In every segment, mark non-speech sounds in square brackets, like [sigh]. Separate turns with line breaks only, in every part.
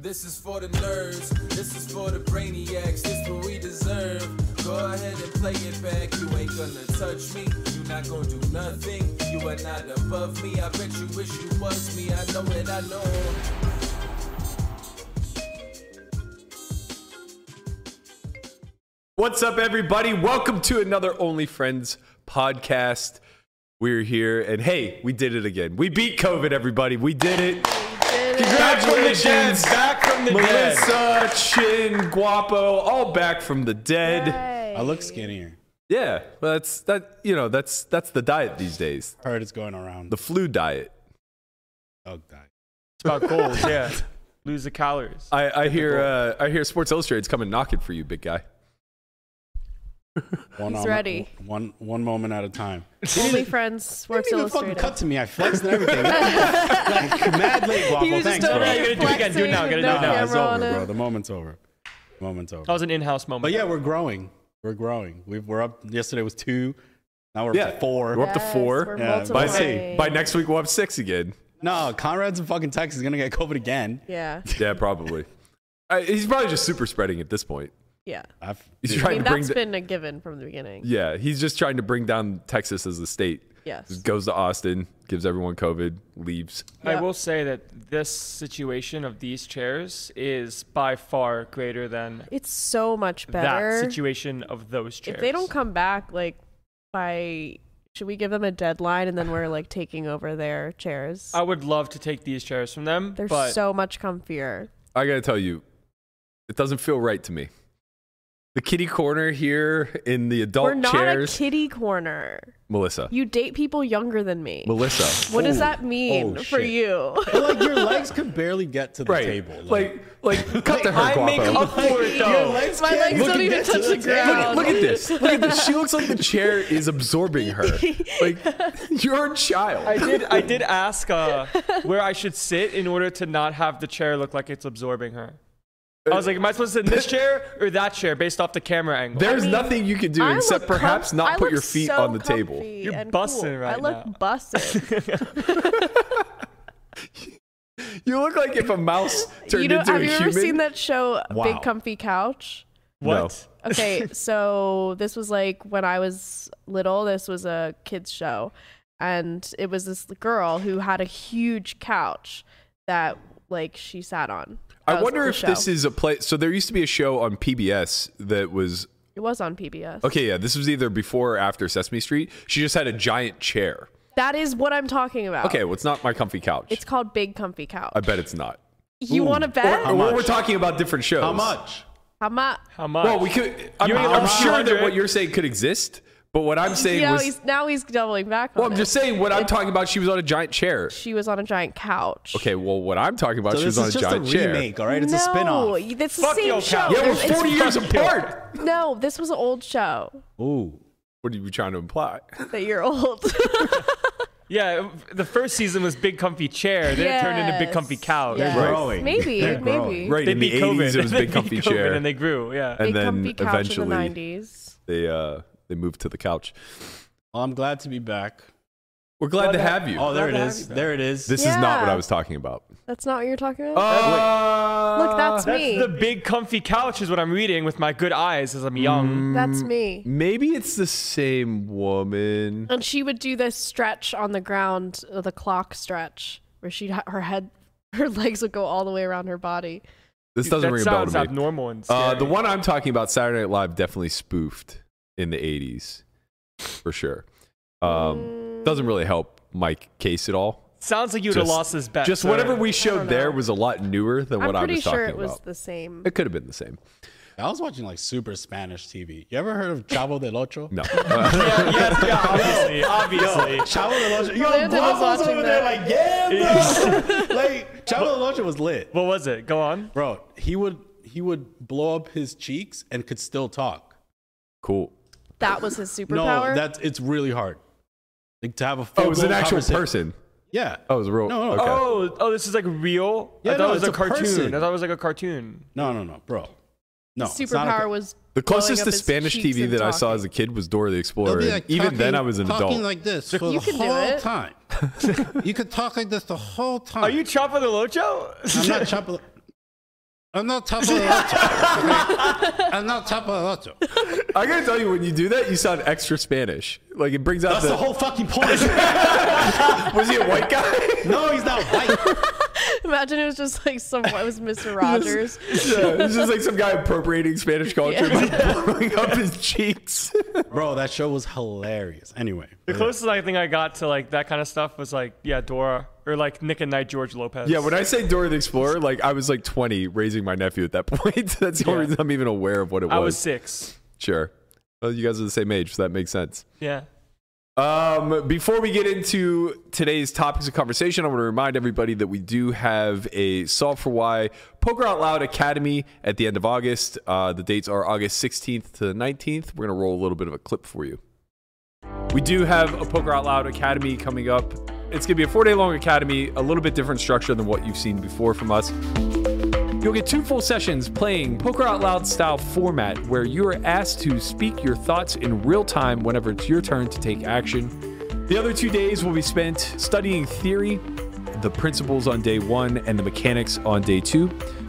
This is for the nerds, this is for the brainiacs, this what we deserve. Go ahead and play it back, you ain't gonna touch me, you not gonna do nothing, you are not above me. I bet you wish you was me, I know it, I know.
What's up, everybody? Welcome to another Only Friends podcast. We're here, and hey, we did it again. We beat COVID, everybody. We did it. Congratulations,
Back from the
Melissa, Chin, Guapo, all back from the dead.
I look skinnier.
Yeah, well, that's that. You know, that's that's the diet these days.
Heard it's going around.
The flu diet.
dog diet.
It's about goals, yeah. Lose the calories.
I, I hear. Uh, I hear Sports Illustrated's coming knocking for you, big guy.
One
He's
on-
ready.
One one moment at a time.
Only Friends Sports
Didn't even fucking
Illustrated.
cut to me. I flexed and
[laughs]
everything. like, mad late waffle.
He was
Thanks,
just
bro.
Yeah,
over here
you gotta do it again. Do it now, gotta
flexing,
do it
no
now.
Nah,
Yeah,
it's
camera
over,
on
bro.
it.
The moment's over. The moment's over.
That was an in-house moment.
But yeah, we're growing. We're growing. We've, we're up. Yesterday was two. Now we're
Yeah.
up to four.
We're up to
Yes,
four.
we're
Yeah,
By,
multiplying.
say, by next week, we'll have six again.
no, Conrad's in fucking Texas. gonna get COVID again.
Yeah,
Yeah, probably. [laughs] I, he's probably just super spreading at this point.
yeah.
I've,
He's
dude,
I
trying
mean,
to bring.
that's
the-
been a given from the beginning.
yeah, he's just trying to bring down Texas as a state.
Yes.
Just goes to Austin, gives everyone COVID, leaves.
I will say that this situation of these chairs is by far greater than
It's so much
that
better.
situation of those chairs.
If they don't come back, like, by. Should we give them a deadline and then we're, like, taking over their chairs?
I would love to take these chairs from them.
They're
Uh, but
so much comfier.
I gotta tell you, it doesn't feel right to me. The kitty corner here in the adult
We're not
chairs.
a kitty corner.
Melissa,
You date people younger than me.
Melissa,
what does
Oh.
that mean
Oh,
for
shit.
you?
like your legs could barely get to the
right?
table.
Like, like, cut to her.
I make
Guapo.
up for it
your
[laughs]
though.
legs
My
can't
legs
look
don't
and
even
get to
touch the
table.
Look,
ground.
at- look at this. Look at this. She looks like the chair is absorbing her.
[laughs]
Like you're a child.
I did. I did ask
[laughs]
uh, where I should sit in order to not have the chair look like it's absorbing her. I was like, am I supposed to sit in this chair or that chair based off the camera angle?
There's
I mean,
nothing you can do
I
except
look
perhaps
comf-
not
I
put
look
your feet
so
on the table.
comfy
You're
and
bussin'
cool.
right
I look
now.
[laughs]
bussin'.
You look like if a mouse turned
[laughs] you know,
into
have
a
you
human.
ever seen that show
Wow.
Big Comfy Couch?
what?
[laughs]
Okay, so this was like when I was little. This was a kids show, and it was this girl who had a huge couch that like she sat on. That
I
was
wonder
the
if
show.
this is a place. So there used to be a show on PBS that was
It was on PBS.
okay. Yeah, this was either before or after Sesame Street. She just had a giant chair.
That is what I'm talking about.
Okay, well, it's not my comfy couch.
It's called Big Comfy Couch.
I bet it's not.
You want to bet?
How
Well,
much?
we're talking about different shows.
How much?
How much?
How much?
Well, we could. I'm,
You ain't
I'm
allowed
sure that
200.
what you're saying could exist, but what
[laughs]
I'm saying
Yeah,
was.
he's, now he's doubling back.
well,
on
I'm
it.
just saying what I'm talking about. She was on a giant chair.
She was on a giant couch.
Okay, well, what I'm talking about,
So
Oh, she
this
was on
is
a
just a
giant chair.
remake, all right? It's
no,
a spin-off.
y- That's the
Fuck
same
your
show.
couch.
Yeah, we're
There's- it's-
40 years apart.
No, this was an old show
Ooh.
What are you trying to imply?
that you're [laughs] old.
yeah, the first season was big comfy chair. Then it turned into big
Yes,
comfy couch.
yes.
Right.
growing.
Maybe,
They're growing.
maybe.
Right
They
in the
beat COVID.
80s, it was
[laughs] They
big comfy
beat
chair,
COVID and they grew. Yeah.
And
Big
then
comfy couch in the
eventually
90s.
they uh they moved to the couch.
Well, Oh, I'm glad to be back.
We're glad to have you.
Oh, there it
Glad to
is.
have you.
There it is.
This is not what I
Yeah.
was talking about.
That's not what you're talking about?
Uh,
Look, that's
That's
me.
the big comfy couch is what I'm reading with my good eyes as I'm
Mm, Um,
young.
That's me.
maybe it's the same woman.
And she would do this stretch on the ground, uh, the clock stretch, where she would her head, [laughs] her legs would go all the way around her body.
This doesn't
that
ring a bell
sounds
to me.
abnormal and
Uh, the
scary.
one I'm talking about, Saturday Night Live, definitely spoofed in the '80s, for sure.
Mm.
Um, doesn't really help my case at all.
sounds like you'd have
Just-
lost this bet.
Just
so-
whatever we showed
don't
there
know.
was a lot newer than what I
I'm pretty
was talking
sure it was
about.
the same.
It could have been the same.
I was watching like super Spanish TV. You ever heard of Chavo del [laughs] Ocho?
[laughs]
No. Uh,
yeah,
[laughs]
yeah, [laughs] yeah, obviously, obviously.
Chavo del Ocho. Yo,
Landon was
Guapo's
watching
over there
that.
like, yeah,
[laughs]
bro. like, Chavo del Ocho was lit.
What was it? Go on.
Bro, he would he would blow up his cheeks and could still talk.
cool.
That was his superpower.
No, that's it's really hard. Like to have a full
Oh, it was an actual
conversation.
person.
Yeah.
Oh, it was a real.
No, no,
okay.
Oh, oh, this is like real. I
Yeah,
thought
no,
it was
it's
a
a
cartoon.
person.
I thought it was like a cartoon.
No, no, no, bro. No.
His
it's not a-
superpower was
The
blowing
closest
up
to
his
Spanish
cheeks
TV
and
that I saw
talking.
as a kid was Dora the
They'll
Explorer.
be,
and
like,
even then,
talking-
I was an
talking
adult.
like this for
You
the
can do
whole
it.
time.
[laughs]
you could talk like this the whole time.
Are you Chapa [laughs] the Locho?
I'm not Chavo. I'm not Tapa Roto. okay? I'm not Tapa Roto.
I gotta tell you, when you do that, you sound extra Spanish. Like it brings out
That's the whole fucking
[laughs]
point.
[laughs] Was he a white [laughs] guy?
no, he's not white.
Imagine it was just like someone it
[laughs]
was Mr. Rogers.
yeah, it's just like some guy appropriating Spanish culture by blowing up his cheeks.
Bro, that show was hilarious. Anyway.
The closest I think I got to like that kind of stuff was like yeah, Dora or like Nick and Night George Lopez.
yeah, when I say Dora the Explorer, like I was like 20 raising my nephew at that [laughs] point. That's the only
Yeah.
reason I'm even aware of what it was.
I was six.
Sure. Well, you guys are the same age, so that makes sense.
Yeah.
Um, before we get into today's topics of conversation, I want to remind everybody that we do have a Solve for Why Poker Out Loud Academy at the end of August. Uh, the dates are August 16th to the 19th. We're going to roll a little bit of a clip for you. We do have a Poker Out Loud Academy coming up. It's going to be a four day long academy, a little bit different structure than what you've seen before from us. You'll get two full sessions playing Poker Out Loud style format where you are asked to speak your thoughts in real time whenever it's your turn to take action. The other two days will be spent studying theory, the principles on day one, and the mechanics on day two.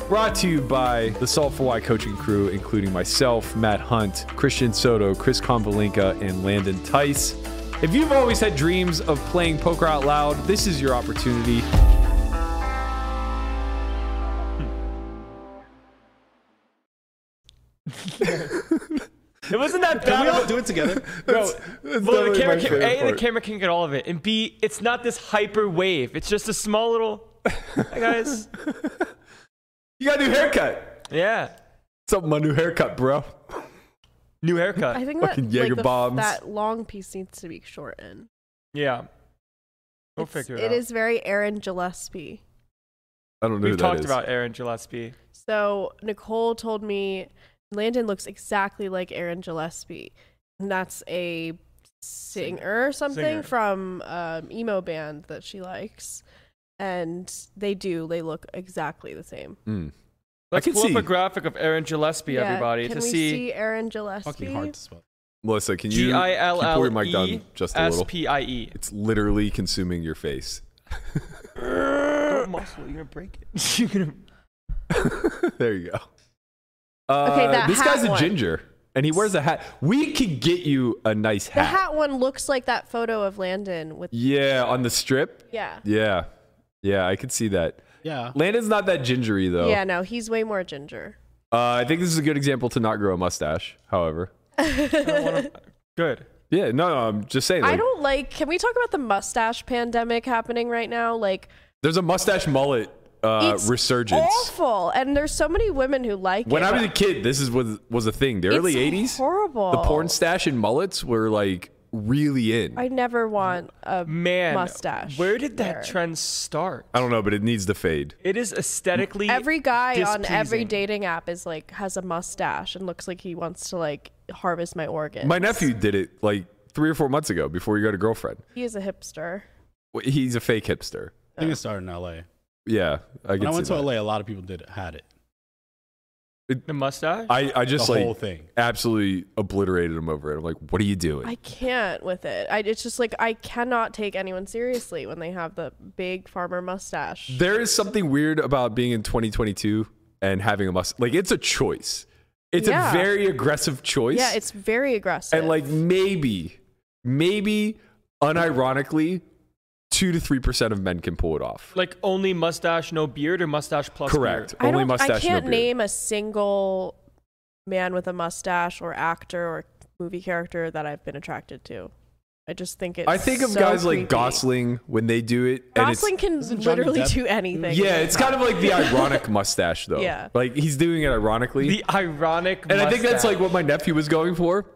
Brought to you by the Solve for Why coaching crew, including myself, Matt Hunt, Christian Soto, Chris Convalinka, and Landon Tice. If you've always had dreams of playing poker out loud, this is your opportunity.
It wasn't that
Can
bad.
we
of a-
all do it together?
[laughs] No, well, the
definitely
camera
my
can,
favorite
A, the
part.
camera can get all of it, and B, it's not this hyper wave. It's just a small little. Hi guys.
[laughs] You got a new haircut.
Yeah.
What's up, with my new haircut, bro?
New
I
haircut.
think that
Fucking
like,
Jaeger
the-
bombs.
that long piece needs to be shortened.
Yeah. We'll
It's-
figure it, out.
It is very Aaron Gillespie.
I don't know
We've
who that
talked
is.
about Aaron Gillespie.
So Nicole told me Landon looks exactly like Aaron Gillespie. And that's a singer or something
Singer.
from um, emo band that she likes. And they do. They look exactly the same.
Mm.
Let's
can
pull
see.
up a graphic of Aaron Gillespie,
Yeah,
everybody,
Can
to
we
see
Aaron Gillespie.
Fucking hard to spell.
Melissa, can you
G I L
keep your
L
mic down
E
just a
S
little?
P I
[laughs]
E.
It's literally consuming your face. [laughs]
Muscle, you're gonna break it. [laughs] You're gonna.
there you go. Uh,
Okay, that
this
hat
guy's a
one.
ginger, and he wears a hat. We could get you a nice
The
hat.
hat one looks like that photo of Landon with.
Yeah, on the strip.
Yeah.
Yeah, yeah, I could see that.
Yeah.
Landon's not that gingery though.
Yeah, no, he's way more ginger.
Uh, I think this is a good example to not grow a mustache. However,
I don't
[laughs]
wanna... Good.
yeah, no, no, I'm just saying.
I
like,
don't like. Can we talk about the mustache pandemic happening right now? Like,
There's a mustache mullet uh,
it's
resurgence.
Awful, and there's so many women who like
When
it.
I was a kid, this is was was a thing. The
It's
early '80s,
horrible.
the porn stash and mullets were like really in.
Oh. I never want a
Man,
mustache.
Where did that
there.
trend start?
I don't know, but it needs to fade.
It is aesthetically
Every guy on every
displeasing.
dating app is like has a mustache and looks like he wants to like harvest my organs.
My nephew did it like three or four months ago before he got a girlfriend.
He is a hipster.
Wh- He's a fake hipster.
I think it started in LA.
Yeah, I
When
can
I
see
went to
that.
LA, a lot of people did had it.
The mustache.
I, I
The
just
whole
like
thing.
absolutely obliterated him over it. I'm like, what are you doing?
I can't with it. I, it's just like I cannot take anyone seriously when they have the big farmer mustache.
there is something weird about being in 2022 and having a must. Like it's a choice. It's
Yeah.
a very aggressive choice.
Yeah, it's very aggressive.
and like maybe, maybe unironically, two to three percent of men can pull it off.
like only mustache, no beard, or mustache plus
Correct.
I
Only
don't,
mustache.
I can't
no beard.
name a single man with a mustache or actor or movie character that I've been attracted to. I just think it's.
I think of
so
guys
creepy.
like Gosling when they do it.
Gosling can
Isn't Johnny
literally
Depp-
do anything.
And it's, yeah, it's kind of
[laughs]
like the ironic mustache though.
Yeah.
Like he's doing it ironically.
The ironic.
and I think that's like what my nephew was going for.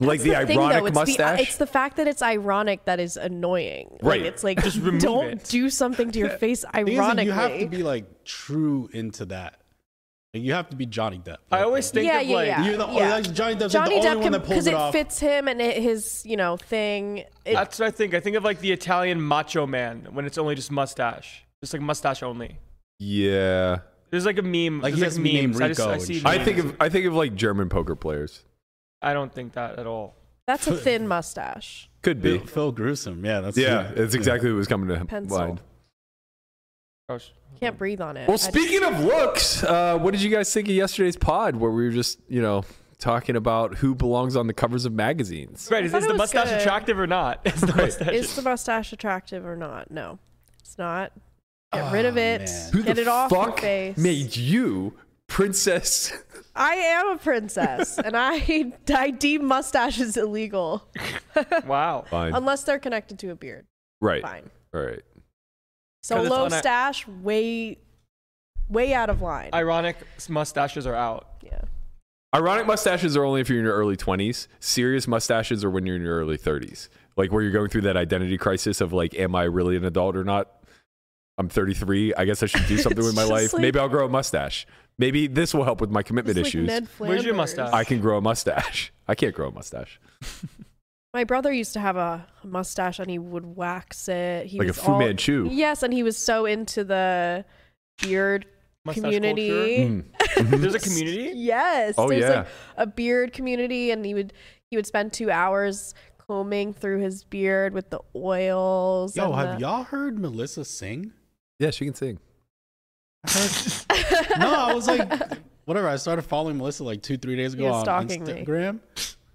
Like
That's
the,
thing, though.
ironic
It's the-
mustache.
it's the fact that it's ironic that is annoying. Like,
Right.
it's like just
remove
don't
it.
do something to your face
Thing is that
ironically.
You have to be like true into that. Like, you have to be Johnny Depp.
I always think
yeah,
of
yeah,
like
yeah.
You're the- oh,
yeah.
like, Johnny Depp's like
Johnny
the only
Depp
one
can
that pulls
because
it
it,
off.
fits him and it, his you know thing. It,
that's what I think. I think of like the Italian macho man when it's only just mustache, just like mustache only.
yeah.
There's like a meme.
Like, he
there's
has
like
to be named
memes. I just
Rico
I
and
see.
shit.
I
memes.
think of I think of like German poker players.
I don't think that at all.
that's a thin mustache.
Could be.
Phil, Phil Gruesome. Yeah, that's
Yeah, that's exactly what was coming to
Pencil.
mind.
Gosh.
Can't breathe on it.
Well,
I just-
speaking of looks, uh, what did you guys think of yesterday's pod where we were just, you know, talking about who belongs on the covers of magazines?
Right, is,
thought
is
it
the
was
mustache
good.
attractive or not? [laughs] Is the mustache
Is the mustache attractive or not? No, it's not. Get rid
Ah,
of it.
man.
Who
Get
the
it off your
fuck
face.
made you princess?
I am
[laughs]
a princess, and I I deem mustaches illegal
wow.
Fine.
unless they're connected to a beard.
right.
Fine.
All right.
So
'Cause it's
low
on a-
stash, way, way out of line.
Ironic mustaches are out.
yeah.
Ironic mustaches are only if you're in your early 20s. Serious mustaches are when you're in your early 30s, like where you're going through that identity crisis of like, am I really an adult or not? I'm 33. I guess I
[laughs]
should do something
It's
with my
just
life.
like-
Maybe I'll grow a mustache. Maybe this will help with my commitment
Just like
issues.
Ned
Where's your
Flanders.
mustache?
I can grow a mustache. [laughs] I can't grow a mustache.
My brother used to have a mustache, and he would wax it. He
Like a
was
Fu
all-
Manchu.
Yes, and he was so into the beard
Mustache
community.
Hmm.
[laughs]
culture. There's a community?
Yes.
Oh,
there's
yeah.
like a beard community and he would he would spend two hours combing through his beard with the oils.
Yo,
and
have
the-
y'all heard Melissa sing?
Yeah, she can sing.
I heard- no, I was like, [laughs] whatever. I started following Melissa like two, three days ago
You're
on
stalking me.
Instagram,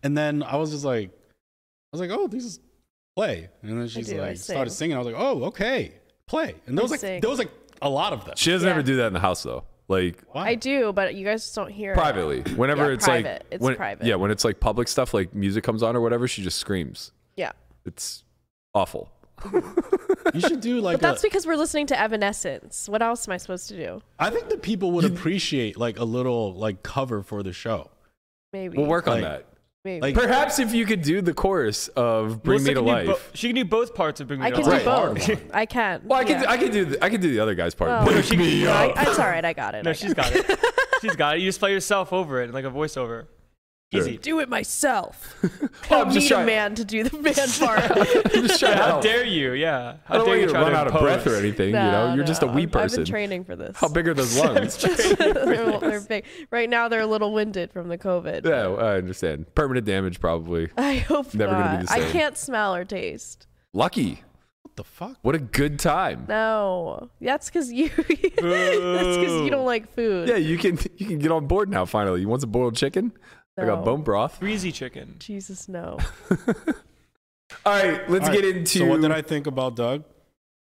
and then I was just like, I was like, oh, this is play, and then she's
do, I
like, started
sing.
singing. I was like, oh, okay, play, and there
I
was like,
sing.
there was like a lot of them.
She doesn't
Yeah.
ever do that in the house though. Like
Why?
I do, but you guys just don't hear it.
privately. Whenever
uh, Yeah,
it's like
private. It's
when,
private.
Yeah, when it's like public stuff, like music comes on or whatever, she just screams.
Yeah.
It's awful.
You should do like
But that's
a,
because we're listening to Evanescence. What else am I supposed to do?
I think the people would appreciate like a little like cover for the show.
Maybe.
We'll work on
Like-
that.
Maybe.
like-
Perhaps if you could do the chorus of "Bring
Melissa
Me to
can do bo-
Life."
she can do both parts of Bring Me
I
to
can
Life.
do
[laughs]
Right.
both. I can.
well, I can do,
yeah. Oh.
I can do the, I can do the other guy's part.
Well,
Wake
no,
she-
me
No,
up.
I,
[laughs]
it's all right. I got it.
No,
I got
she's
it.
got
[laughs]
it. She's got it. You just play yourself over it, like a voiceover.
Sure.
Easy.
Do it myself.
Well,
Don't
I'm just
need a
trying.
man to do the man part.
I'm [laughs] just trying to
[laughs] How
help.
dare you? Yeah. How
I don't
dare
want you to
try
run out of
impose.
breath or anything. you know,
No, [laughs]
you're just a
no,
wee
I've-
person.
I've been training for this.
How big are those lungs?
they're, they're big. Right now, they're a little winded from the COVID.
yeah, I understand. Permanent damage, probably.
I hope
Never
not.
gonna be the
I
same.
can't smell or taste.
Lucky.
What the fuck?
What a good time.
No, that's because you. [laughs] that's because you
Boo.
don't like food.
Yeah, you can you can get on board now. Finally, you want some boiled chicken? I got
No.
bone broth.
Breezy chicken.
Jesus, no.
All right, let's
All
get
right,
into.
So what did I think about Doug?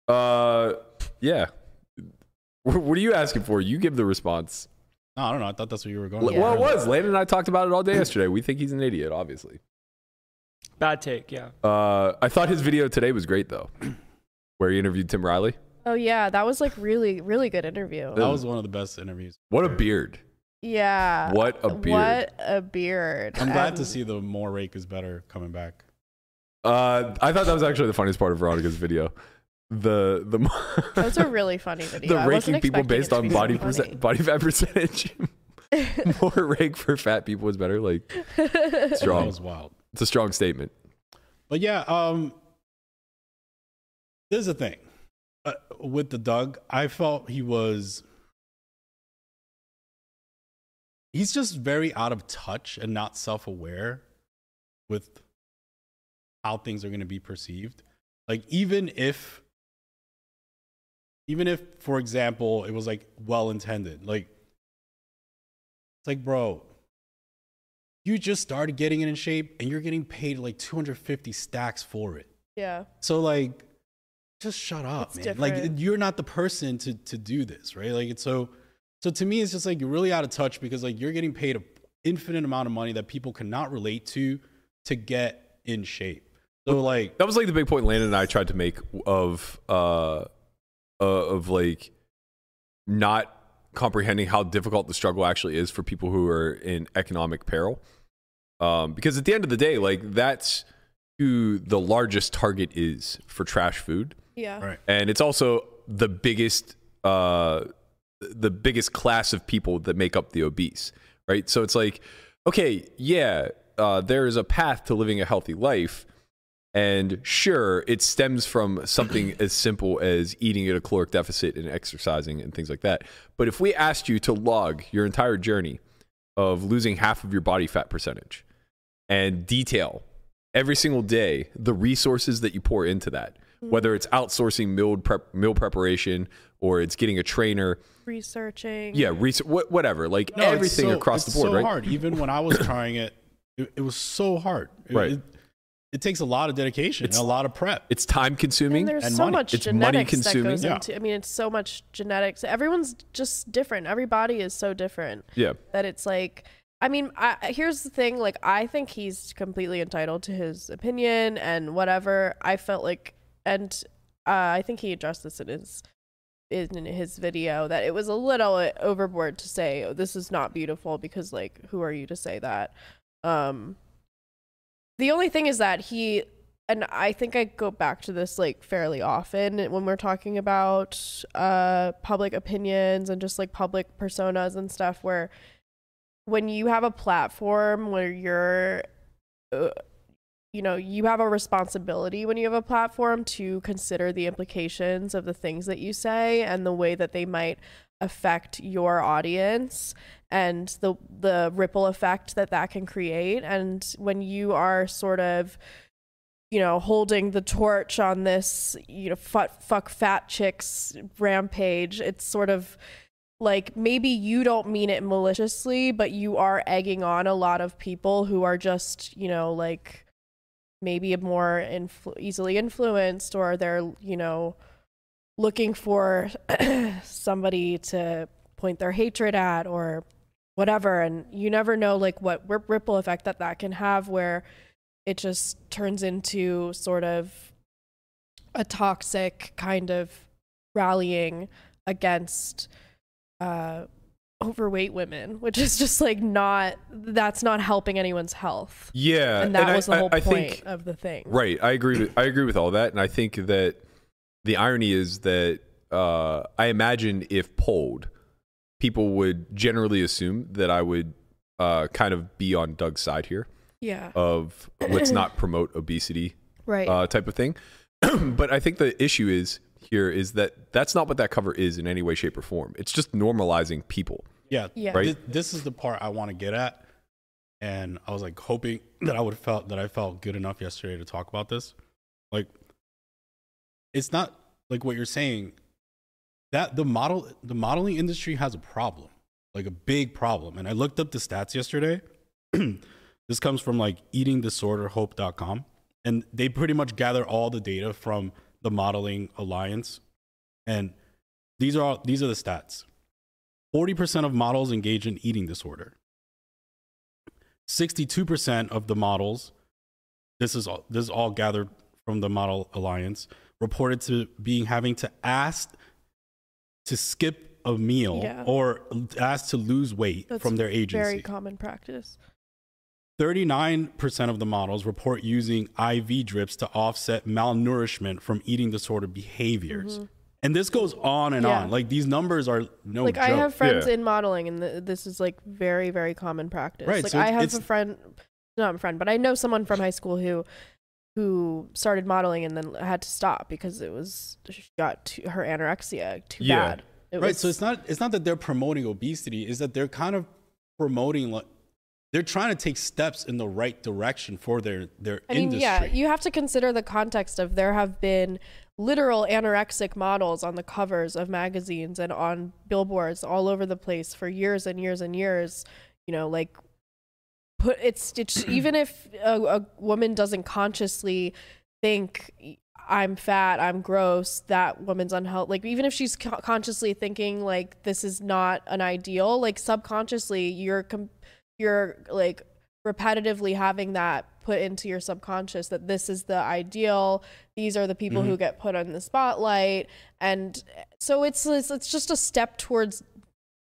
Uh, yeah. Wh- What are you asking for? You give the response.
No, I don't know. I thought that's where you were going.
L- Well, it was. Landon and I talked about it all day yesterday. We think he's an idiot, obviously.
Bad take, yeah.
Uh, I thought his video today was great though, [clears throat] where he interviewed Tim Riley.
Oh yeah, that was like really, really good interview.
That was one of the best interviews.
What a beard!
Yeah.
What a beard!
What a beard. Um,
I'm glad to
And
see the more rake is better coming back.
Uh, I thought that was actually the funniest part of Veronica's video. The the [laughs]
Those are really funny videos.
the ranking people based on body percent, body fat
[laughs]
percentage. More rank for fat people is better. Like
That
strong.
was wild.
It's a strong statement.
But yeah, um, this is the thing uh, with the Doug. I felt he was. He's just very out of touch and not self aware with how things are going to be perceived. Like, even if, even if, for example, it was like well intended, like, it's like, bro, you just started getting it in shape and you're getting paid like 250 stacks for it.
[laughs] Yeah.
So like, just shut up,
It's
man. Like
different.
you're not the person to to do this, right? Like it's so. So to me, it's just like you're really out of touch because like you're getting paid an infinite amount of money that people cannot relate to to get in shape. So like,
That was like the big point Landon and I tried to make of uh, uh of like not comprehending how difficult the struggle actually is for people who are in economic peril. Um, because at the end of the day, like that's who the largest target is for trash food,
Yeah.
Right.
and it's also the biggest uh the biggest class of people that make up the obese, right? So it's like, okay, yeah, uh, there is a path to living a healthy life. And sure, it stems from something as simple as eating at a caloric deficit and exercising and things like that. But if we asked you to log your entire journey of losing half of your body fat percentage and detail every single day the resources that you pour into that,
Mm.
whether it's outsourcing meal prep meal preparation or it's getting a trainer.
researching.
Yeah, research, wh- whatever. Like
No, it's
everything
so-
across the
it's
board,
so
right?
Hard. Even when I was trying it, it, it was so hard. It,
Right.
It, it takes a lot of dedication,
It's-
and a lot of prep.
It's time consuming.
And there's
and
so
money.
much
It's money
genetics that
consuming.
goes
Yeah.
into. I mean, it's so much genetics. Everyone's just different. Every body is so different
yeah.
that it's like. I mean, I, here's the thing. Like, I think he's completely entitled to his opinion and whatever. I felt like, and uh, I think he addressed this in his in his video that it was a little overboard to say oh, this is not beautiful because like who are you to say that um the only thing is that he and i think i go back to this like fairly often when we're talking about uh public opinions and just like public personas and stuff where when you have a platform where you're uh, you know you have a responsibility when you have a platform to consider the implications of the things that you say and the way that they might affect your audience and the the ripple effect that that can create and when you are sort of you know holding the torch on this you know fuck, fuck fat chicks rampage it's sort of like maybe you don't mean it maliciously but you are egging on a lot of people who are just you know like maybe more influ- easily influenced or they're you know looking for [clears throat] somebody to point their hatred at or whatever and you never know like what rip- ripple effect that that can have where it just turns into sort of a toxic kind of rallying against uh overweight women which is just like not that's not helping anyone's health
Uh,
Yeah.
and that
I-
was the
I-
whole
I
point
think-
of the thing.
Right. I agree with I agree with all that, and I think that the irony is that uh, I imagine if polled, people would generally assume that I would uh, kind of be on Doug's side here
Yeah.
of let's
[coughs]
not promote obesity
right.
uh, type of thing. [clears throat] but I think the issue is here is that that's not what that cover is in any way, shape, or form. It's just normalizing people.
Yeah.
Yeah.
Right.
Th- this is the part I want to get at. And I was like hoping [laughs] that I would felt that I felt good enough yesterday to talk about this. Like it's not like what you're saying that the model the modeling industry has a problem, like a big problem. And I looked up the stats yesterday. [clears throat] this comes from like eatingdisorderhope.com and they pretty much gather all the data from the modeling alliance and these are all, these are the stats 40% of models engage in eating disorder. 62% of the models, this is all, this is all gathered from the Model Alliance, reported to being having to ask to skip a meal
Yeah.
or asked to lose weight
That's
from their agency.
Very common practice.
39% of the models report using IV drips to offset malnourishment from eating disorder behaviors. And this goes on and
Mm-hmm. Yeah.
on. Like these numbers are no
like
joke.
I have friends
Yeah.
in modeling, and th- this is like very, very common practice.
Right,
Like
so
I
it's-
have
it's-
a friend, not a friend, but I know someone from high school who who started modeling and then had to stop because it was she got too, her anorexia too
Yeah.
bad. It
right
was-
so it's not it's not that they're promoting obesity is that they're kind of promoting like they're trying to take steps in the right direction for their their
I mean,
industry
yeah, you have to consider the context of there have been literal anorexic models on the covers of magazines and on billboards all over the place for years and years and years. You know, like put it's, it's even if a, a woman doesn't consciously think I'm fat, I'm gross, that woman's unhealthy. Like even if she's co- consciously thinking like this is not an ideal, like subconsciously you're com- you're like repetitively having that put into your subconscious that this is the ideal these are the people who get put on the spotlight and so it's it's, it's just a step towards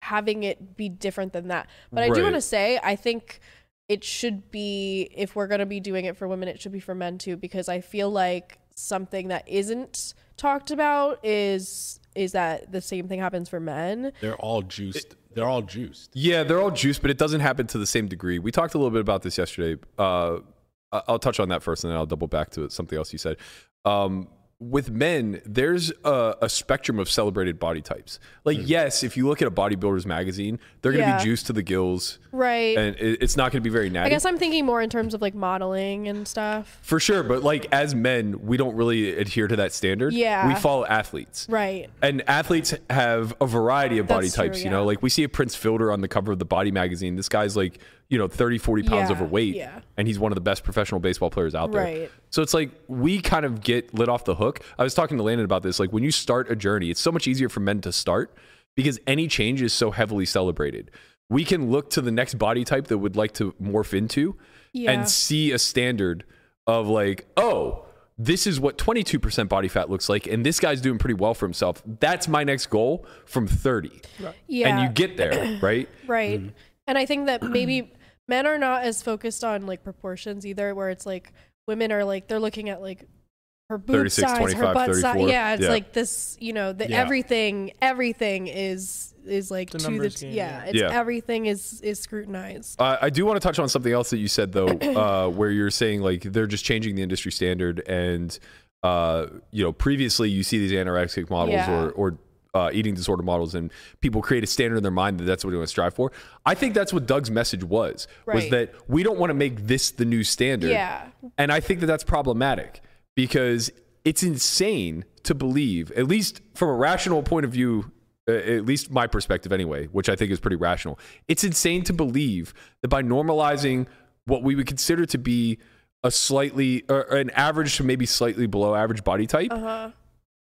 having it be different than that but i do
Right.
want to say i think it should be if we're going to be doing it for women it should be for men too because i feel like something that isn't talked about is is that the same thing happens for men
they're all juiced they're all juiced
Yeah, they're all juice, but it doesn't happen to the same degree. We talked a little bit about this yesterday. Uh, I- I'll touch on that first, and then I'll double back to something else you said. Um, with men, there's a, a spectrum of celebrated body types. Like, yes, if you look at a bodybuilders magazine, they're going to
Hmm. Yeah.
be juiced to the gills,
Right.
and it, it's not going to be very
I
natty
guess I'm thinking more in terms of like modeling and stuff.
for sure. But like as men, we don't really adhere to that standard.
Yeah.
we follow athletes.
Right.
And athletes have a variety of body
That's true,
types, you know.
yeah.
Like we see a Prince Fielder on the cover of the Body magazine. This guy's like, you know, 30, 40 pounds
Yeah,
overweight
yeah.
and he's one of the best professional baseball players out there.
Right.
So it's like we kind of get lit off the hook. I was talking to Landon about this. Like when you start a journey, it's so much easier for men to start because any change is so heavily celebrated. We can look to the next body type that would like to morph into
Yeah.
and see a standard of like, oh, this is what 22% body fat looks like, and this guy's doing pretty well for himself. That's my next goal from 30.
Yeah.
And you get there, [clears throat] right?
Right.
Mm-hmm.
And I
[clears throat]
think that maybe men are not as focused on like proportions either, where it's like women are like they're looking at like her boob
36,
size,
25,
her butt
34.
size. Yeah, it's
Yeah.
like this, you know, the
Yeah.
everything everything is is like
It's a
to the
numbers
t-
game,
yeah,
yeah.
it's
Yeah.
everything is is scrutinized.
Uh, I do want to touch on something else that you said
[clears throat]
though, uh, where you're saying like they're just changing the industry standard, and uh, you know previously you see these anorexic models
Yeah.
or or uh, eating disorder models, and people create a standard in their mind that that's what they want to strive for. I think that's what Doug's message was was
Right.
that we don't want to make this the new standard.
Yeah.
And I think that that's problematic because it's insane to believe, at least from a rational point of view, uh, at least my perspective anyway, which I think is pretty rational. It's insane to believe that by normalizing what we would consider to be a slightly or or an average to maybe slightly below average body type,
Uh-huh.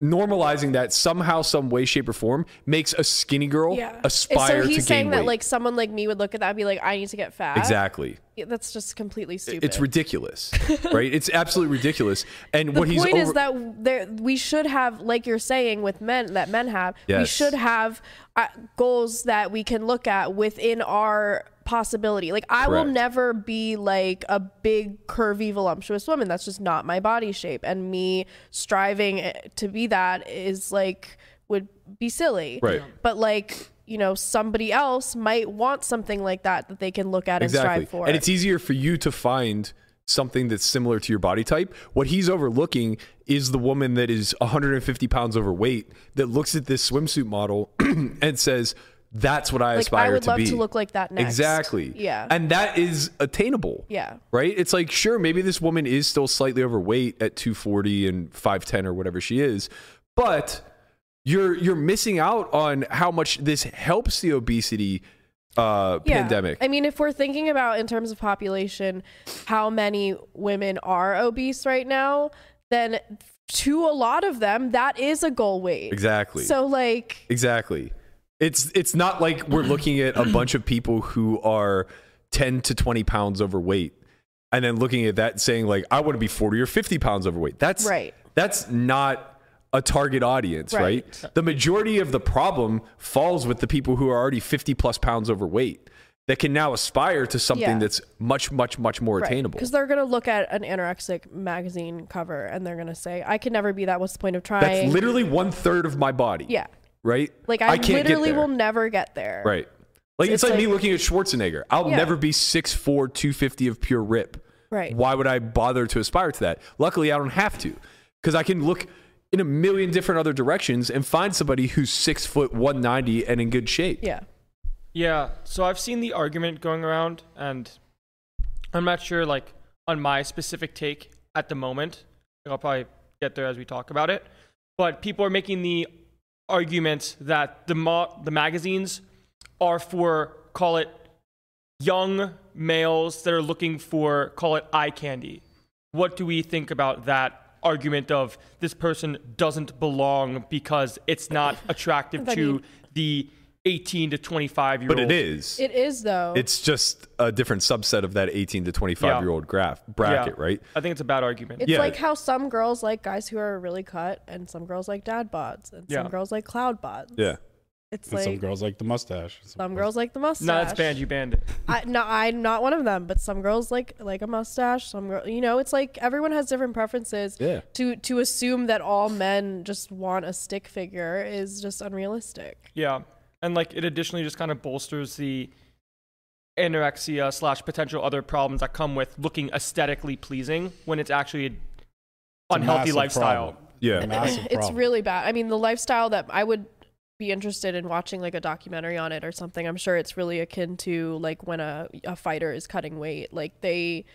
normalizing that somehow, some way, shape, or form makes a skinny girl
Yeah.
aspire to
so he's
gain
saying
weight.
that like someone like me would look at that and be like, I need to get fat.
exactly.
Yeah, That's just completely stupid.
It's ridiculous, right? It's absolutely ridiculous. And
[laughs] the
what he's
point
over-
is that there we should have like you're saying with men that men have we
Yes.
should have uh, goals that we can look at within our possibility like i will
Correct.
never be like a big curvy voluptuous woman that's just not my body shape and me striving eh, to be that is like would be silly
Right.
but like you know somebody else might want something like that that they can look at and
exactly.
strive for
And it's easier for you to find something that's similar to your body type. What he's overlooking is the woman that is 150 pounds overweight that looks at this swimsuit model [clears throat] and says, "That's what I
like
aspire
i would
to
love
be."
to look like that next
Exactly.
yeah
And that is attainable.
Yeah.
Right? It's like, sure, maybe this woman is still slightly overweight at 240 and 510 or whatever she is, but you're you're missing out on how much this helps the obesity uh pandemic.
I mean, if we're thinking about in terms of population, how many women are obese right now, then to a lot of them, that is a goal weight.
exactly.
So, like,
Exactly. It's it's not like we're looking at a bunch of people who are 10 to 20 pounds overweight and then looking at that and saying like I want to be 40 or 50 pounds overweight. That's
Right.
That's not a target audience, right.
Right.
The majority of the problem falls with the people who are already 50 plus pounds overweight that can now aspire to something
Yeah.
that's much much much more attainable.
because they're gonna look at an anorexic magazine cover and they're gonna say, "I can never be that. What's the point of trying?"
That's literally one third of my body.
yeah.
Right?
Like I,
can't get
literally
there.
will never get there.
Right. Like it's,
It's
like, me
like-
looking at Schwarzenegger. I'll
Yeah.
never be 6'4", 250 of pure rip.
Right.
Why would I bother to aspire to that? Luckily, I don't have to, because I can look in a million different other directions and find somebody who's six foot one ninety and in good shape.
Yeah.
Yeah, so I've seen the argument going around, and I'm not sure, like, on my specific take at the moment. I'll probably get there as we talk about it. But people are making the argument that the, mo- the magazines are for, call it, young males that are looking for, call it, eye candy. What do we think about that argument of this person doesn't belong because it's not attractive
I
to
mean-
the 18 to 25 year
But it
old?
is.
It is though.
it's just a different subset of that eighteen to twenty five
Yeah.
year old graph bracket,
Yeah.
right?
I think it's a bad argument.
It's
Yeah.
like how some girls like guys who are really cut, and some girls like dad bods, and some
Yeah.
girls like cloud bods.
Yeah.
It's
And
like
some girls like the mustache.
Some girls like the mustache.
no, that's banned. You banned it.
I, no, I'm not one of them. But some girls like like a mustache. Some girl, you know, it's like everyone has different preferences.
Yeah.
To to assume that all men just want a stick figure is just unrealistic.
Yeah, and like it additionally just kind of bolsters the anorexia slash potential other problems that come with looking aesthetically pleasing when it's actually an
a
unhealthy
massive
lifestyle.
problem.
Yeah.
massive problem.
[laughs] it's really bad. I mean, the lifestyle that I would be interested in watching like a documentary on it or something. I'm sure it's really akin to like when a a fighter is cutting weight. Like they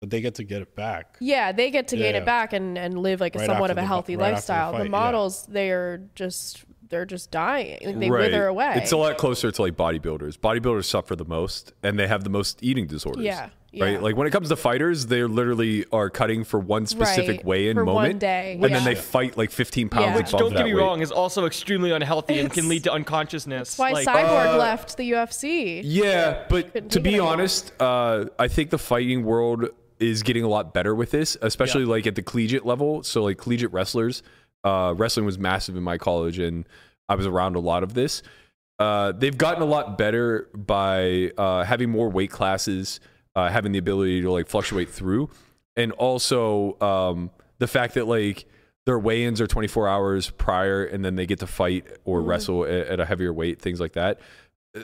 but they get to get it back.
yeah, they get to gain
Yeah.
it back and and live like a
Right
somewhat
after
of a
the bu-
healthy
right after the
lifestyle. The,
fight, yeah.
models they're just they're just dying. Like, they
Right.
wither away.
It's a lot closer to like bodybuilders. Bodybuilders suffer the most, and they have the most eating disorders.
Yeah, yeah.
Right. Like when it comes to fighters, they literally are cutting for one specific
Right,
weigh-in
for one
moment,
day,
and then
yeah.
they fight like 15 pounds
Yeah.
above
Which,
Don't
that
get me
weight.
wrong, is also extremely unhealthy and can lead to unconsciousness.
That's why
like,
Cyborg
uh,
left the UFC.
Yeah, but to
Couldn't think of
be
anyone.
honest, uh, I think the fighting world is getting a lot better with this, especially like at the collegiate level. So like collegiate wrestlers, uh, wrestling was massive in my college, and I was around a lot of this. Uh, they've gotten a lot better by uh, having more weight classes, uh, having the ability to like fluctuate through, and also um, the fact that like their weigh-ins are 24 hours prior, and then they get to fight or wrestle at, at a heavier weight, things like that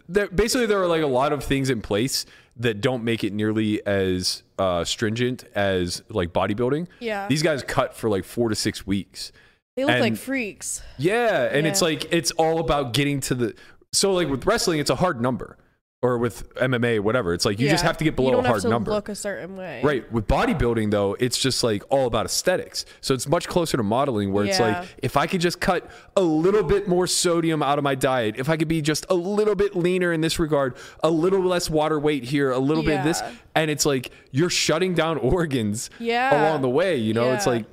there, basically there are like a lot of things in place that don't make it nearly as uh, stringent as like bodybuilding.
Yeah.
These guys cut for like four to six weeks.
They look like
And-
freaks.
Yeah, and it's
Yeah.
like it's all about getting to the. So like with wrestling, it's a hard number, or with MMA, whatever. It's like you just
Yeah.
have to get below
you don't
a hard
have to
number.
Look a certain way.
Right. With bodybuilding, though, it's just like all about aesthetics. So it's much closer to modeling where it's
Yeah.
like, if I could just cut a little bit more sodium out of my diet, if I could be just a little bit leaner in this regard, a little less water weight here, a little bit of this.
Yeah.
And it's like, you're shutting down organs
Yeah.
along the way. You know, it's
Yeah.
like,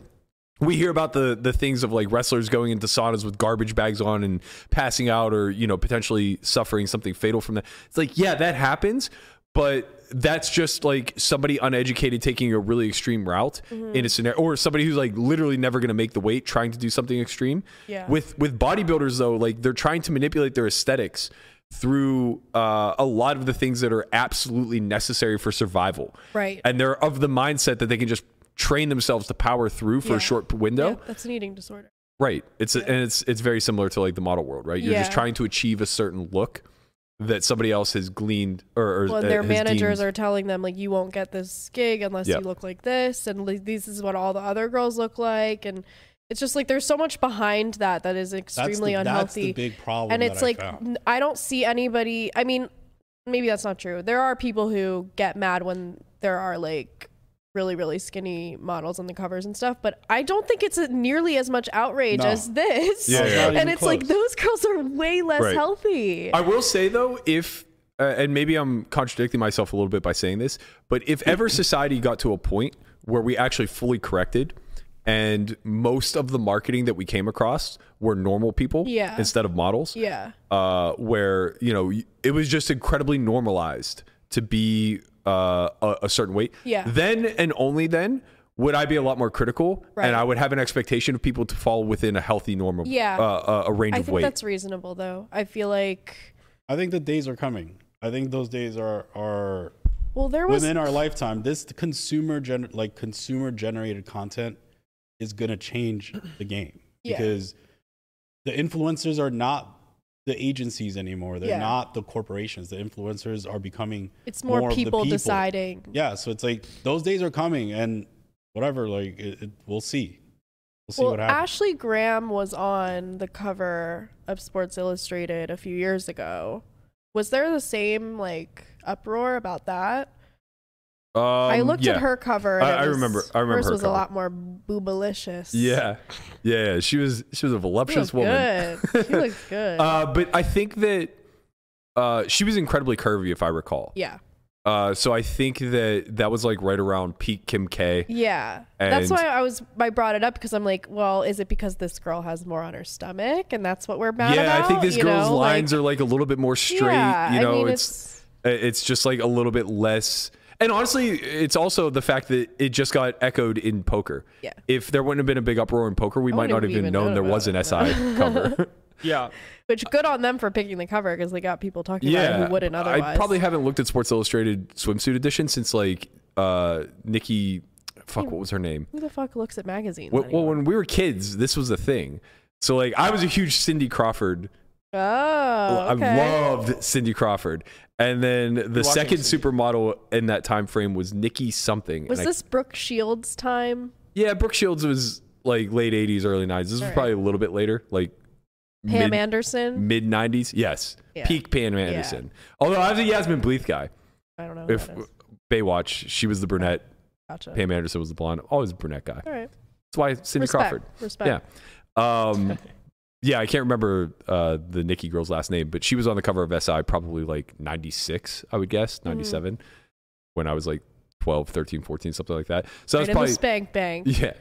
we hear about the the things of like wrestlers going into saunas with garbage bags on and passing out or you know potentially suffering something fatal from that it's like yeah that happens but that's just like somebody uneducated taking a really extreme route
Mm-hmm.
in a scenario or somebody who's like literally never going to make the weight trying to do something extreme
Yeah.
with with bodybuilders though like they're trying to manipulate their aesthetics through uh, a lot of the things that are absolutely necessary for survival
Right.
and they're of the mindset that they can just train themselves to power through for
Yeah.
a short window
Yeah, that's an eating disorder.
Right. It's and it's it's very similar to like the model world, right? You're just
Yeah.
trying to achieve a certain look that somebody else has gleaned or, or
Well,
uh,
and their
has
managers
deemed.
are telling them like, you won't get this gig unless
Yeah.
you look like this, and like, this is what all the other girls look like, and it's just like there's so much behind that that is
That's
extremely
the, that's
unhealthy,
the big problem.
and
that
it's
I
like
found.
n- I don't see anybody. I mean, maybe that's not true. There are people who get mad when there are like really really skinny models on the covers and stuff but i don't think it's nearly as much outrage
No.
as this
Yeah, yeah, yeah.
[laughs] and it's like those girls are way less
Right.
healthy
I will say though, if uh, and maybe I'm contradicting myself a little bit by saying this, but if
[laughs]
ever society got to a point where we actually fully corrected and most of the marketing that we came across were normal people
Yeah.
instead of models,
yeah
uh, where you know y- it was just incredibly normalized to be uh, a, a certain weight.
Yeah.
Then and only then would I be a lot more critical,
Right.
and I would have an expectation of people to fall within a healthy normal,
Yeah.
uh, uh, a range
I
of
think
weight.
that's reasonable, though. I feel like,
I think the days are coming. I think those days are are
well, there was
within our lifetime. This consumer gen like consumer generated content is gonna change the game
[clears throat] Yeah.
because the influencers are not the agencies anymore. They're
Yeah.
not the corporations. The influencers are becoming
it's more,
of the
people, deciding.
Yeah, so it's like those days are coming, and whatever. Like it, it, we'll see. We'll see
well,
what happens.
Ashley Graham was on the cover of Sports Illustrated a few years ago. Was there the same like uproar about that?
Um,
I looked
yeah.
at her cover. And
I-
it
I
was-
remember- I remember
Hers
her
was
cover.
a lot more boobalicious.
Yeah, yeah, she was she was a
she looked
voluptuous woman.
good.
[laughs]
she looked good.
Uh, but I think that uh, she was incredibly curvy, if I recall.
yeah,
Uh, so I think that that was like right around peak Kim K.
yeah. That's
And-
why I was I brought it up because I'm like, well, is it because this girl has more on her stomach and that's what we're mad
yeah,
about?
I think this
you
girl's
know? Like-
lines are like a little bit more straight.
Yeah,
you
I
know,
mean,
it's, it's just like a little bit less. And honestly, it's also the fact that it just got echoed in poker.
Yeah.
If there wouldn't have been a big uproar in poker, we might
wouldn't
not have
have
even
even
known
known
there was an
about
SI
[laughs]
cover.
yeah.
Which good on them for picking the cover because they got people talking about it
yeah.
who wouldn't otherwise.
I probably haven't looked at Sports Illustrated swimsuit edition since like uh Nikki fuck what was her name?
who the fuck looks at magazines?
Well, well, when we were kids, this was the thing. So like I was a huge Cindy Crawford
oh, okay.
I loved Cindy Crawford. And then the
watching
second
Cindy.
supermodel in that time frame was Nikki something.
Was
And I-
this Brooke Shields' time?
yeah, Brooke Shields was like late 80s, early 90s. This was
Alright.
probably a little bit later, like
Pam
mid,
Anderson.
mid 90s. Yes.
Yeah.
Peak Pam Anderson. Although I was a Yasmin Bleeth guy.
I don't know. Who
If
that is.
Baywatch, she was the brunette,
Gotcha.
Pam Anderson was the blonde. Always a brunette guy.
All right.
That's why Cindy
Respect.
Crawford.
Respect.
Yeah. Um, yeah, I can't remember uh, the Nikki girl's last name, but she was on the cover of SI probably like 96, I would
Mm-hmm.
guess, 97, when I was like 12, 13, 14, something like that. So that's
Right in the
probably.
spank bang.
yeah.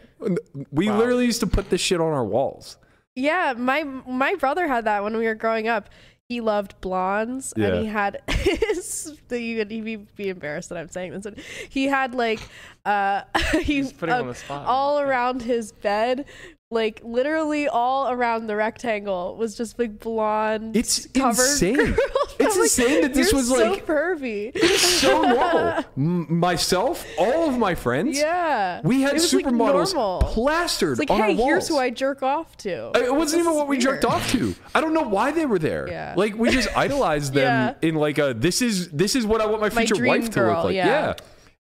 We literally used to put this shit on our walls.
Yeah, my my brother had that when we were growing up. He loved blondes,
Yeah.
and he had [laughs] his. You would he'd be, be embarrassed that I'm saying this. But he had like, uh, [laughs] he
He's putting
uh,
on the spot.
all around his bed, like literally all around the rectangle was just like blonde.
It's
covered
insane.
girls.
It's
[laughs] I'm like,
insane that this
"You're
was,
so [laughs]
like-
pervy.
So normal. M- myself, all of my friends,
Yeah,
we had
It was, like,
supermodels
normal.
plastered
It's like,
on our
hey,
walls.
here's who I jerk off to.
It wasn't
This
even
is
what we jerked
[laughs] weird.
off to. I don't know why they were there.
Yeah.
Like we
[laughs]
just idolized them
Yeah.
in like a this is this is what I want my
My
future
dream
wife to look
girl,
like.
yeah.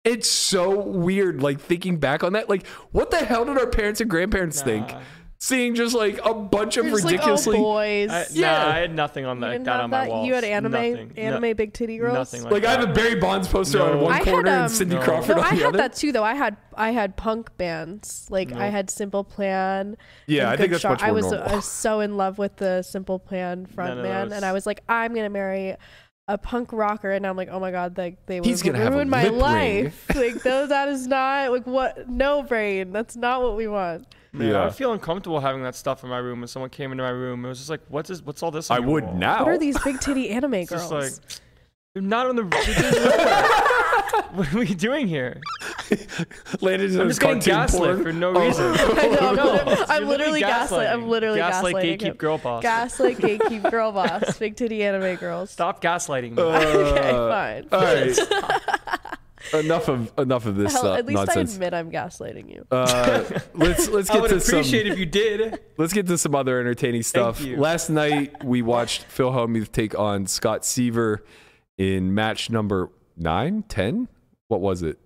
It's so weird like thinking back on that. Like what the hell did our parents and grandparents think? Seeing just like a bunch of
You're just like, oh,
ridiculously like,
boys.
I,
Yeah.
Nah, I had nothing on
You
that,
didn't
that
have
on my wall.
You had anime, anime big titty girls.
Nothing like,
I
that.
have a Barry Bonds poster on
No.
one
I had,
corner
um,
and Cindy
No.
Crawford
no,
on
I
the
had
other.
that too though. I had I had punk bands. Like I
No.
had Simple Plan.
Yeah,
and
I think
Good
that's
Shot.
much
I
more
was
normal.
I was so in love with the Simple Plan frontman,
those.
and I was like, I'm gonna marry a punk rocker, and I'm like, oh my god, like they would
He's gonna have a
ruin my
lip ring.
life. [laughs] like though, that is not like what no brain. That's not what we want.
Man,
Yeah.
I would feel uncomfortable having that stuff in my room when someone came into my room. It was just like, what's this, what's all this? on
I
your
would
wall?
now.
What are these big titty anime
It's just
girls?
like, you're not on the. [laughs] this is- what are we doing here?
Landed in
I'm
a
just getting
cartoon
gaslit
porn. Oh.
for no reason. [laughs]
I know, I'm,
No,
literally-
it's-
I'm
you're
literally gaslight. I'm literally
gaslight
gaslighting
gatekeep
him.
girl boss. [laughs]
Gaslight gatekeep girl boss. Big titty anime girls.
Stop gaslighting me.
[laughs] okay,
Uh,
fine.
[laughs] All right. enough of enough of this
Hell,
uh,
at least
nonsense.
I admit I'm gaslighting you.
Uh, let's let's
I
get
would
to some
appreciate if you did.
let's get to some other entertaining stuff.
you.
Last night we watched Phil Hellmuth take on Scott Seaver in match number nine, ten. What was it?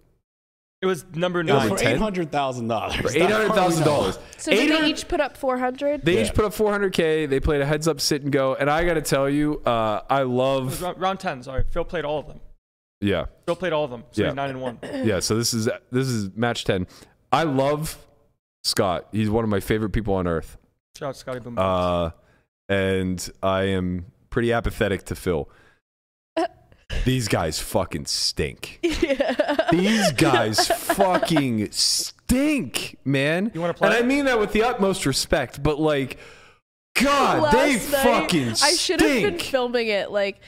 It was number
It was
nine.
for
Number 10?
eight hundred thousand dollars.
Eight hundred thousand
[laughs]
dollars.
so did they each put up 400?
They
Yeah.
each put up 400k. They played a heads up sit and go, and I got to tell you, uh, I
It was
love.
round, round ten. Sorry, Phil played all of them.
Yeah,
Phil played all of them. So
Yeah.
he's nine and one.
yeah. So this is this is match 10. I love Scott. He's one of my favorite people on earth.
Shout out Scotty Boom.
uh, and I am pretty apathetic to
[laughs]
Phil. These guys fucking
[laughs]
stink. These guys fucking stink, man.
You wanna play?
And I mean that with the utmost respect, but like, God, Ah, they
Last night,
fucking
I should have been
stink.
filming it. Like,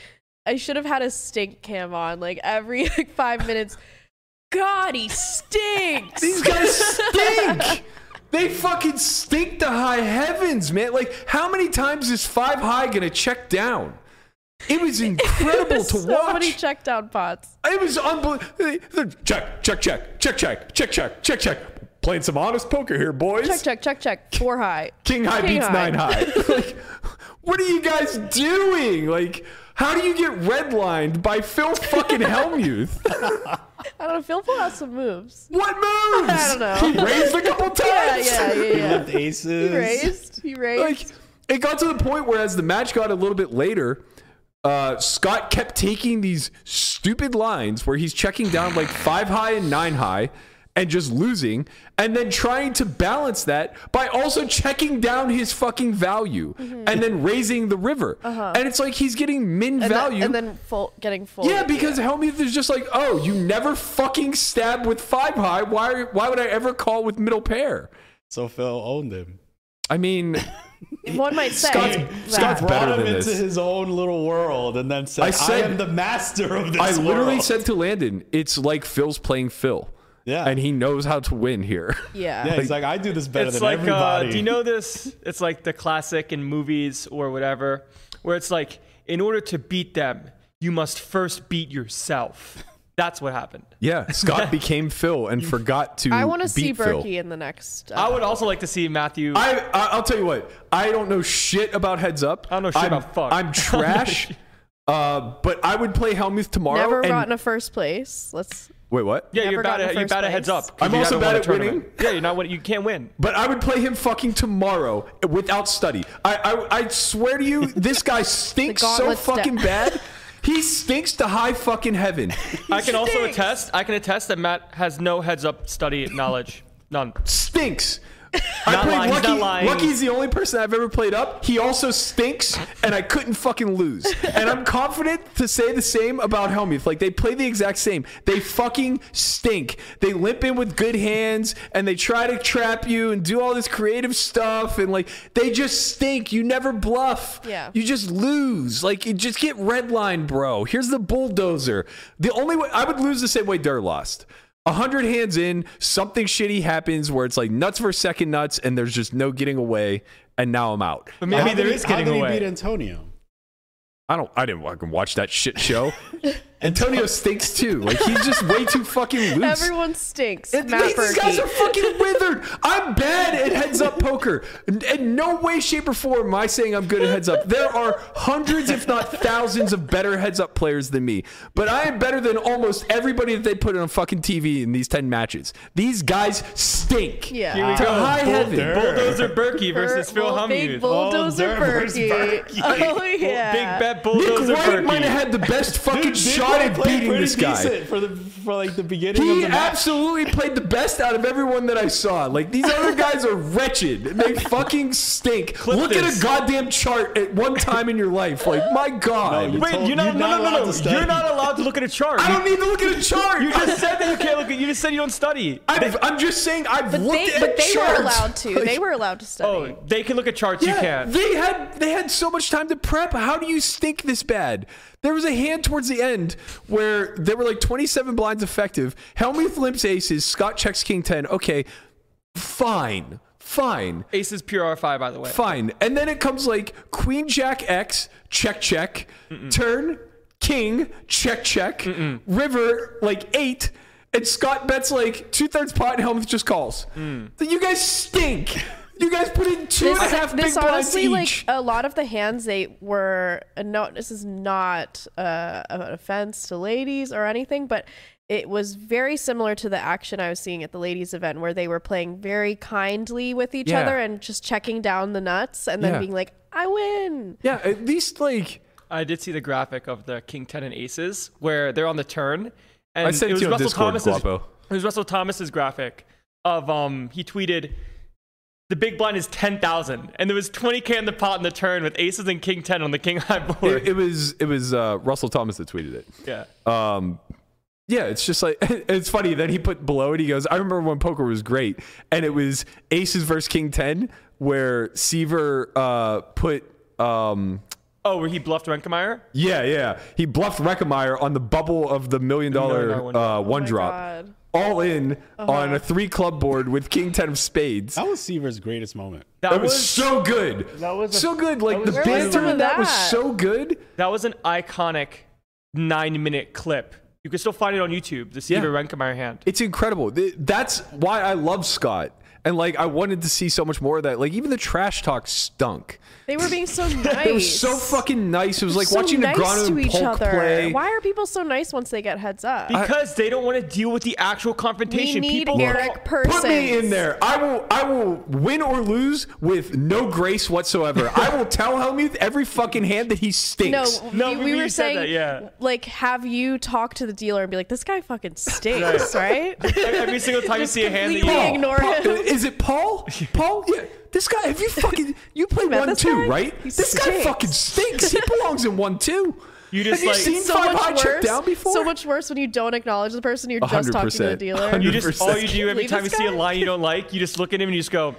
I should have had a stink cam on, like every [laughs] like five minutes. God, he stinks.
These
[laughs]
guys stink. they fucking stink to high heavens, man. Like, how many times is Five High gonna check down? It was
[laughs]
incredible to
so
watch.
many check down pots.
It was unbelievable. Check, check, check, check, check, check, check, check, check. Playing some honest poker here, boys.
Check, check, check, check. Four high.
King high
King
beats
high.
nine high. [laughs] like, what are you guys doing? Like, how do you get redlined by Phil fucking
[laughs]
Hellmuth?
I don't know. Phil Paul has some moves.
what moves?
I don't know.
He raised a couple times.
[laughs] Yeah, yeah, yeah, yeah.
aces.
He raised. He raised.
like it got to the point where as the match got a little bit later uh, scott kept taking these stupid lines where he's checking down like five high and nine high and just losing and then trying to balance that by also checking down his fucking value and then raising the river and it's like he's getting min
Mm-hmm. Uh-huh. and
value
Then, and then full, getting full.
yeah, because Helmuth is just like, oh, you never fucking stab with five high. Why? Why would I ever call with middle pair?
So Phil owned him.
I mean,
one might say
Scott's-
that.
Scott's
Brought
better
him
than
into
this.
his own little world, and then said,
I
"I,
said-
am the master of this."
I literally
world."
said to Landon, it's like Phil's playing Phil.
Yeah.
And he knows how to win here.
yeah.
Yeah, he's like, I do this better
it's
than
like uh,
everybody.
do you know this it's like the classic in movies or whatever where it's like in order to beat them you must first beat yourself that's what happened
[laughs] Yeah. [laughs] Scott became Phil and forgot to
I want to see
beat Phil.
Berkey in the next. uh,
i would also like to see matthew
I, I I'll tell you what. I don't know shit about heads up.
I don't know shit
am
about fuck.
I'm
[laughs]
trash. uh, but I would play Helmuth tomorrow.
never
and
gotten a first place. Let's
Wait, what?
Yeah,
Never
you're bad
gotten
at you're
first
bad at heads
place.
up. 'cause
I'm
you
also
haven't
bad
won a
at winning.
tournament. Yeah, you're not winning. You can't win.
But I would play him fucking tomorrow without study. I I, I swear to you, this
[laughs]
guy stinks so
gauntlet step.
fucking bad. He stinks to high fucking
[laughs]
heaven.
I can also
stinks.
attest. I can attest that Matt has no heads up study knowledge. None.
Stinks.
Not lying, he's
Lucky.
not lying.
Lucky's the only person I've ever played up. He also stinks, and I couldn't fucking lose. And I'm confident to say the same about Helmuth. Like they play the exact same. They fucking stink. They limp in with good hands, and they try to trap you and do all this creative stuff, and like they just stink. You never bluff.
Yeah.
You just lose. Like you just get redlined, bro. Here's the bulldozer. The only way I would lose the same way Dur lost. A hundred hands in, something shitty happens where it's like nuts for second nuts, and there's just no getting away. And now I'm out.
But maybe
how
there
did he-
is
how
getting
did
away.
He beat Antonio.
I don't. I didn't fucking watch that shit show. Antonio stinks too. Like he's just way too fucking loose.
Everyone stinks.
It-
Matt
these guys
Berkey.
are fucking withered. I'm bad at heads up poker. And in no way, shape, or form am I saying I'm good at heads up. There are hundreds, if not thousands, of better heads up players than me. But I am better than almost everybody that they put on fucking TV in these 10 matches. These guys stink.
Yeah.
To high heaven.
Bulldozer Berkey versus Phil
Bull- Big
Hummuth.
Bulldozer
bulldozer
versus
Berkey. Oh yeah.
Big bet
Nick
bulldozer
White
Berkey.
might have had the best fucking shot at beating this guy.
for the for like the beginning
He
of the match.
absolutely played the best out of everyone that I saw. Like these other guys are wretched. They fucking stink. Look at
this.
a goddamn chart at one time in your life. Like my god.
No, you-
Wait,
told-
you're not,
you're
no,
not
no,
allowed
no,
to
no.
study.
You're not allowed to look at a chart.
I
You-
don't need to look at a chart.
You just said that you can't look at. You just said you don't study.
I've, I'm just saying I've
But
looked
they,
at
but they
charts.
were allowed to.
Like,
they were allowed to study.
Oh, they can look at charts. you
Yeah,
can't.
they had they had so much time to prep. How do you stink this bad? There was a hand towards the end where there were like 27 blinds effective. Helmuth limps aces. Scott checks king 10. Okay, fine, fine.
Aces pure R five, by the way.
Fine. And then it comes like Queen Jack X, check, check, turn, King, check, check, River, like eight. And Scott bets like two thirds pot and Helmuth just calls. Then You guys stink. You guys put in two and
This,
a half
this
big
honestly,
blinds each.
like uh, a lot of the hands they were. and No, this is not uh, an offense to ladies or anything, but it was very similar to the action I was seeing at the ladies' event, where they were playing very kindly with each
Yeah.
other and just checking down the nuts, and then
Yeah.
being like, "I win."
yeah, at least like
I did see the graphic of the King Ten and Aces where they're on the turn, and
I sent
it
it
was
to you on
Russell
Discord,
Thomas's.
Guapo.
It was Russell Thomas's graphic of um. He tweeted, "The big blind is ten thousand, and there was twenty k in the pot in the turn with Aces and King Ten on the King High board."
it, it was it was uh, Russell Thomas that tweeted it.
yeah.
um yeah it's just like [laughs] it's funny then he put below it he goes i remember when poker was great and it was aces versus king 10 where seaver uh put um
Oh, where he bluffed Renkemeyer.
yeah yeah he bluffed Reckemeyer on the bubble of the million dollar
dollar one
uh, one
drop.
Oh my
drop
God. Uh-huh.
all in on a three club board with king 10 of spades
That was Seaver's greatest moment.
That
that was so good that
was a-
so good like the
was Where was
banter
some
in
of
that was
that?
so good
that was an iconic nine minute clip. You can still find it on YouTube. The Steve
Yeah.
Renkemeyer hand.
It's incredible. Th- That's why I love Scott. And like I wanted to see so much more of that. Like even the trash talk stunk.
They were being so
[laughs]
nice.
It was so fucking nice. It was like
so
watching
nice
Negrano
to
and
each
Polk
other.
play.
Why are people so nice once they get heads up?
Because they don't want to deal with the actual
we
confrontation.
need [laughs]
People
Eric Persons.
Put me in there. I will. I will win or lose with no grace whatsoever. I will tell Helmuth every fucking hand that he
No,
stinks.
No,
we,
we-
we
we
were
said
saying,
that, yeah.
like, have you talk to the dealer and be like, this guy fucking stinks, right?
Every single time you see a hand, that
completely
you
Paul, ignore
Paul-
him.
Is it
[laughs]
Paul? Paul? Yeah. This guy, have you fucking you play
met
one
this
two,
guy?
right?
He
this guy
stinks.
fucking stinks. He belongs in one two.
[laughs] You just
have you
like-
seen
so
five high
much
check
worse.
down before?
So much worse when you don't acknowledge the person you're just talking to the
100%.
dealer.
you just all you do every
Leave
time you
this
see a
guy.
line you don't like, you just look at him and you just go,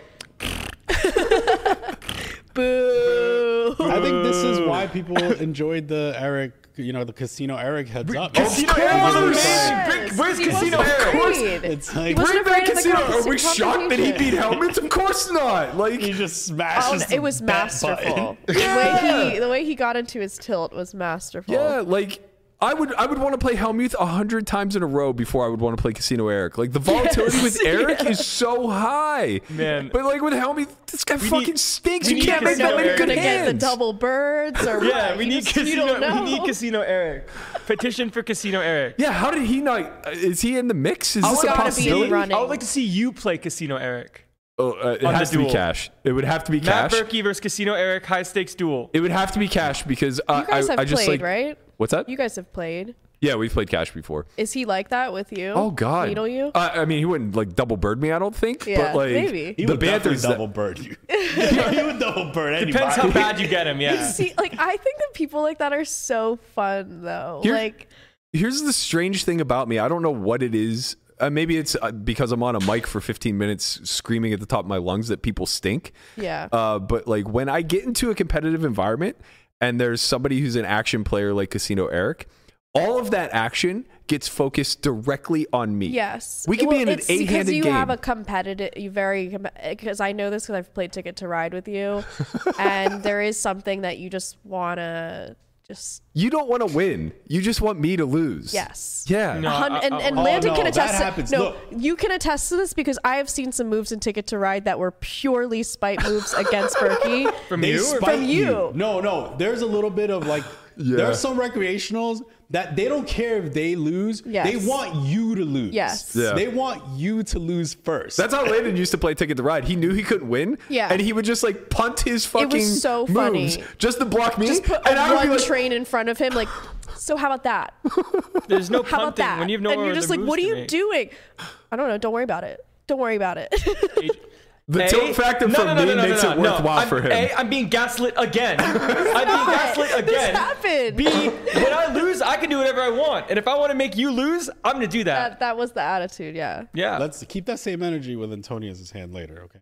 Boo.
I think this is why people enjoyed the Eric, you know, the casino Eric heads up.
Casino
It's-
Eric was amazing.
Yes.
Bring- where's
He
Casino
wasn't
Eric? Of
course.
afraid.
It's like
wasn't
Bring back
afraid of the
Casino. Are
competition-
we shocked that he beat Helmets? Of course not.
He
Like,
just
[laughs]
Oh,
smashes.
no, it was
the bet button.
masterful. the way he the way he got into his tilt was masterful.
yeah, like I would I would want to play Helmuth a hundred times in a row before I would want to play Casino Eric. Like the volatility
[laughs] Yes,
with Eric is so high,
Man.
But like with Helmuth, this guy fucking stinks.
we
You
need
can't make that
Casino
many
Eric.
good
gonna get the
hands.
double birds or
Yeah,
[laughs] what?
we
You
need
just- you don't
casino. We
know.
need casino Eric. Petition for casino Eric.
Yeah, how did he not? uh, Is he in the mix? Is
I
this
would
a
gotta be
possibility?
running.
I would like to see you play casino Eric.
Oh, uh, it
On the
has to be
duel.
cash. It would have to be
Matt
cash.
Berkey versus casino Eric high stakes duel.
It would have to be cash because uh,
You guys
I,
have
I just
played,
like
right?
what's that?
You guys have played.
yeah, we've played cash before.
Is he like that with you?
Oh God,
Needle you?
Uh, I mean, he wouldn't like double bird me. I don't think.
Yeah,
but, like,
maybe. He
the Panthers. that-
double bird
[laughs]
you. he would double bird anybody.
Depends how bad you get him. Yeah.
[laughs] See, like I think that people like that are so fun though.
Here-
like
Here's the strange thing about me. I don't know what it is. Uh, maybe it's uh, because I'm on a mic for 15 minutes screaming at the top of my lungs that people stink.
yeah.
Uh, but like when I get into a competitive environment and there's somebody who's an action player like Casino Eric, all of that action gets focused directly on me.
Yes,
We can
Well,
be in an
it's
eight-handed
because you
game.
have a competitive, you very because I know this because I've played Ticket to Ride
[laughs]
with you, and there is something that you just wanna just
you don't want to win. You just want me to lose.
Yes.
Yeah.
No.
Hun-
I-
and,
I-
and
oh,
Landon
no,
can
that
attest. to-
happens.
No,
Look.
you can attest to this because I have seen some moves in Ticket to Ride that were purely spite moves against Berkey.
From
They
you? or-
spite
From
you.
you.
No, no. There's a little bit of like. There
Yeah.
are some recreationals that they don't care if they lose.
Yes.
They want you to lose.
Yes.
Yeah.
They want you to lose first.
That's how Landon used to play Ticket to Ride. He knew he couldn't win.
Yeah.
And he would just like punt his fucking
so
moves
funny.
just to block me.
Just put
and I would
one
be like,
train in front of him, like. So how about that?
[laughs] There's no
How about
punting
that?
when you have no.
and you're just like, what are you doing? I don't know. Don't worry about it. Don't worry about it. [laughs]
the tilt factor for me makes it worthwhile
I'm,
for him.
A, I'm being gaslit
[laughs]
again. I'm being gaslit
This
again.
happened.
B, when I lose, I can do whatever I want, and if I want to make you lose, I'm gonna do that.
that, that was the attitude. Yeah.
yeah.
Let's keep that same energy with Antonius' hand later, okay?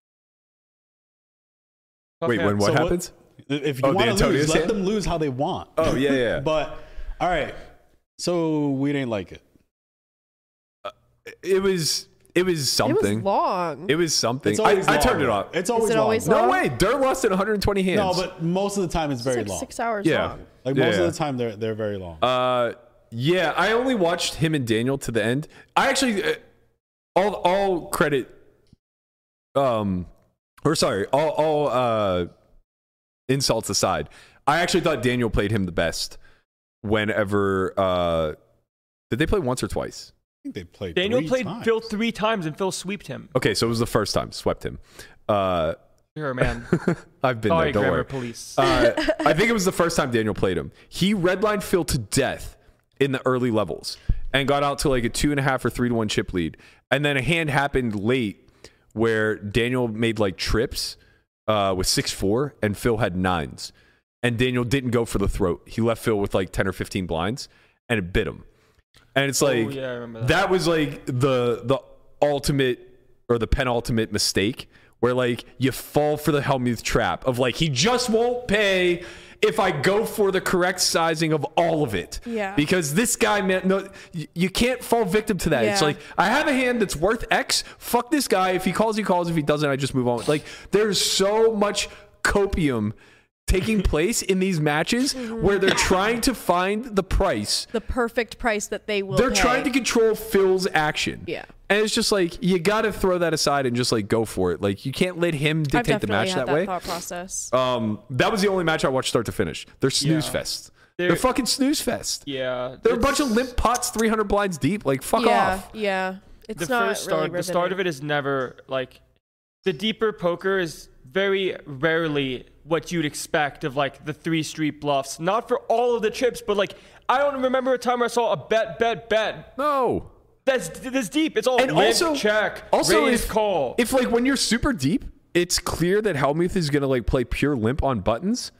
Fuck
Wait,
him.
when
So
what happens?
If you
Oh, the
want to lose,
Antonius
let
hand?
them lose how they want.
Oh, yeah,
[laughs]
yeah.
But all right, so we didn't like it.
it was it was something.
It was long.
It was something.
It's
I,
always
I
long.
turned it off.
It's always
it
long.
always
no
long?
way. Dirt lost at 120 hands.
No, but most of the time it's
it's
very
like
long.
six hours
Yeah.
long.
Like
Yeah,
most
yeah.
of the time they're they're very long.
Uh, yeah, I only watched him and Daniel to the end. I actually, uh, all all credit, um, or sorry, all all uh, insults aside, I actually thought Daniel played him the best. Whenever uh, did they play once or twice?
I think they played.
Daniel
three
played
times.
Phil three times, and Phil sweeped him.
Okay, so it was the first time, swept him. Uh, [laughs]
Sure, man.
I've been
Sorry,
there. Don't
grammar
worry.
police.
Uh, I think it was the first time Daniel played him. He redlined Phil to death in the early levels and got out to like a two and a half or three to one chip lead. And then a hand happened late where Daniel made like trips uh, with six four and Phil had nines. And Daniel didn't go for the throat. He left Phil with like ten or fifteen blinds and it bit him. And it's like
Oh, yeah, I
that.
remember that.
was like the the ultimate or the penultimate mistake where like you fall for the Helmuth trap of like he just won't pay if I go for the correct sizing of all of it.
Yeah.
Because this guy man no you, you can't fall victim to that. It's
Yeah.
like I have a hand that's worth X. Fuck this guy. If he calls, he calls. If he doesn't, I just move on. Like there's so much copium taking [laughs] place in these matches
Mm-hmm.
where they're trying to find the price
The perfect price that they will.
they're
pay.
trying to control Phil's action.
Yeah.
And it's just like you got to throw that aside and just like go for it. Like you can't let him
I've
dictate the
definitely
match
had
that, way.
Thought process.
Um, that was the only match I watched start to finish. They're snooze
Yeah.
fest. They're,
They're-
fucking snooze fest.
[laughs] yeah,
They're a
it's-
bunch of limp pots, three hundred blinds deep. Like fuck
yeah,
off.
yeah. It's
the
not
first
really
start the start of it is never like the deeper poker is very rarely what you'd expect of like the three street bluffs not for all of the chips but like i don't remember a time where i saw a bet bet bet
No.
that's that's deep it's all
And
limp,
also
check
Also,
raise,
if
call
if like when you're super deep, it's clear that Helmuth is gonna like play pure limp on buttons.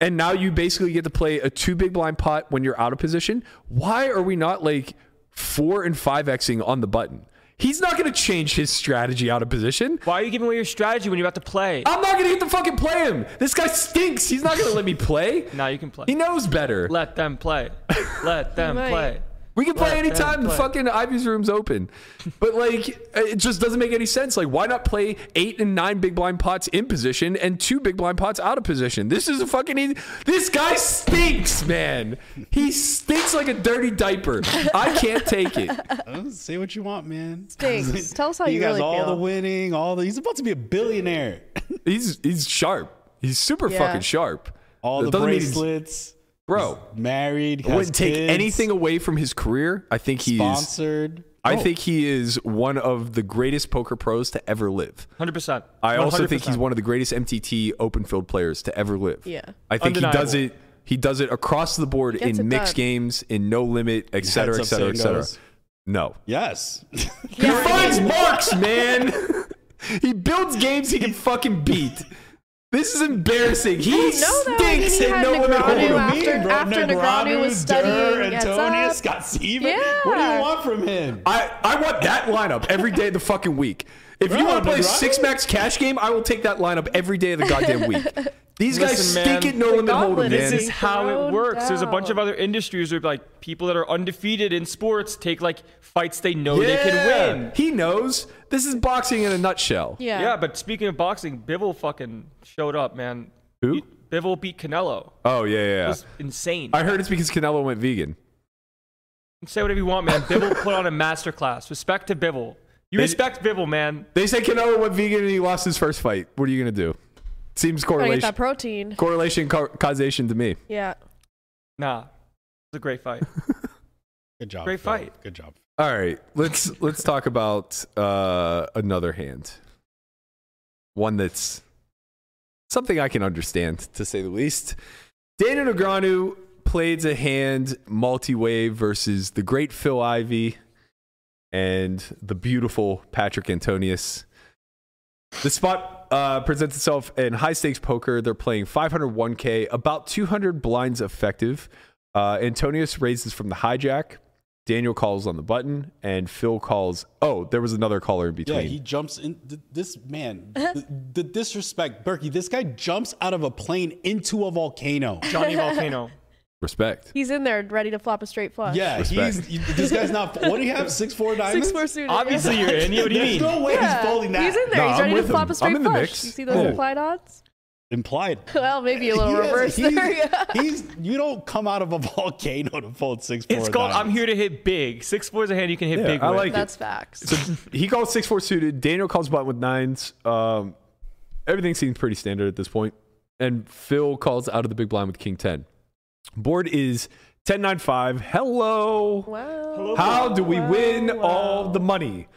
And now you basically get to play a two big blind pot when you're out of position. Why are we not like four and five Xing on the button? He's not gonna change his strategy out of position.
why are you giving away your strategy when you're about to play
I'm not gonna get to fucking play him. This guy stinks. He's not gonna let me play.
now you can play
He knows better.
[laughs]
let them play let them
might.
play
We can play
Play,
anytime.
play,
the
play.
Fucking Ivy's room's open. But like, it just doesn't make any sense. Like, why not play eight and nine big blind pots in position and two big blind pots out of position? This is a fucking. Easy. This guy stinks, man. He stinks like a dirty diaper. I can't take it.
Uh, Say what you want, man. [laughs]
Stinks. Tell us how
you,
you
guys
really
all the
feel.
winning, all the. He's about to be a billionaire.
He's he's sharp. He's super
Yeah.
fucking sharp.
All
That
the
doesn't mean he's-
bracelets.
bro.
Married.
I
has
wouldn't take
kids,
anything away from his career. I think he's.
Sponsored.
I
Oh,
think he is one of the greatest poker pros to ever live.
100%.
I also think he's
100%.
one of the greatest MTT open field players to ever live.
Yeah.
I think he does it.
Undeniable.
He does it across the board
gets
in
it
mixed
done.
games, in no limit, et cetera, et
heads up
cetera, et
saying
cetera.
goes.
No,
Yes. [laughs]
he finds
[laughs]
marks, man. he builds games he can fucking beat. This is embarrassing. He
know that when
stinks
he
at
had
no limit
Negreanu
hold'em.
out. after- after Negreanu was studying, heads
Antonio,
up.
Scott Steven. What do
Yeah.
you want from him?
I, I want that lineup every day of the fucking week. If you
Bro,
want to play a
Negreanu?
six max cash game, I will take that lineup every day of the goddamn
[laughs]
week. These guys
Listen,
stink
man,
at no limit hold'em, man.
gauntlet
This is how
Thrown
it works. There's a bunch of
down.
other industries where like people that are undefeated in sports take like fights they know Oh, they can win.
He knows. This is boxing in a nutshell.
Yeah.
Yeah. but speaking of boxing, Bivol fucking showed up, man.
Who?
He- Bivol beat Canelo.
Oh yeah, yeah.
It
yeah.
was insane.
I heard it's because Canelo went vegan.
Say whatever you want, man. Bivol put on a masterclass. Respect to Bivol. You respect Bivol, man.
They say Canelo went vegan and he lost his first fight. What are you gonna do? Seems
Gotta get
correlation,
that protein.
correlation, ca- causation to me.
Yeah.
Nah. It's a great fight.
Good job.
Great
Phil.
fight.
Good job.
All right, let's let's talk about uh, another hand. One that's something I can understand, to say the least. Daniel Negreanu played a hand multi-wave versus the great Phil Ivey and the beautiful Patrick Antonius. The spot uh, presents itself in high stakes poker. They're playing 501k, about 200 blinds effective. Uh, Antonius raises from the hijack. Daniel calls on the button, and Phil calls. Oh, there was another caller in between.
Yeah, he jumps in. th- This
[laughs]
man, the, the disrespect, Berkey. This guy jumps out of a plane into a volcano.
[laughs] Johnny Volcano.
Respect.
He's in there ready to flop a straight flush.
Yeah,
Respect.
he's this guy's not. What do you have? Six four diamonds. [laughs]
Six four suited.
Obviously you're in. You- What do you
There's
mean?
no way he's folding that.
He's in there.
Nah, I'm
he's ready to
with
flop
him.
a straight
I'm in the
flush.
mix.
You see those
Yeah.
implied odds? [laughs]
Implied.
Well, maybe
[laughs]
a little
He has-
reverse
he's-
there. [laughs] Yeah.
He's you don't come out of a [laughs] volcano to fold six four.
It's called I'm
diamonds.
here to hit big. Six four is a hand you can hit
Yeah,
big
I
with.
like it.
That's facts.
he calls six four suited. Daniel calls button with nines. Um, everything seems pretty standard at this point. And Phil calls out of the big blind with king ten. Board is 10 9 5. Hello.
wow.
How do we win all the money?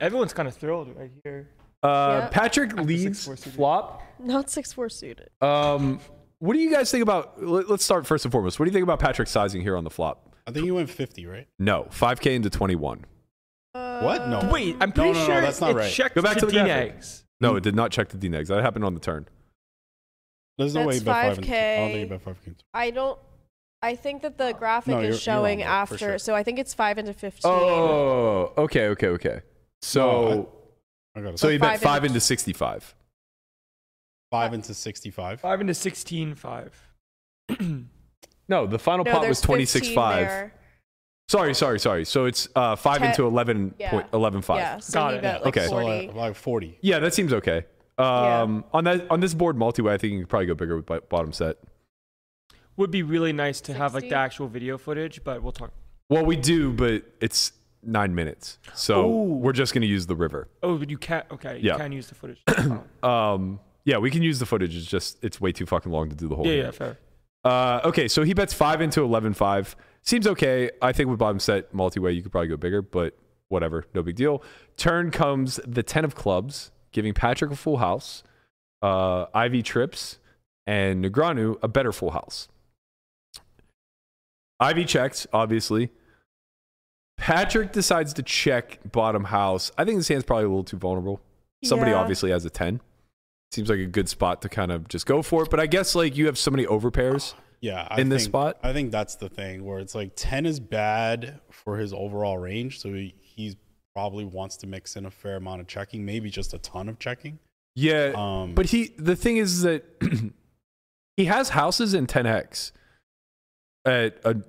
Everyone's kind of thrilled right here.
Uh,
Yep.
Patrick leads
6-4 suited.
flop.
Not six four suited.
Um, what do you guys think about? Let, let's start first and foremost. What do you think about Patrick sizing here on the flop?
I think you went fifty, right?
No, 5K into 21.
what?
Um,
No.
Wait, I'm pretty
no, no,
sure
that's not
it
right.
checked
Go back to the
d
graphic. No, it did not check the D negs. That happened on the turn.
There's no way
That's
you bet five. and- I don't
5K.
think you bet five. and-
I don't. I think that the graphic
No, you're-
is
you're
showing
wrong, for
after,
sure.
so I think it's five into fifteen.
Oh, okay, okay, okay. So,
No, I got
so
so
he bet
Oh, five
five
into-
into sixty-five.
five into sixty-five.
Five into 16, five.
No, the final
No,
pot
there's
was
26
twenty-six-five. Sorry, sorry, sorry. So it's uh, five
Ten-
into eleven
Yeah.
point eleven five.
Yeah, so
Got
he
it.
bet like
Okay.
So
40.
like, like forty.
Yeah, that seems okay. Um, on that on this board multi-way, I think you could probably go bigger with bo- bottom set.
Would be really nice to have like the
60?
actual video footage, but we'll talk.
Well, we do, but it's nine minutes, so
Ooh.
we're just gonna use the river.
Oh, but you can't. Okay, you
Yeah.
can use
[clears throat]
the footage. Oh.
Um, yeah, we can use the footage. It's just it's way too fucking long to do the whole.
yeah,
thing.
yeah, fair.
Uh, okay, so he bets five into 11 5. Seems okay. I think with bottom set multi way, you could probably go bigger, but whatever. No big deal. Turn comes the 10 of clubs, giving Patrick a full house, uh, Ivy trips, and Negranu a better full house. Ivy checks, obviously. Patrick decides to check bottom house. I think this hand's probably a little too vulnerable. Somebody
Yeah.
obviously has a 10. Seems like a good spot to kind of just go for it. But I guess like you have so many overpairs.
Yeah, I
In this
think-
spot?
I think that's the thing where it's like ten is bad for his overall range, so he he's probably wants to mix in a fair amount of checking, maybe just a ton of checking.
Yeah.
Um,
but he the thing is that [clears throat] he has houses in 10x at a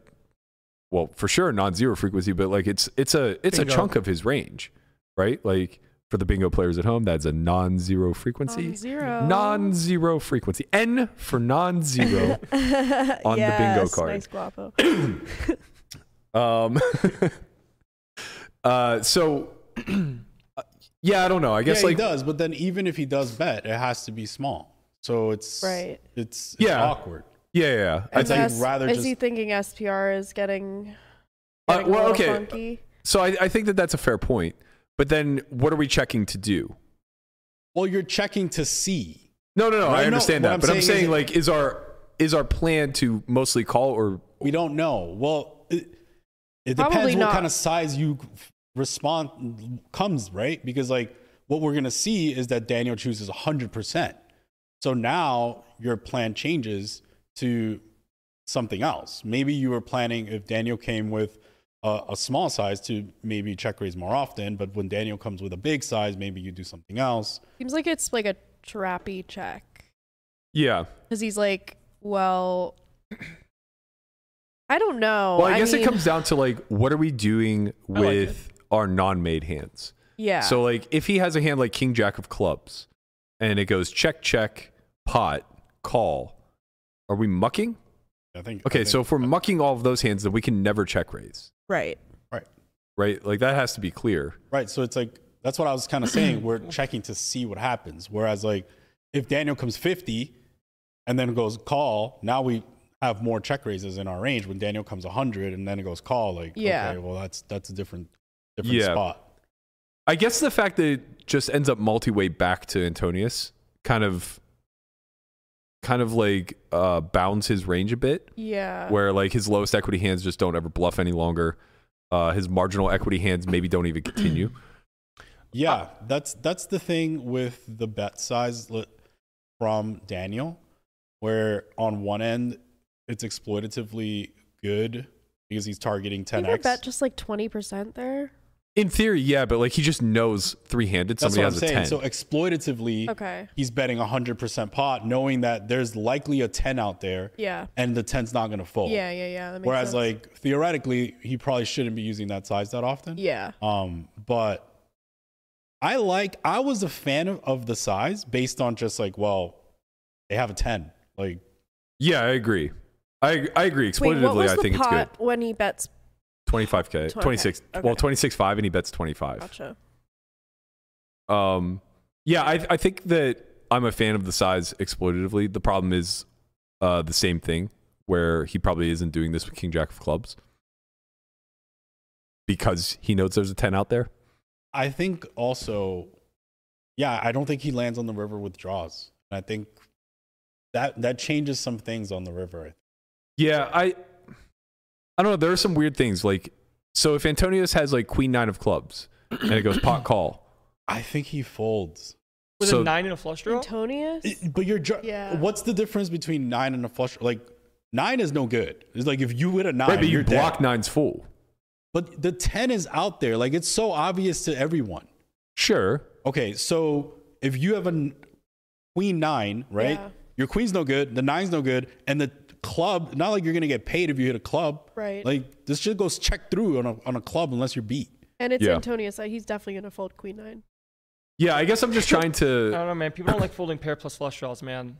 well for sure non-zero frequency but like it's it's a it's
Bingo.
a chunk of his range right like for the bingo players at home that's a non-zero frequency
Um, zero. [laughs]
non-zero frequency n for non-zero on the bingo
Yes,
card.
Nice guapo.
Um, [laughs] uh, so [clears throat] uh, yeah, I don't know. I guess
yeah,
like
he does, but then even if he does bet, it has to be small. So it's
Right.
It's, it's
Yeah.
awkward.
yeah, yeah, yeah. I
I'd
think
say rather
is
just-
he thinking SPR is getting,
Uh,
getting
well,
a little
okay.
funky?
so. I, I think that that's a fair point. But then, what are we checking to do?
Well, you're checking to see.
No, no, no.
Right,
I
no,
understand
what
that,
I'm
but I'm
saying is
saying
it-
like, is our is our plan to mostly call or
We don't know. Well, it, it depends
Probably
what
not.
kind of size you respond comes, right? Because like what we're gonna see is that Daniel chooses hundred percent. So now your plan changes to something else. Maybe you were planning if Daniel came with a, a small size to maybe check raise more often, but when Daniel comes with a big size, maybe you do something else.
Seems like it's like a trappy check.
yeah?
because he's like, well, [clears throat] Oh, I don't know.
Well, I, guess
mean,
it comes down to like, what are we doing
I like it.
with our non-made hands?
Yeah.
So like if he has a hand like king jack of clubs and it goes check check pot call are we mucking?
I think I
Okay,
think-
so if we're mucking all of those hands then we can never check raise,
right.
right.
right? Like that has to be clear.
Right. So it's like that's what I was kind of
[clears throat]
saying. We're checking to see what happens. Whereas like if Daniel comes 50 and then goes call, now we have more check raises in our range. When Daniel comes 100 and then it goes call, like
Yeah.
okay, well that's that's a different different
Yeah.
spot.
I guess the fact that it just ends up multi-way back to Antonius kind of kind of like uh bounds his range a bit
Yeah.
where like his lowest equity hands just don't ever bluff any longer. Uh, his marginal equity hands maybe don't even
[clears throat]
continue.
Yeah, that's that's the thing with the bet size li- from Daniel, where on one end it's exploitatively good because he's targeting
Didn't we
10x.
bet just like twenty percent there.
In theory, yeah, but like he just knows three-handed.
that's
Somebody
what I'm
has a
saying.
ten.
So exploitatively,
Okay.
he's betting 100% pot knowing that there's likely a 10 out there
Yeah.
and the 10's not going to
Oh.
fold.
Yeah. Yeah. Yeah. That makes
Whereas
sense.
like theoretically he probably shouldn't be using that size that often.
Yeah.
Um but I like I was a fan of, of the size based on just like well they have a 10. Like
Yeah, I agree. I I agree.
Wait, what
Exploitatively,
was
I
the
think it's
pot
good.
when he bets?
25k,
Okay,
26.
okay.
Well, 26 five, and he bets 25.
Gotcha.
Um, yeah, I I think that I'm a fan of the size exploitatively. The problem is, uh, the same thing where he probably isn't doing this with King Jack of Clubs because he knows there's a 10 out there.
I think also yeah, I don't think he lands on the river with draws. And I think that that changes some things on the river. I think.
Yeah, I I don't know. There are some weird things like so if Antonius has like Queen Nine of Clubs and it goes pot call.
I think he folds.
With
So-
a nine and a flush draw?
Antonius.
It- but you're dr-
Yeah.
what's the difference between nine and a flush like nine is no good it's like if you hit a nine
Right, but
you
you
are block
block nine's full.
but the 10 is out there like it's so obvious to everyone
Sure.
okay so if you have a n- queen nine right
Yeah.
your queen's no good the nine's no good and the club not like you're gonna get paid if you hit a club
Right.
like this shit goes check through on a, on a club unless you're beat
and it's
Yeah.
Antonius. so He's definitely gonna fold queen nine.
Yeah, I guess I'm just trying
[laughs] I
to.
don't know, man. People don't like folding pair plus flush draws, man.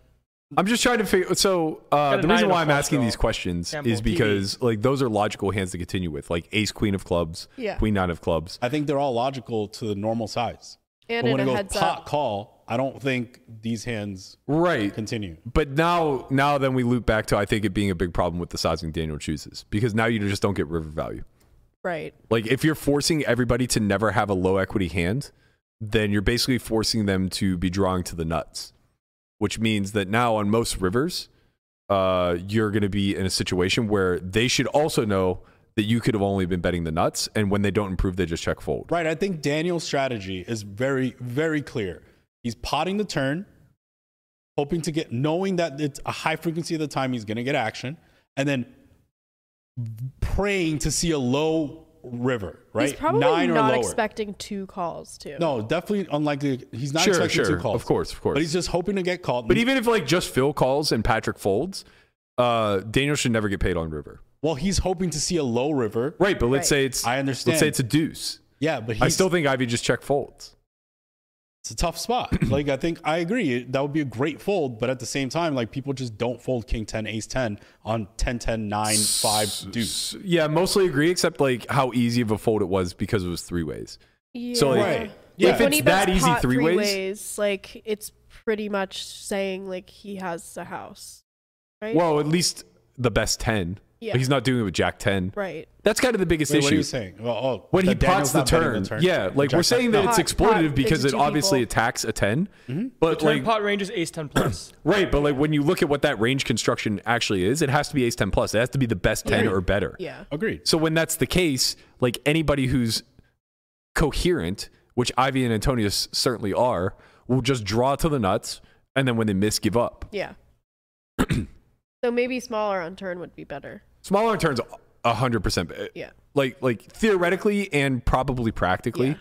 I'm just trying to figure. So uh,
Got a
the
nine
reason
and a
why I'm
flush
asking
draw.
these questions
Gamble,
is
TV.
because like those are logical hands to continue with, like Ace Queen of Clubs,
Yeah.
Queen Nine of Clubs.
i think they're all logical to the normal size
And
but
in
when it
a
goes
heads
pot
up.
call i don't think these hands
Right.
continue
But now, now then we loop back to I think it being a big problem with the sizing Daniel chooses because now you just don't get river value.
Right.
Like if you're forcing everybody to never have a low equity hand, then you're basically forcing them to be drawing to the nuts, which means that now on most rivers, uh, you're going to be in a situation where they should also know that you could have only been betting the nuts, and when they don't improve, they just check fold.
Right. I think Daniel's strategy is very, very clear. He's potting the turn, hoping to get, knowing that it's a high frequency of the time he's going to get action, and then praying to see a low river, right?
He's probably not expecting two calls too.
No, definitely unlikely. He's not
Sure,
expecting
sure.
two calls.
Of course, of course.
But he's just hoping to get called.
But even if like just Phil calls and Patrick folds, uh, Daniel should never get paid on river.
Well, he's hoping to see a low river.
Right, but let's
Right.
say it's
I understand.
Let's say it's a deuce.
Yeah, but he's,
I still think Ivy just check folds.
it's a
[clears throat]
tough spot. like I think I agree that would be a great fold, but at the same time, like people just don't fold king ten, ace ten on 10, 10, 9, 5 deuce.
S- Yeah, mostly agree, except like how easy of a fold it was because it was three ways.
Yeah.
So like,
Right. Yeah.
if
when
it's
he bets
that easy
pot
three, ways,
like it's pretty much saying like he has a house, right?
well, at least the best ten.
Yeah.
Like, he's not doing it with Jack ten.
right.
That's kind of the biggest
Wait,
issue.
what are you saying? Well, oh,
When he
that Daniel's
pots the
not betting
turn, yeah, like we're
Jack-
saying that
no.
it's
Pot- pot
exploitative
is
because
a
it
two
obviously
people.
attacks a 10
Mm-hmm.
but
Turn
like
pot range is ace
[coughs]
ten plus.
right, but like when you look at what that range construction actually is, it has to be ace ten plus. It has to be the best ten
Agreed.
or better.
Yeah.
agreed.
So when that's the case, like anybody who's coherent, which Ivy and Antonius certainly are, will just draw to the nuts, and then when they miss, give up.
Yeah. so maybe smaller on turn would be better.
Smaller turns, hundred percent. eh,
Yeah.
Like like theoretically and probably practically,
Yeah.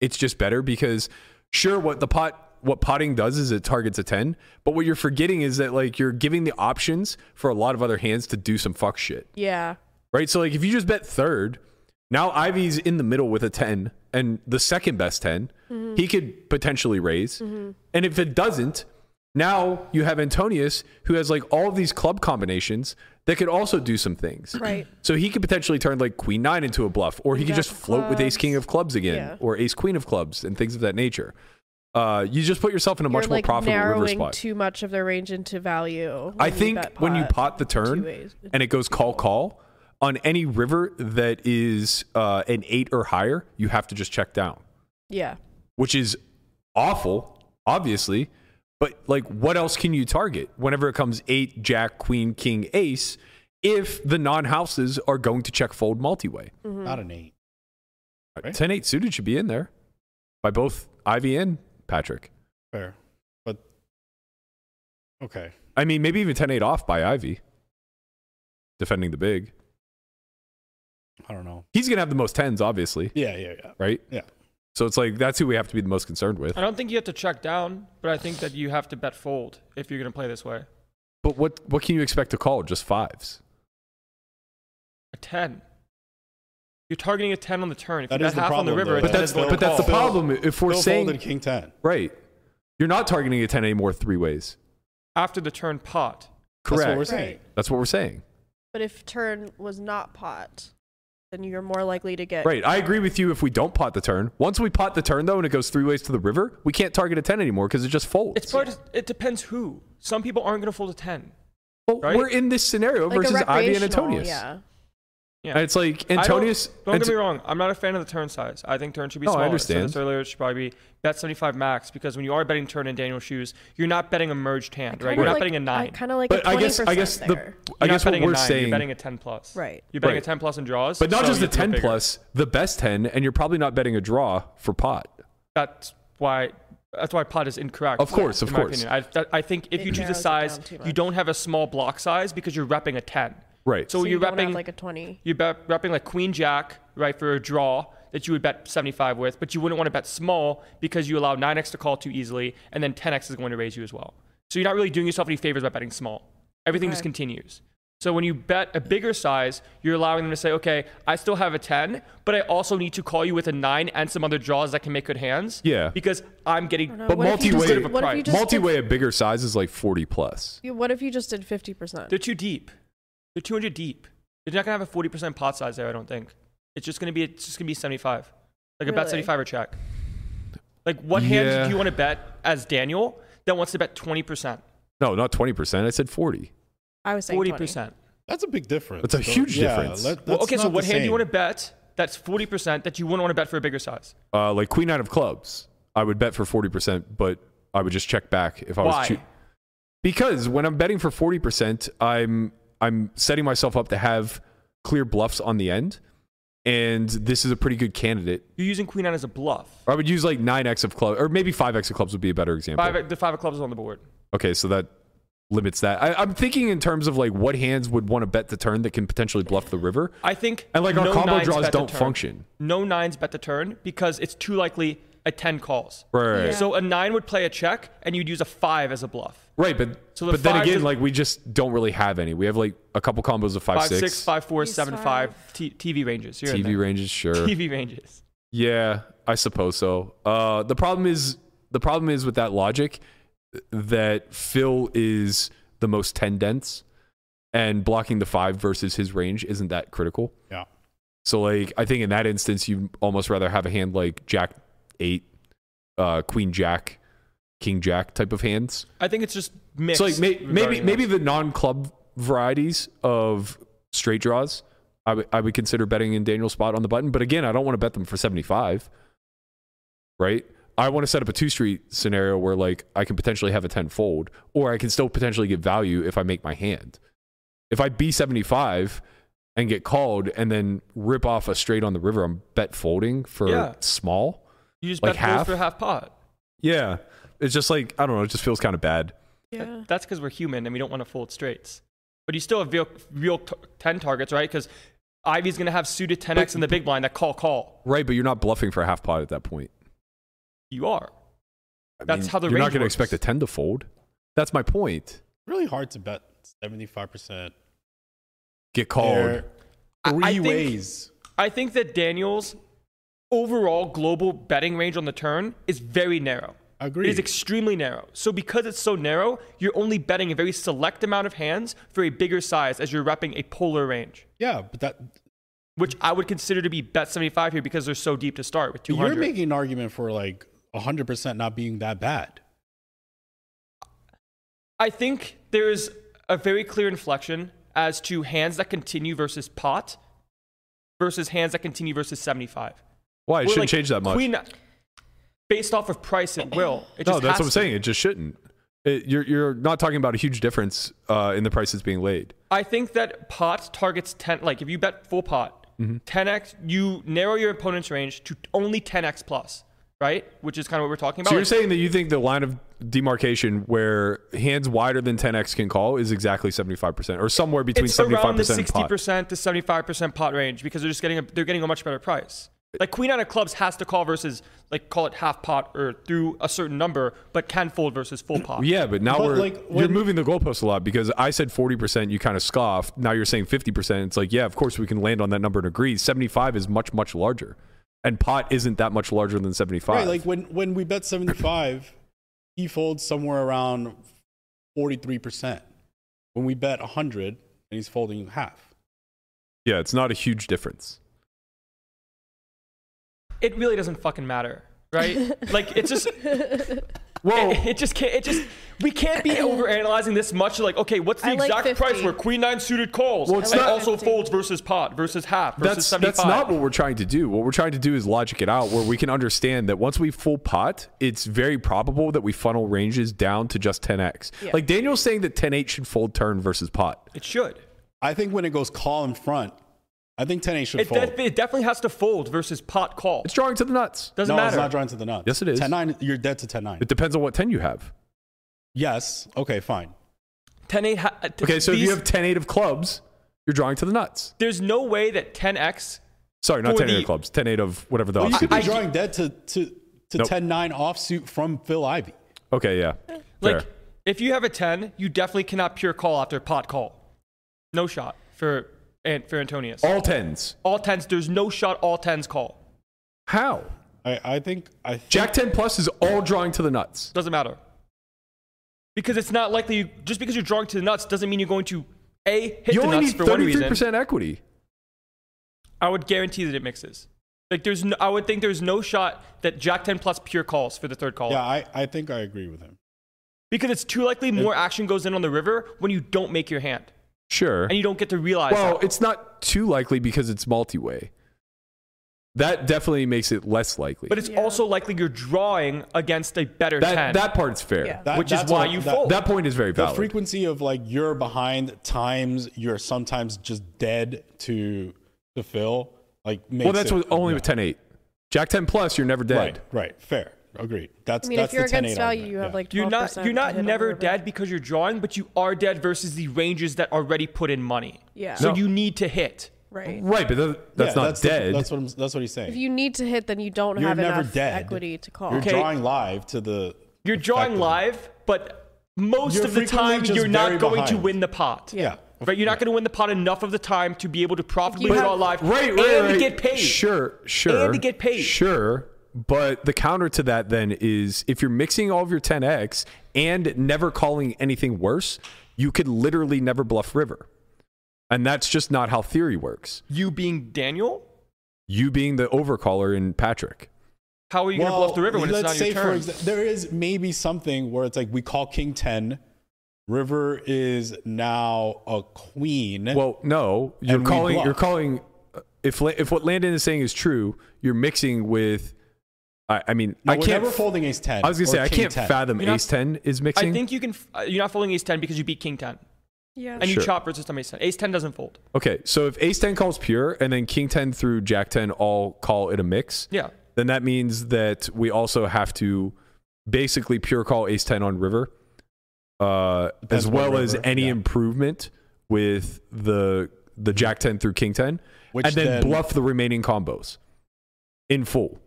it's just better because sure, what the pot what potting does is it targets a ten, but what you're forgetting is that like you're giving the options for a lot of other hands to do some fuck shit.
Yeah.
right? So like if you just bet third, now Ivy's in the middle with a ten and the second best 10
Mm-hmm.
he could potentially raise. And if it doesn't, now you have Antonius who has like all of these club combinations that could also do some things.
[clears throat] Right.
So he could potentially turn like queen nine into a bluff, or he could
Jack
just
of
float with ace
clubs.
king of clubs again,
Yeah.
or ace queen of clubs, and things of that nature. Uh, you just put yourself in a much
You're
more
like
profitable river
narrowing
spot.
too much of their range into value.
I
when you
think
bet
when you pot the
two
turn
ways.
and it goes call call on any river that is uh, an eight or higher, you have to just check down,
Yeah.
which is awful, obviously. But like, what else can you target whenever it comes eight, jack, queen, king, ace? If the non houses are going to check fold multi way,
Not an eight. Right.
10 8 suited should be in there by both Ivy and Patrick.
Fair. But okay.
I mean, maybe even 10 8 off by Ivy, defending the big.
I don't know.
He's going to have the most tens, obviously,
Yeah, yeah, yeah.
right?
Yeah.
So it's like that's who we have to be the most concerned with.
I don't think you have to check down, but I think that you have to bet fold if you're gonna play this way.
But what what can you expect to call? Just fives.
A ten. You're targeting a ten on the turn. If
That
you
is
bet
the
half on
problem,
the river,
though.
But
it's a
that's
dead
Phil-
but that's the
call.
Phil-
problem. If we're
Phil
saying
folded king ten.
right, you're not targeting a ten anymore three ways.
after the turn pot.
Correct.
That's what we're
Right.
saying.
That's what we're
Uh,
saying.
But if turn was not pot, then you're more likely to get
Right. I agree with you. If we don't pot the turn, once we pot the turn though, and it goes three ways to the river, we can't target a ten anymore because it just folds.
It's part. It depends who. Some people aren't gonna fold a ten.
Well,
right?
We're in this scenario
like a
versus Ivy and
recreational,
Antonius.
Yeah.
Yeah.
And it's like
I don't-
Antonius.
Don't,
Ant-
get me wrong. I'm not a fan of the turn size. I think turn should be
No, I
smaller.
understand.
So this earlier it should probably be bet 75 max because when you are betting turn in Daniel's shoes, you're not betting a merged hand, right?
Kinda
You're not
like-
betting a
I
nine.
kind of like
but
a
I
20%
guess I guess
there.
the I
You're not
guess what
betting a
we're
nine,
saying
You're betting a 10 plus.
Right.
You're betting
Right.
a 10 plus in draws.
But not
so
just
you
the
have to go
10
bigger.
plus, the best 10, and you're probably not betting a draw for pot.
That's why. That's why pot is incorrect.
Of course, of
in my
course.
opinion. I, that, I think if
It
you choose a
narrows it
size,
down too
you
much.
don't have a small block size because you're repping a 10.
Right.
So,
So
you're
you don't have
repping
like a 20.
you're bet, repping like queen jack right for a draw that you would bet 75 with but you wouldn't want to bet small because you allow 9x to call too easily and then 10x is going to raise you as well so you're not really doing yourself any favors by betting small everything just
Okay.
continues so when you bet a bigger size you're allowing them to say okay i still have a 10 but i also need to call you with a 9 and some other draws that can make good hands
Yeah.
because i'm getting
know.
But
What if
multi
you
just
way,
did- what if you
just
multi way, a
did-
bigger size is like forty plus.
You- What if you just did 50%?
they're too deep they're 200 deep they're not going to have a 40% pot size there i don't think it's just going to be it's just going to be 75 like a bet
Really?
75 or check Like, what hand
Yeah.
do you want to bet as Daniel that wants to bet 20%,
No, not twenty percent. I said forty.
I was saying 20.
40%?
That's a big difference.
That's a huge difference.
Well, okay, so what hand do you want to
to?
bet that's 40% that you wouldn't want to bet for a bigger size?
Uh, like queen nine of clubs, I would bet for forty percent, but I would just check back if I was
Why?
choo- because when I'm betting for forty percent, I'm I'm setting myself up to have clear bluffs on the end, and this is a pretty good candidate.
You're using queen nine as a bluff.
Or I would use like nine x of clubs, or maybe five x of clubs would be a better example.
Five, the five of clubs is on the board.
Okay, so that limits that. I, I'm thinking in terms of like what hands would want to bet the turn that can potentially bluff the river.
I think
And like our
no
combo
nines
draws
bet the
don't
turn.
function.
No nines bet the turn because it's too likely a 10 calls.
Right.
Yeah.
So a nine would play a check, and you'd use a five as a bluff.
Right, but
So the
but then
fives
again,
is-
like we just don't really have any. We have like a couple combos of
Five, six, five, four,
These
seven,
are-
five. T- TV ranges. You're in
TV ranges, sure.
there. TV ranges.
[laughs] Yeah, I suppose so. Uh, the problem is the problem is with that logic that Phil is the most ten dense, and blocking the five versus his range isn't that critical.
Yeah.
So like I think in that instance you'd almost rather have a hand like Jack eight, uh, Queen Jack, King Jack type of hands.
I think it's just mixed.
So like may, maybe
regarding
maybe
those.
the non-club varieties of straight draws, I would- I would consider betting in Daniel's spot on the button. But again, I don't want to bet them for seventy-five. Right? I want to set up a two-street scenario where like I can potentially have a ten-fold, or I can still potentially get value if I make my hand. If I b seventy-five and get called, and then rip off a straight on the river, I'm bet folding for
Yeah.
small.
you just
like
bet half?
half?
for half pot.
Yeah, it's just like I don't know. It just feels kind of bad.
Yeah.
That's because we're human and we don't want to fold straights. But you still have real, real t- 10 targets, right? Because Ivy's going to have suited 10x in the big blind that call call.
Right, but you're not bluffing for a half pot at that point.
You are.
I
That's
mean,
how the
you're not
range
going to
works.
expect a ten to fold. That's my point.
Really hard to bet 75%.
Get called.
There
I-
are three
I think-
ways.
I think that Daniel's overall global betting range on the turn is very narrow.
Agreed.
It is extremely narrow. So because it's so narrow, you're only betting a very select amount of hands for a bigger size as you're repping a polar range,
yeah, but that
which I would consider to be bet 75 here because they're so deep to start with
but
200.
you're making an argument for like 100% not being that bad.
I think there is a very clear inflection as to hands that continue versus pot versus hands that continue versus 75.
Why it
We're
shouldn't
like
change that much?
Queen, based off of price, it will. It
no,
just
that's what I'm
has to.
saying. It just shouldn't. It, you're you're not talking about a huge difference uh, in the prices being laid.
I think that pot targets 10, like if you bet full pot,
Mm-hmm.
10x, you narrow your opponent's range to only 10x plus, right? Which is kind of what we're talking about.
So you're
Like,
saying that you think the line of demarcation where hands wider than 10x can call is exactly 75% or somewhere between
it's
75%
around the
and
60%
pot.
to 75% pot range because they're just getting a, they're getting a much better price. Like queen out of clubs has to call versus like call it half pot or through a certain number, but can fold
[clears throat]
versus full pot.
Yeah, but now
But,
we're
like,
you're
when-
moving the goalpost a lot because I said 40%, you kind of scoffed. Now you're saying 50%. It's like, yeah, of course we can land on that number and agree. 75 is much much larger. And pot isn't that much larger than 75.
Right, like when when we bet 75, he folds somewhere around 43%. When we bet 100, and he's folding half.
yeah, it's not a huge difference.
It really doesn't fucking matter,
[laughs]
right? like it's just
Well,
it just can't it just we can't be overanalyzing this much like okay what's the
I like
exact price
50.
where queen nine suited calls
Well, it's
and
not-
also
50.
folds versus pot versus half
[laughs]
versus
that's
75
that's not what we're trying to do. What we're trying to do is logic it out where we can understand that once we full pot, it's very probable that we funnel ranges down to just 10x.
Yeah.
Like Daniel's saying that 10-8 should fold turn versus pot.
it should
I think when it goes call in front, I think 10 8 should
it,
fold.
def- it definitely has to fold versus pot call
It's drawing to the nuts.
doesn't
no, it's
matter
not drawing to the nuts.
Yes, it is.
10 9, you're dead to 10 9.
It depends on what 10 you have.
Yes. Okay, fine.
10 8 ha- uh, t-
Okay, so if
these-
you have 10-8 of clubs, you're drawing to the nuts.
there's no way that 10x
Sorry, not
For
10-8
the-
of clubs, 10-8 of whatever the
Well, you
option
could be
I-
is.
drawing dead to, to, to
Nope.
10 9 offsuit from Phil Ivy.
Okay, yeah. Fair.
like if you have a 10 you definitely cannot pure call after pot call no shot for and for antonius
all 10s.
all 10s there's no shot all 10s call
How?
I, I think. I think
Jack 10 plus is all drawing to the nuts.
Doesn't matter. Because it's not likely you just because you're drawing to the nuts doesn't mean you're going to A hit
You
the
only
nuts
need
for one reason.
33% equity.
I would guarantee that it mixes. Like there's no, I would think there's no shot that Jack 10 plus pure calls for the third call.
Yeah, I, I think I agree with him.
Because it's too likely more action goes in on the river when you don't make your hand.
Sure.
And you don't get to realize
Well,
that.
it's not too likely because it's multi-way. That definitely makes it less likely.
But it's
Yeah.
also likely you're drawing against a better
that
10.
that part's fair.
Yeah.
That-
Which is
that's
why
what-
you
that-
fold.
That point is very
the
valid.
frequency of like you're behind times you're sometimes just dead to to fill like makes
well, that's
it-
with, only
yeah.
with 10-8. Jack 10 plus, you're never dead.
right right fair agreed that's
I mean,
that's
if you're
the 10
against value, you have like 12%
you're not you're
to
not
hit on the
never
river.
dead because you're drawing, but you are dead versus the ranges that already put in money.
Yeah.
So
No.
you need to hit.
right?
Right, but that, that's
Yeah,
not
that's the-
dead.
that's what I'm, that's what he's saying.
If you need to hit, then you don't
You're
have
never
enough
dead.
equity to call.
You're
Okay.
drawing live to the.
You're drawing
effective-
live, but most
You're
of the
frequently
time
just
you're not
very
going to
behind.
win the pot.
Yeah.
Right, you're not going to win the pot enough of the time to be able to profitably
But-
draw live
right,
and
right, right.
get paid.
Sure, sure.
And to get paid.
Sure. But the counter to that then is if you're mixing all of your 10x and never calling anything worse, you could literally never bluff river. And that's just not how theory works.
You being Daniel,
You being the overcaller in Patrick.
how are you going to bluff the river when it's
let's
not
say
your turn?
For exa- there is maybe something where it's like we call king 10. River is now a queen.
Well, no, you're
And we
calling. You're
bluff.
calling. uh, If La- if what Landon is saying is true, you're mixing with. I, I mean,
No,
I
we're
can't.
never folding ace 10.
I was gonna
or
say I
king
can't
10.
fathom
You're not-
ace ten is mixing.
I think you can. f- uh, You're not folding ace ten because you beat king ten,
yeah.
and
Sure.
you chop versus some ace ten. Ace ten doesn't fold.
Okay, so if ace 10 calls pure and then king 10 through jack 10 all call it a mix,
Yeah,
then that means that we also have to basically pure call ace 10 on river, uh,
Depends
as well
on
as
river,
any
yeah.
improvement with the the jack 10 through king 10,
Which
and then,
then-
bluff the remaining combos in full.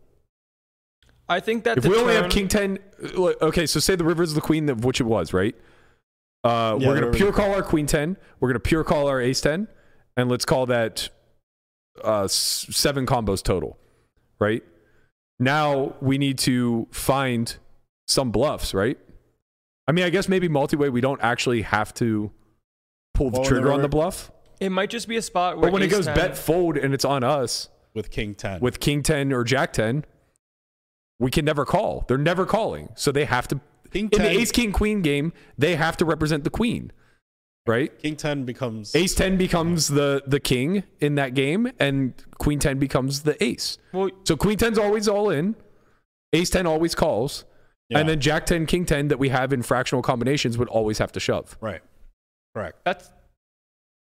I think that
If
the
we only have
turn-
king 10, like, okay, so say the river's the queen, of which it was, right? Uh,
Yeah,
we're
the
going to
river's
pure
the queen.
call our queen 10. We're going to pure call our ace 10. And let's call that uh, s- seven combos total, right? Now we need to find some bluffs, right? I mean, I guess maybe multi way, we don't actually have to pull the
Well, in the
trigger on
river-
the bluff.
it might just be a spot where.
But when it
ace
goes
10
bet fold and it's on us
with king 10.
with king 10 or jack 10, we can never call. They're never calling. So they have to
king
in
10,
the ace king queen game, they have to represent the queen, right?
king 10 becomes
Ace 10 becomes the, the king in that game, and queen 10 becomes the ace.
well,
So queen 10's always all in, ace 10 always calls,
Yeah,
and then jack 10, king 10 that we have in fractional combinations would always have to shove.
right. Correct.
that's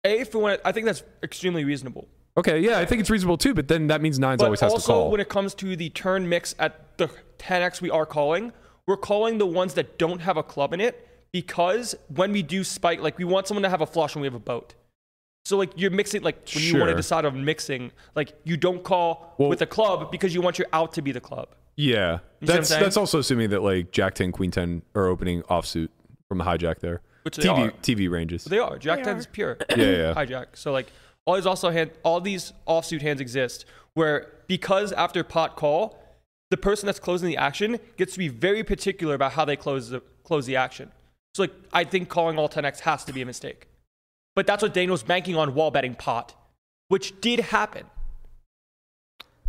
a for when it, I think that's extremely reasonable.
Okay, yeah, I think it's reasonable too, but then that means nines
but
always has
also
to call.
when it comes to the turn mix at the 10x we are calling, we're calling the ones that don't have a club in it because when we do spike, like we want someone to have a flush and we have a boat. So like you're mixing like when you want to
Sure.
decide on mixing, like you don't call
Well-
with a club because you want your out to be the club.
yeah,
You see what I'm
that's
saying?
that's also assuming that like jack 10, queen 10 are opening offsuit from the hijack there.
Which they
TV,
are.
TV ranges.
They are. Jack
They
10's
are.
pure.
[coughs] Yeah, yeah.
Hijack. So like all these also hand all these offsuit hands exist where because after pot call, the person that's closing the action gets to be very particular about how they close the close the action. So like I think calling all 10x has to be a mistake. But that's what Daniel's banking on wall betting pot, which did happen.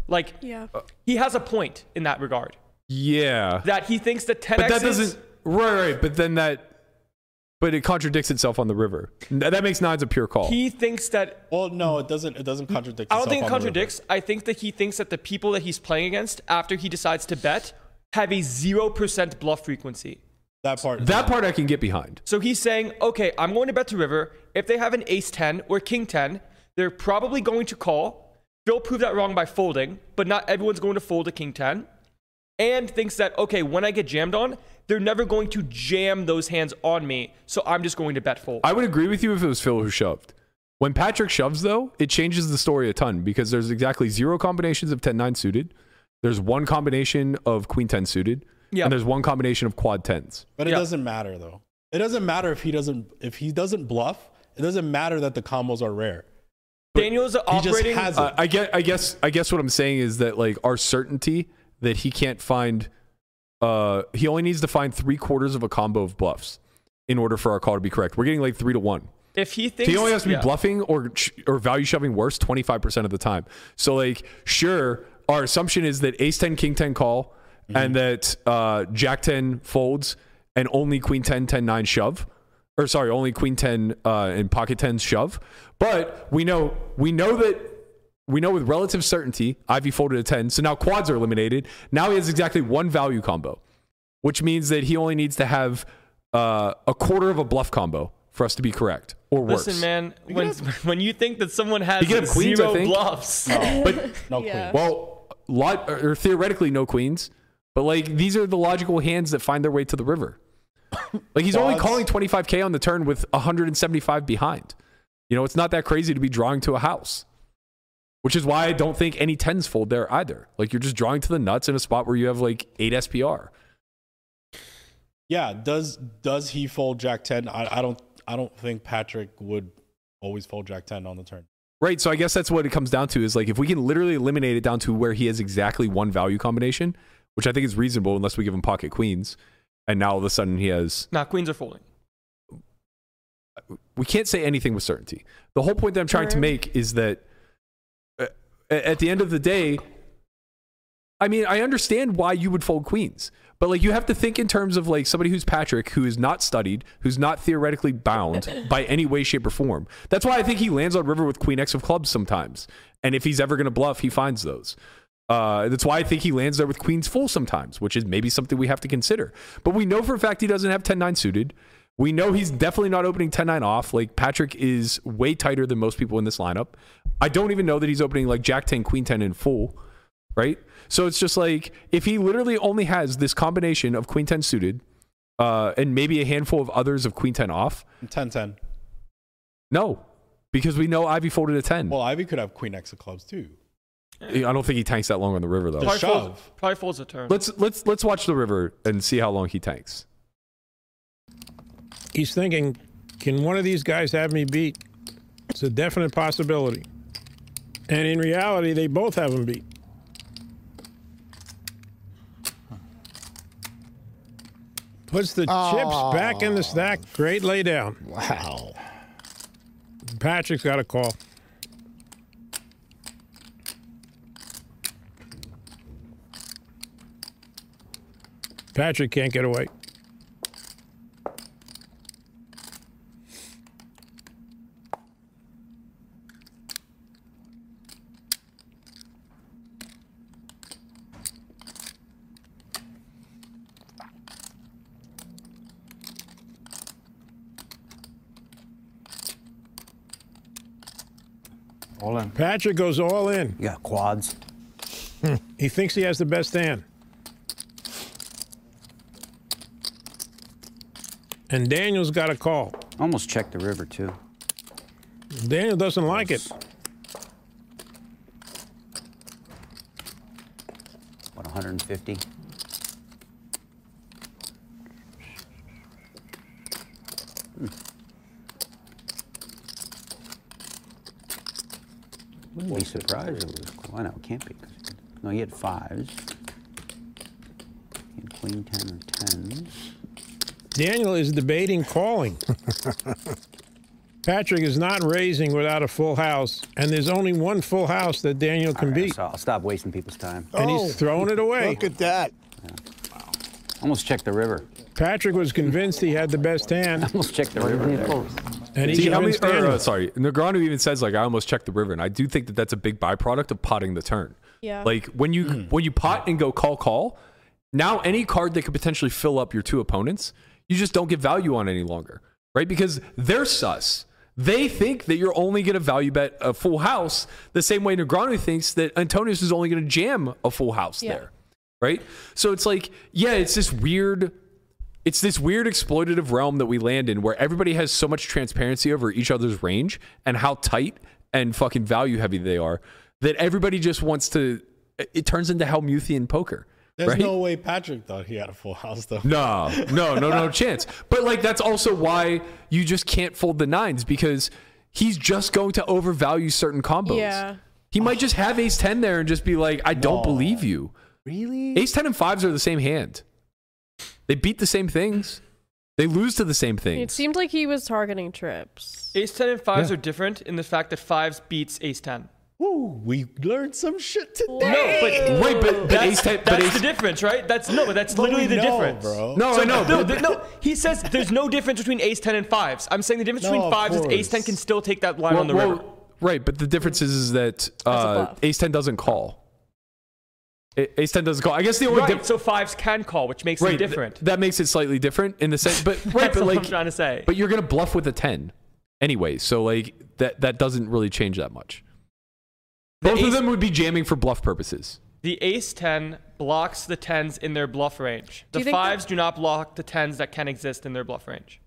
Like
yeah.
Uh.
he has a point in that regard.
yeah.
That he thinks the 10x
but that doesn't right, right. But then that, but it contradicts itself on the river. N- That makes nines a pure call.
he thinks that
Well, no, it doesn't. It doesn't contradict.
I don't
itself
think it
on the river.
contradicts. I think that he thinks that the people that he's playing against after he decides to bet have a 0% bluff frequency.
that part.
that part I can get behind.
So he's saying, okay, I'm going to bet to river. If they have an ace 10 or king 10, they're probably going to call. Phil proved that wrong by folding, but not everyone's going to fold a king 10. And thinks that, okay, when I get jammed on, they're never going to jam those hands on me. So I'm just going to bet fold.
I would agree with you if it was Phil who shoved. When Patrick shoves, though, it changes the story a ton because there's exactly zero combinations of 10 9 suited. There's one combination of queen 10 suited.
Yeah.
And there's one combination of quad 10s.
But it
Yeah.
doesn't matter though. It doesn't matter if he doesn't if he doesn't bluff. It doesn't matter that the combos are rare.
Daniel's
He just
operating.
has it.
Uh, I guess I guess I guess what I'm saying is that like our certainty that he can't find uh he only needs to find three quarters of a combo of bluffs in order for our call to be correct. We're getting like three to one.
if he
So
thinks
he only has to be
yeah.
bluffing or sh- or value shoving worse 25% of the time. So like sure our assumption is that ace 10 king 10 call and that uh jack 10 folds and only queen 10 10 9 shove or sorry only queen 10 uh and pocket 10 shove. But we know we know that we know with relative certainty Ivy folded a 10. So now quads are eliminated. Now he has exactly one value combo, which means that he only needs to have uh, a quarter of a bluff combo for us to be correct or worse.
Listen, man, when, [laughs] when you think that someone has
You can have queens, I
zero
think.
bluffs,
But
[laughs]
No
Yeah.
[laughs]
queen.
well, lot or theoretically no queens, but like these are the logical hands that find their way to the river. Like he's only
Quads.
calling 25k on the turn with 175 behind. You know, it's not that crazy to be drawing to a house. which is why I don't think any tens fold there either. Like you're just drawing to the nuts in a spot where you have like eight SPR.
Yeah, does does he fold Jack ten? I, I don't I don't think Patrick would always fold Jack ten on the turn.
Right. So I guess that's what it comes down to is like if we can literally eliminate it down to where he has exactly one value combination, which I think is reasonable unless we give him pocket queens, and now all of a sudden he has
Now queens are folding.
we can't say anything with certainty. The whole point that I'm trying to
Sure.
make is that uh, at the end of the day, I mean, I understand why you would fold queens, but like you have to think in terms of like somebody who's Patrick, who is not studied, who's not theoretically bound by any way, shape, or form. That's why I think he lands on river with queen X of clubs sometimes. And if he's ever going to bluff, he finds those. Uh, that's why I think he lands there with queens full sometimes, which is maybe something we have to consider. But we know for a fact he doesn't have 10 9 suited. We know he's definitely not opening 10 9 off. Like, Patrick is way tighter than most people in this lineup. I don't even know that he's opening like Jack 10, Queen 10 in full, right? So it's just like if he literally only has this combination of Queen 10 suited uh, and maybe a handful of others of Queen 10 off,
10-10.
no, because we know Ivy folded a 10.
Well, Ivy could have queen X of clubs too.
I don't think he tanks that long on the river, though.
The
Probably folds,
shove.
probably folds a turn.
Let's let's let's watch the river and see how long he tanks.
He's thinking, can one of these guys have me beat? It's a definite possibility. And in reality, they both have him beat. Puts the chips back in the stack. Great laydown.
Wow.
Patrick's got a call. Patrick can't get away.
All in.
Patrick goes all in.
You got Uh, quads.
He thinks he has the best hand. And Daniel's got a call.
Almost checked the river too.
Daniel doesn't like it.
What 150? Hmm. Wouldn't be surprised if it was cool. I know it can't be. 'cause he- No, he had fives. He had queen ten or tens.
Daniel is
[laughs]
debating calling. Patrick is not raising without a full house, and there's only one full house that Daniel can
All right,
beat,
so I'll stop wasting people's time.
and he's throwing it away.
Oh, Look at that.
Almost checked the river.
Patrick was convinced he had the best hand,
Almost checked the river. There.
and he
See how many?
convinced
Or, uh,
Daniel.
sorry, Negrano even says like I almost checked the river, and I do think that that's a big byproduct of potting the turn.
Yeah.
Like when
Hmm.
you when you pot and go call call, now any card that could potentially fill up your two opponents, you just don't get value on any longer, right? Because they're sus. They think that you're only going to value bet a full house the same way Negrano thinks that Antonius is only going to jam a full house
Yeah.
there, right? So it's like, yeah, it's this weird it's this weird exploitative realm that we land in where everybody has so much transparency over each other's range and how tight and fucking value heavy they are that everybody just wants to it- it turns into Helmuthian poker.
There's
right? [laughs]
no way Patrick thought he had a full house though.
No, no, no,
[laughs]
no chance. But like that's also why you just can't fold the nines because he's just going to overvalue certain combos.
Yeah.
He might just have ace 10 there and just be like, I don't believe you. Really? Ace 10 and fives are the same hand. They beat the same things. They lose to the same
It
things.
seemed like he was targeting trips.
Ace ten and fives are different in the fact that fives beats ace ten.
Woo, we learned some shit today.
No, but
Wait, but, but
that's,
ace 10 but
that's
ace,
the difference, right? That's no, but that's
But
literally
we
the
know,
difference.
bro.
No, I know.
No,
but-
there- no. He says there's no difference between ace ten and fives. I'm saying the difference
No,
between
of
fives is ace ten
course.
can still take that line
well,
on the
well,
river.
Right, but the difference is, is that uh,
bluff.
ace 10 doesn't call. A- Ace 10 doesn't call. I guess the only
Right,
difference.
so fives can call, which makes
right,
them
th-
different.
that makes it slightly different in the sense, but
[laughs]
right,
That's
but
what
like
I'm trying to say.
But you're gonna bluff with a ten anyway, so like that that doesn't really change that much. Both of
ace-
them would be jamming for bluff purposes.
the ace ten blocks the tens in their bluff range.
Do
The
you think that-
fives do not block the tens that can exist in their bluff range.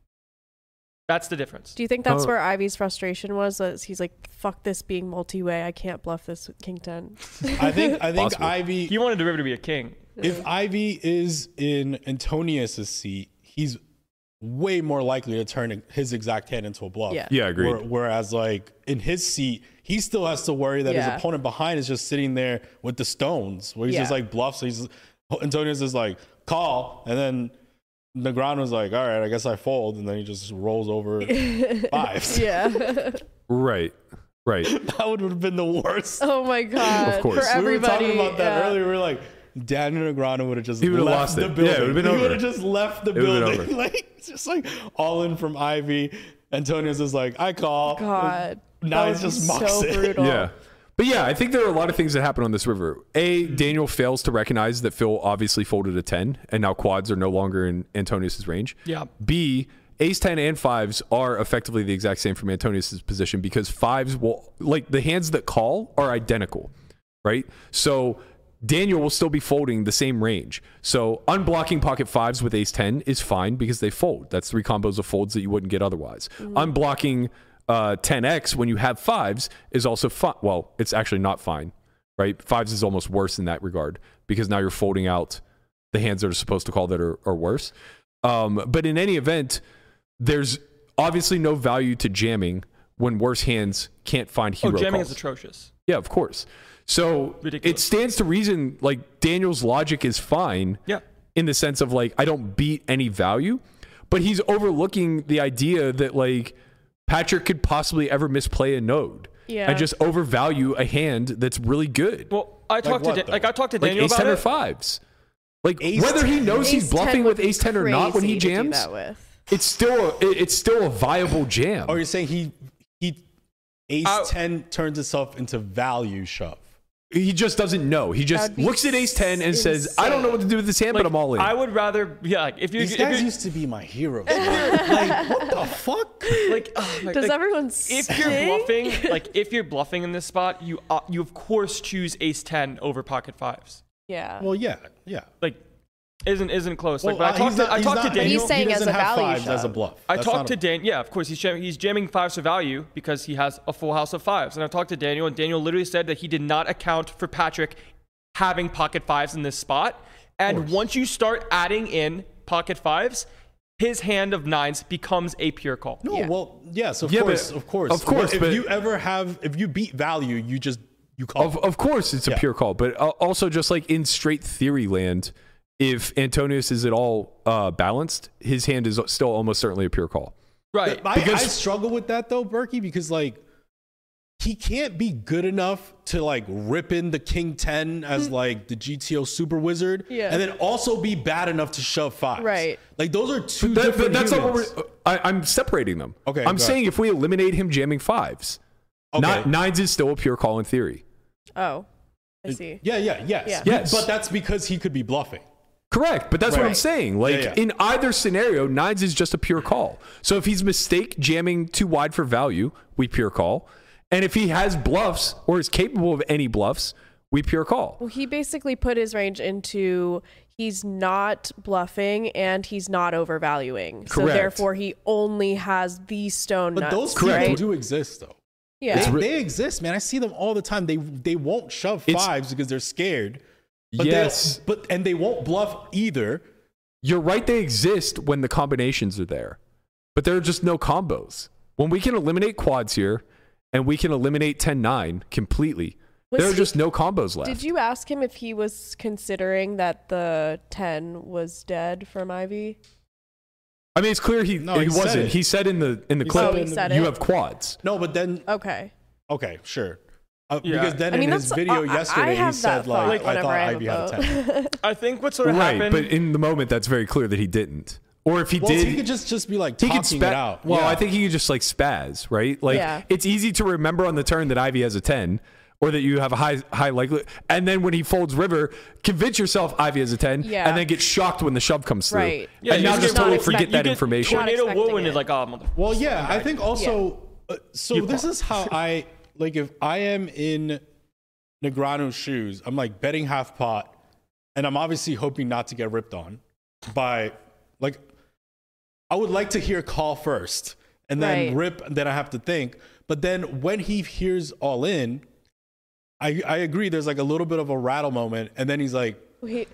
That's the difference.
Do you think that's
Oh.
where Ivy's frustration was? That he's like, "Fuck this being multi-way. I can't bluff this with King Ten."
I think I think
Possible.
Ivy
He wanted the river to be a king.
if Ivy is in Antonius's seat, he's way more likely to turn his exact hand into a bluff.
Yeah.
Yeah, agreed.
Where- whereas, like in his seat, he still has to worry that
Yeah.
his opponent behind is just sitting there with the stones, where he's just
Yeah.
like bluffs. He's Antonius is like call, and then Negron was like, all right, I guess I fold, and then he just rolls over fives.
yeah.
Right. Right.
[laughs] that would have been the worst.
[laughs] oh my god.
Of course.
For
we were
everybody.
talking about that
yeah.
earlier. We were like, Daniel Negreanu would have just
He
left
would've lost it.
the
Yeah, it
building.
would've been
he
over.
would have just left the
would've been over.
building. [laughs] like it's just like all in from Ivy. Antonio's is like, I call.
God.
Now
That
he's
would be
just mocks
so
it. [laughs]
brutal.
Yeah. But yeah, I think there are a lot of things that happen on this river. A, Daniel fails to recognize that Phil obviously folded a 10, and now quads are no longer in Antonius's range.
Yeah.
B, ace 10 and fives are effectively the exact same from Antonius's position because fives will, like, the hands that call are identical, right? So Daniel will still be folding the same range. So unblocking pocket fives with ace 10 is fine because they fold. That's three combos of folds that you wouldn't get otherwise. Unblocking uh, 10x when you have fives is also fine. Well, it's actually not fine, right? Fives is almost worse in that regard because now you're folding out the hands that are supposed to call that are, are worse. Um, but in any event, there's obviously no value to jamming when worse hands can't find
Oh,
hero
jamming
calls.
is atrocious.
Yeah, of course. So it
Ridiculous.
stands to reason like Daniel's logic is fine
Yeah.
in the sense of like I don't beat any value, but he's overlooking the idea that like Patrick could possibly ever misplay a node
Yeah.
and just overvalue a hand that's really good.
Well, I talked
what,
to Dan-
though?
like I talked to
like
Daniel
ace
about
10 or
it.
fives. Like
Ace
whether he
10.
knows he's
10
bluffing
would
with
be
ace 10 or not when he
crazy to do
jams,
that with.
it's still a, it- it's still a viable jam.
Or Oh, you're saying he he ace
I-
ten turns itself into value shove.
He just doesn't know. He
That'd
just
be
looks at ace 10 and says, "I don't know what to do with this hand,
Like,
but I'm all in."
I would rather yeah, like if you
These
if
guys
you-
used to be my
[laughs]
heroes. man. like what the fuck?
like, oh my-
Does
like,
everyone
if you're
[laughs]
bluffing, like if you're bluffing in this spot, you uh, you of course choose ace 10 over pocket fives.
Yeah.
Well, yeah, yeah.
Like isn't isn't close. Like
Well,
but
uh,
I talked
he's
to
not-
I
he's
talked
not-
to Daniel
He's
he
saying as
doesn't
a
have
value
fives as a
shove.
bluff.
I
That's
talked
not
to
a-
Dan. Yeah, of course he's jamming, he's jamming fives for value because he has a full house of fives. And I talked to Daniel, and Daniel literally said that he did not account for Patrick having pocket fives in this spot. And once you start adding in pocket fives, his hand of nines becomes a pure call.
No,
Yeah.
well, yes, of
Yeah, but-
course, of course,
of course,
If
but-
you ever have, if you beat value, you just you call.
Of, of course, it's a
Yeah.
pure call, but uh, also just like in straight theory land, if Antonius is at all uh, balanced, his hand is still almost certainly a pure call.
Right.
I,
because-
I struggle with that though, Berkey, because like he can't be good enough to like rip in the King Ten as like the GTO Super Wizard,
Hmm. Yeah.
and then also be bad enough to shove five.
Right.
Like those are two
That-
different.
that's not what
humans.
we're. I, I'm separating them.
Okay,
I'm
go
saying if we eliminate him jamming fives, not,
Okay.
nines is still a pure call in theory.
Oh, I see.
Yeah, yeah, yes,
Yeah.
Yes.
But that's because he could be bluffing.
Correct, but that's what I'm
Right.
saying. Like
yeah.
in either scenario, nines is just a pure call. So if he's mistake jamming too wide for value, we pure call, and if he has bluffs or is capable of any bluffs, we pure call.
Well, he basically put his range into he's not bluffing and he's not overvaluing. So
Correct.
therefore, he only has the stone
But
nuts.
those
Correct.
people
right?
do exist though.
yeah.
They, they exist, man. I see them all the time. They they won't shove
It's-
fives because they're scared. But
yes,
They, but and they won't bluff either.
You're right, they exist when the combinations are there, but there are just no combos. When we can eliminate quads here and we can eliminate 10 9 completely,
Was
there are
he-
just no combos left.
Did you ask him if he was considering that the 10 was dead from Ivy?
I mean, it's clear he,
No,
it
he said
wasn't.
it.
He said in the, in the
He
clip,
said it in the- Oh, he said
you
it?
have quads.
No, but then
Okay.
Okay, sure. Uh,
Yeah.
Because then
I mean,
in his
that's-
video
I- I- I
yesterday, he
have
said
that
like,
thought
"I
whenever
thought
I have a
Ivy had a
vote.
ten.
I think what sort of
Right,
happened.
but in the moment, that's very clear that he didn't. Or if he
well,
did,
he could just just be like
he
talking
could spa-
it out.
Well,
Yeah.
I think he could just like spaz, right? Like
Yeah.
it's easy to remember on the turn that Ivy has a ten, or that you have a high high likelihood. And then when he folds river, convince yourself Ivy has a ten,
Yeah,
and then get shocked when the shove comes through.
Right.
yeah,
and
you
now
just
just
get
totally
not
forget
expect-
that
you get
information.
Tornado
Not
whirlwind
expecting
is like, oh, mother.
Well, yeah, I think also. Uh, so
You
this
fall.
is how I like if I am in Negrano's shoes, I'm like betting half pot, and I'm obviously hoping not to get ripped on by like. I would like to hear call first, and then
Right.
rip that I have to think. But then when he hears all in, I I agree. There's like a little bit of a rattle moment, and then he's like,
He,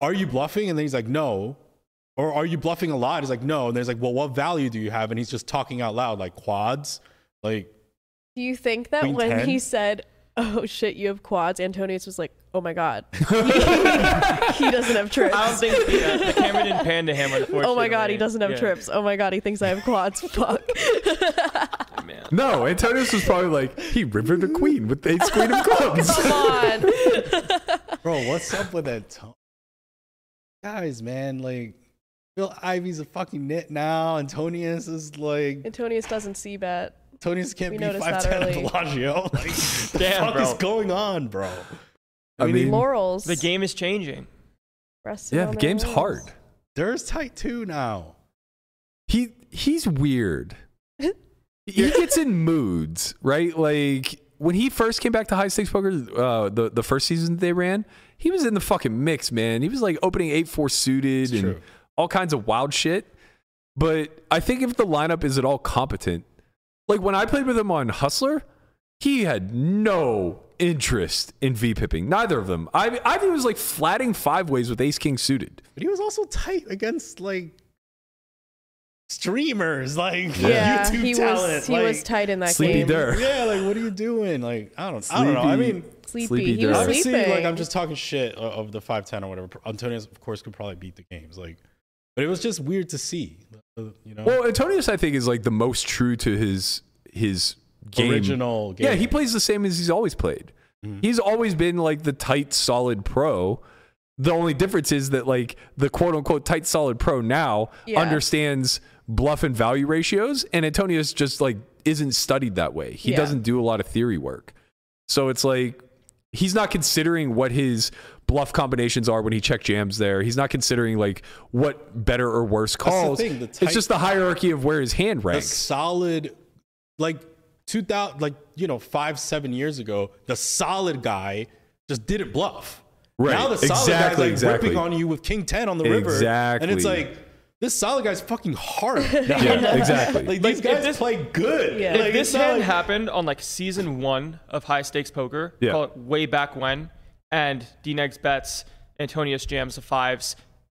"Are you bluffing?" And then he's like, "No." Or are you bluffing a lot? He's like, no. And there's like, well, what value do you have? And he's just talking out loud, like quads, like
do you think that
Queen
when
10?
he said, "Oh shit, you have quads," Antonius was like, "Oh
[laughs]
my god, he doesn't have
[laughs]
trips."
I don't think yeah, the camera didn't
[laughs]
pan to him. Unfortunately.
Oh my god, he doesn't have
Yeah.
trips. Oh my god, he thinks I have quads. [laughs] Fuck.
Oh, Man.
No, Antonius was probably like, he rivered the queen with the ace queen of
[laughs]
clubs.
[laughs]
Come on.
Bro, what's up with that tone? Guys, man, like Bill Ivy's a fucking nit now. Antonius is like
Antonius doesn't see bet.
Antonius can't
We
be
noticed
five
that
ten at
early.
Bellagio. [laughs] Like, the
Damn,
fuck
bro.
is going on, bro?
I mean,
Laurels.
The game is changing.
Rested
yeah, the
on their
game's
laurels.
hard.
There's tight two now.
He he's weird. he gets in moods, right? Like when he first came back to high stakes poker, uh, the the first season they ran, he was in the fucking mix, man. He was like opening eight four suited and
true.
all kinds of wild shit. But I think if the lineup is at all competent, like when I played with him on Hustler, he had no interest in V pipping. Neither of them. I I think it was like flatting five ways with Ace King suited.
But he was also tight against like streamers, like
Yeah,
[laughs] YouTube
he
talent.
was he
like,
was tight in that
Sleepy [laughs]
game.
Durr.
Yeah, like what are you doing? Like I don't, I don't know. I
Sleepy-
mean,
Sleepy.
Sleepy
he
Durr.
was
Obviously,
sleeping.
like I'm just talking shit o- of the five ten or whatever. Antonio, of course, could probably beat the games, like, but it was just weird to see, uh, you know,
Well, Antonius, I think, is like the most true to his his game.
original game. Mm-hmm.
Yeah, he plays the same as he's always played. He's always been like the tight, solid pro. The only difference is that like the quote unquote tight, solid pro now
Yeah.
understands bluff and value ratios, and Antonius just like isn't studied that way. He
Yeah.
doesn't do a lot of theory work, so it's like he's not considering what his bluff combinations are when he check jams there. He's not considering like what better or worse
the
calls.
thing, the
it's
tight-
just the hierarchy of where his hand
a
ranks.
solid, like two thousand, like you know, five seven years ago, the solid guy just didn't bluff.
Right,
now, the solid guy's
exactly,
like
exactly.
ripping on you with king ten on the river, and
Exactly.
it's like this solid guy's fucking hard. now.
[laughs] yeah, exactly.
Like these
if
guys
this-
play good.
Yeah.
Like,
If
it's
If this
not
hand
like-
happened on like season one of high stakes poker,
Yeah.
call it way back when, and DNegs bets, Antonius jams the fives,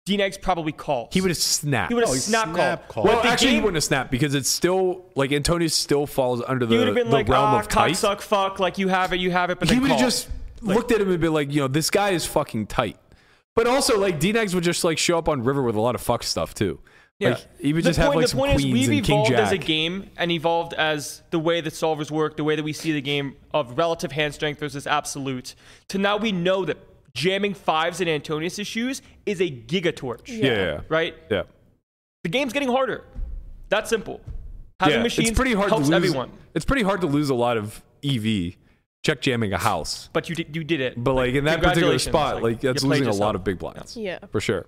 DNegs probably calls.
He would have snapped.
he would have
he
snap,
snap
called.
called.
Well,
But the
actually, he
game-
wouldn't have snapped because it's still like Antonius still falls under
he
the,
would have been
uh, the
like,
realm
ah,
of tight.
cocksuck, fuck, like you have it, you have it, but
He
then
would have
call.
just looked at him and been like, you know, this guy is fucking tight. But also, like Dnegs would just like show up on river with a lot of fuck stuff too. Like he would
The
just have
point-
like
the
some
point is
queens
we've
and king
evolved
jack.
as a game and evolved as the way that solvers work, the way that we see the game of relative hand strength versus absolute. To now we know that jamming fives in Antonius' shoes is a gigatorch,
yeah. yeah.
right?
Yeah.
The game's getting harder. That's simple. Having
Yeah,
machines
it's pretty hard
helps
to lose.
everyone,
It's pretty hard to lose a lot of EV check jamming a house.
but you did, you did it.
But like in that particular
congratulations,
spot, like,
like, you
that's
played
losing a
yourself.
lot of big blinds.
yeah.
for sure.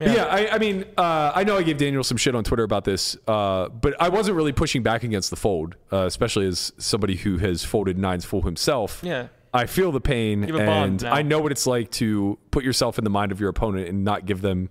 Yeah, I, I mean, uh, I know I gave Daniel some shit on Twitter about this, uh, but I wasn't really pushing back against the fold, uh, especially as somebody who has folded nines full himself.
Yeah.
I feel the pain,
You have a bond
and
now.
I know what it's like to put yourself in the mind of your opponent and not give them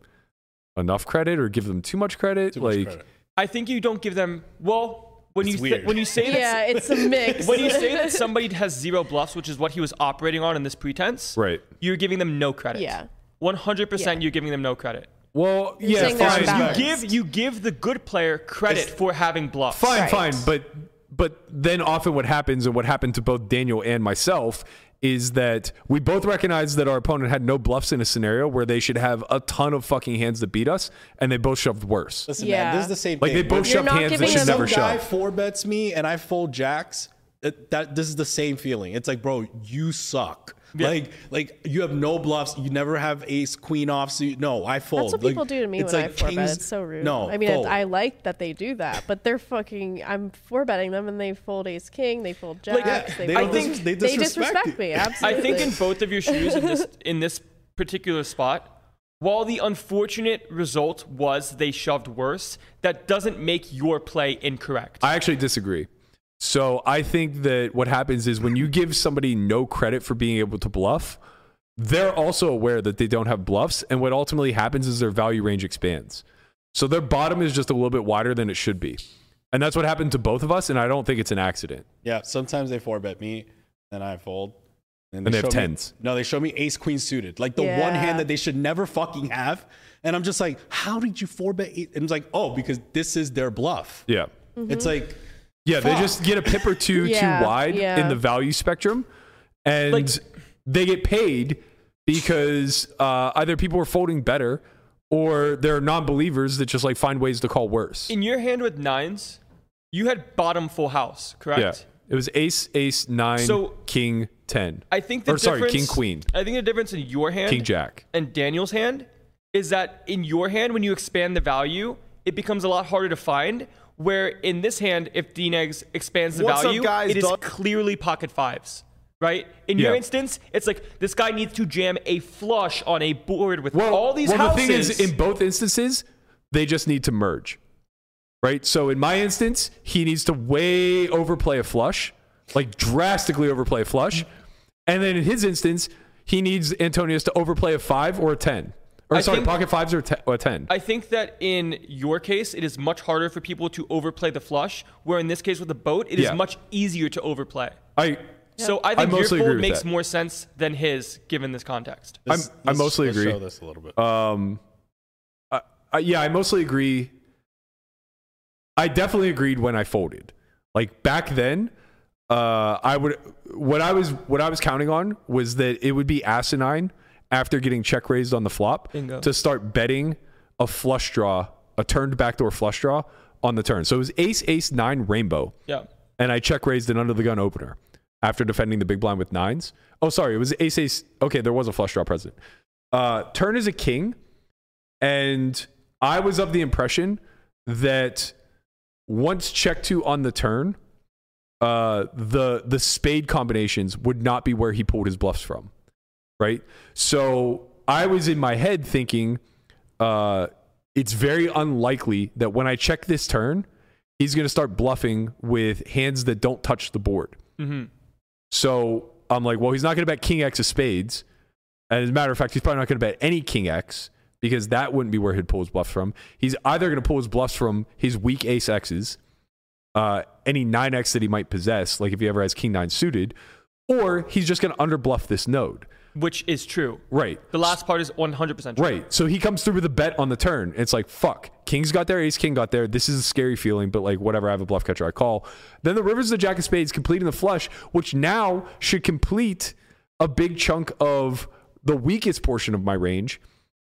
enough credit or give them too much credit.
Too much
like,
credit.
I think you don't give them well when
It's
you th-
weird.
when you say that
Yeah, it's
[laughs]
a mix.
when you say that somebody has zero bluffs, which is what he was operating on in this pretense,
Right.
You're giving them no credit.
Yeah.
100%
Yeah.
you're giving them no credit.
well, yeah,
saying they're
fine,
unbalanced.
You give you give the good player credit for having bluffs.
fine,
Right.
fine. But but then often what happens, and what happened to both Daniel and myself, is that we both recognized that our opponent had no bluffs in a scenario where they should have a ton of fucking hands that beat us, and they both shoved worse.
Listen,
Yeah.
man, this is the same
Like
thing.
they both
You're
shoved
not
hands that
giving
should
them-
never
some guy
shove.
four bets me and I fold jacks. That, that this is the same feeling. It's like, bro, you suck. Like, like you have no bluffs. You never have ace queen off. So you, no, I fold.
That's what
Like,
people do to me
it's
when I
like
four bet.
kings-
It's so rude.
No,
I mean,
fold.
I, I like that they do that, but they're fucking. I'm four betting them, and they fold ace king, they fold jacks.
Like,
yeah,
they
they,
fold,
don't
I think-
dis- they
they
disrespect,
disrespect
you.
me.
I
Absolutely.
think in [laughs] both of your shoes in this in this particular spot, while the unfortunate result was they shoved worse, that doesn't make your play incorrect.
I actually disagree. So I think that what happens is when you give somebody no credit for being able to bluff, they're also aware that they don't have bluffs, and what ultimately happens is their value range expands. So their bottom is just a little bit wider than it should be. And that's what happened to both of us, and I don't think it's an accident.
Yeah, sometimes they four bet me, then I fold.
And they have
show me-
tens.
no, they show me ace queen suited, like the one
Yeah.
hand that they should never fucking have. And I'm just like, how did you four bet? Eight? And it's like, oh, because this is their bluff.
Yeah.
Mm-hmm.
It's like,
Yeah, they just get a pip or two
Yeah,
too wide in
yeah.
the value spectrum, and
Like-
they get paid because uh, either people are folding better or they're non-believers that just like find ways to call worse.
In your hand with nines, you had bottom full house, correct?
Yeah, it was ace, ace, nine,
So-
king, ten.
I think the
or sorry, king,
difference,
queen,
I think the difference in your hand
king, jack.
and Daniel's hand is that in your hand, when you expand the value, it becomes a lot harder to find. Where in this hand, if DNegs expands the
What's up,
value,
guys?
it is
Dog-
clearly pocket fives, right? In your
Yeah.
instance, it's like this guy needs to jam a flush on a board with all these
well,
houses.
the thing is, in both instances, they just need to merge, right? So in my instance, he needs to way overplay a flush, like drastically overplay a flush, and then in his instance, he needs Antonius to overplay a five or a ten, or
I
sorry,
think-
pocket fives or, te- or a ten.
I think that in your case, it is much harder for people to overplay the flush. Where in this case with the boat, it is
Yeah.
much easier to overplay.
I,
So I think your
mostly agree
fold
with
makes
that.
more sense than his, given this context.
I'm, I mostly
let's
agree.
show this a little bit.
Um, I, I, yeah, I mostly agree. I definitely agreed when I folded. Like back then, uh, I would what I was what I was counting on was that it would be asinine after getting check raised on the flop
Bingo.
to start betting a flush draw, a turned backdoor flush draw on the turn. So it was ace ace nine rainbow
Yeah.
and I check raised an under the gun opener after defending the big blind with nines. Oh, sorry, it was ace ace. Okay, there was a flush draw present. Uh, turn is a king, and I was of the impression that once check two on the turn, uh, the the spade combinations would not be where he pulled his bluffs from, right? So I was in my head thinking, uh, it's very unlikely that when I check this turn, he's going to start bluffing with hands that don't touch the board.
Mhm.
So I'm like, well, he's not going to bet King X of spades. And as a matter of fact, he's probably not going to bet any King X because that wouldn't be where he'd pull his bluffs from. He's either going to pull his bluffs from his weak ace X's, uh, any 9X that he might possess, like if he ever has King 9 suited, or he's just going to underbluff this node.
Which is true.
Right.
The last part is 100% true.
Right. So he comes through with a bet on the turn. It's like, fuck, King's got there, Ace King got there. This is a scary feeling, but like, whatever, I have a bluff catcher, I call. Then the Rivers, the Jack of Spades, completing the flush, which now should complete a big chunk of the weakest portion of my range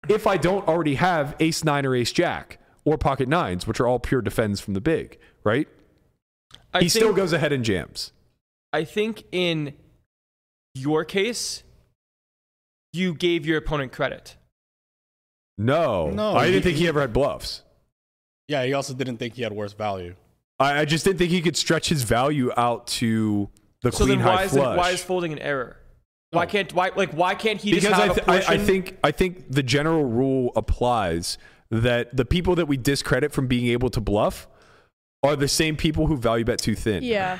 if I don't already have Ace Nine or Ace Jack or Pocket Nines, which are all pure defends from the big, right?
I
he still
think-
goes ahead and jams.
I think in your case, you gave your opponent credit.
No.
No,
I didn't
he-
think he ever had bluffs.
yeah, he also didn't think he had worse value.
I, I just didn't think he could stretch his value out to the
So
queen
then why
high
is, it,
flush. Oh.
why is folding an error? Why can't why like why can't he
because
just
I,
have
th-
a
I, I
portion-
think I think the general rule applies that the people that we discredit from being able to bluff are the same people who value bet too thin.
Yeah,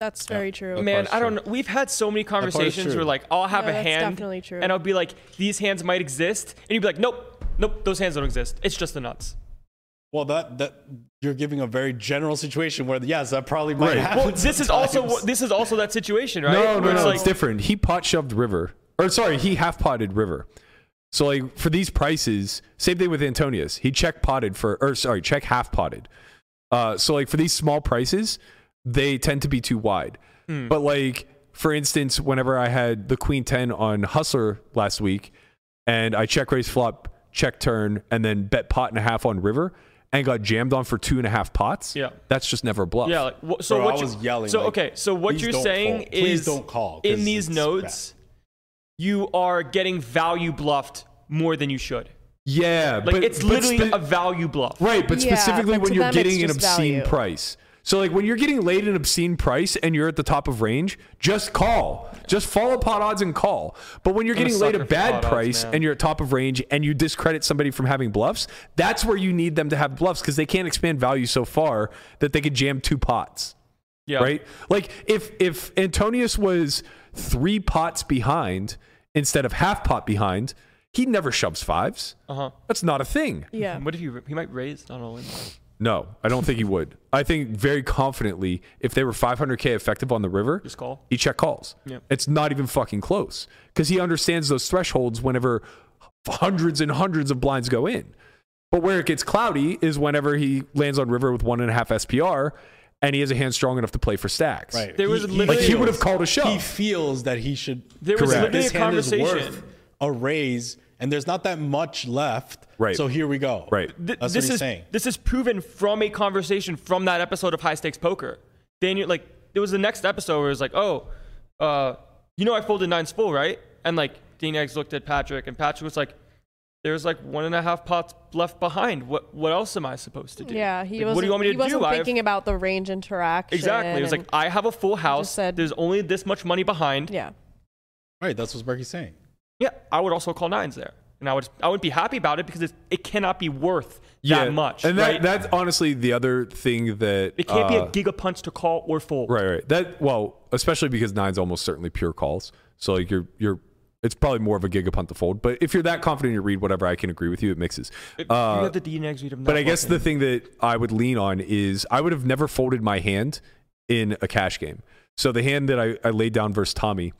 that's very true.
Man, I don't know. We've had so many conversations
true.
where like I'll have
No,
a
that's
hand
definitely true.
and I'll be like, these hands might exist, and you'd be like, nope, nope, those hands don't exist. It's just the nuts.
Well, that that you're giving a very general situation where yes, that probably might
Right.
happen.
Well, this is also
sometimes.
wha- this is also that situation, right?
No,
Where
no, no,
it's
it's,
like,
different. He pot shoved River, or sorry, he half potted River. So like for these prices, same thing with Antonius. He check potted for, or sorry, check half potted. Uh, so like for these small prices, they tend to be too wide.
Hmm.
But like for instance, whenever I had the queen ten on Hustler last week, and I check raise flop, check turn, and then bet pot and a half on River, and got jammed on for two and a half pots.
Yeah.
that's just never a bluff.
Yeah, like, wha- so
Bro,
what
I
you-
was yelling,
So
like,
okay, so what
"Please
you're
don't
saying
call. Please
is
don't call, 'cause
in these
it's
nodes, you are getting value bluffed more than you should.
yeah,
Like
but
it's
but
literally
spe-
a value bluff.
Right, but
Yeah,
specifically
but
when
to
you're
them, it's
getting an
just
obscene
value.
price. So like when you're getting laid an obscene price and you're at the top of range, just call. Just follow pot odds and call. But when you're
I'm a
getting laid
sucker
a
for
bad
pot odds,
price
man.
and you're at top of range and you discredit somebody from having bluffs, that's where you need them to have bluffs because they can't expand value so far that they could jam two pots.
Yeah.
Right? Like if if Antonius was three pots behind instead of half pot behind, He never shoves fives.
Uh huh.
That's not a thing.
Yeah.
What if he he might raise? Not only.
No, I don't think he would. I think very confidently, if they were 500K effective on the river,
Just call.
he check calls.
Yep.
It's not even fucking close because he understands those thresholds whenever hundreds and hundreds of blinds go in. But where it gets cloudy is whenever he lands on river with one and a half SPR and he has a hand strong enough to play for stacks.
Right.
There was
Like
literally-
he would have called a
He
shove.
feels that he should.
There was
Correct.
literally a
This hand is
conversation.
worth a raise, and there's not that much left.
Right.
So here we go.
Right.
Th-
That's what
this
he's
is
saying.
this is proven from a conversation from that episode of High Stakes Poker. Daniel, like it was the next episode where it was like, oh, uh, you know, I folded nine spool, right? And like Dean Eggs looked at Patrick, and Patrick was like, "There's like one and a half pots left behind. What what else am I supposed to do?
Yeah, he
Like,
was
what do you want me
he
to do?
wasn't
I have-
thinking about the range interaction.
exactly. It was like
and-
I have a full house.
said-
There's only this much money behind.
yeah.
Right. That's what Berkey's saying.
Yeah, I would also call nines there, and I would I would be happy about it because it's, it cannot be worth that much.
And that,
right?
that's honestly the other thing that.
it can't
uh,
be a giga punch to call or fold.
Right, right. That well, especially because nine's almost certainly pure calls. So like you're you're it's probably more of a gigapunt to fold. But if you're that confident in your read, whatever, I can agree with you. It mixes. Uh,
you have the D and X read
But I guess the thing that I would lean on is I would have never folded my hand in a cash game. So the hand that I, I laid down versus Tommy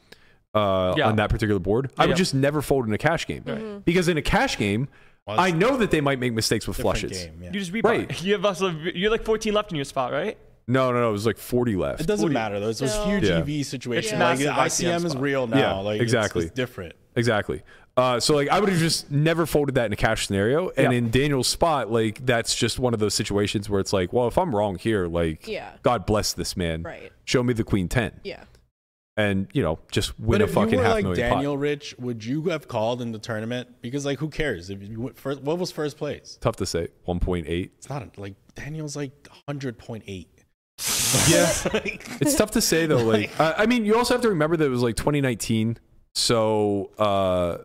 uh,
Yeah.
on that particular board, I
Yeah.
would just never fold in a cash game. Because in a cash game, I know that they might make mistakes with
Different
flushes.
game, yeah.
you just rebuy.
Right.
[laughs] You have also you're like 14 left in your spot, right?
No, no, no. It was like 40 left.
It doesn't matter though. It's a
Still-
huge
Yeah.
EV situation.
Yeah.
Like the
Massive
ICM is
spot.
real now.
Yeah,
like it's-
exactly.
It's different.
Exactly. Uh, so like I would have just never folded that in a cash scenario, and
Yeah.
in Daniel's spot, like that's just one of those situations where it's like, well, if I'm wrong here, like,
Yeah.
God bless this man.
Right.
Show me the queen ten,
Yeah.
and you know, just win a
if
fucking
you were
half
like
million
Daniel
pot.
Rich, would you have called in the tournament? Because like, who cares? If you went first, what was first place?
Tough to say. One point
[laughs]
eight.
It's not like Daniel's like hundred point eight.
Yeah, it's tough to say though. Like, uh, I mean, you also have to remember that it was like 2019, so uh,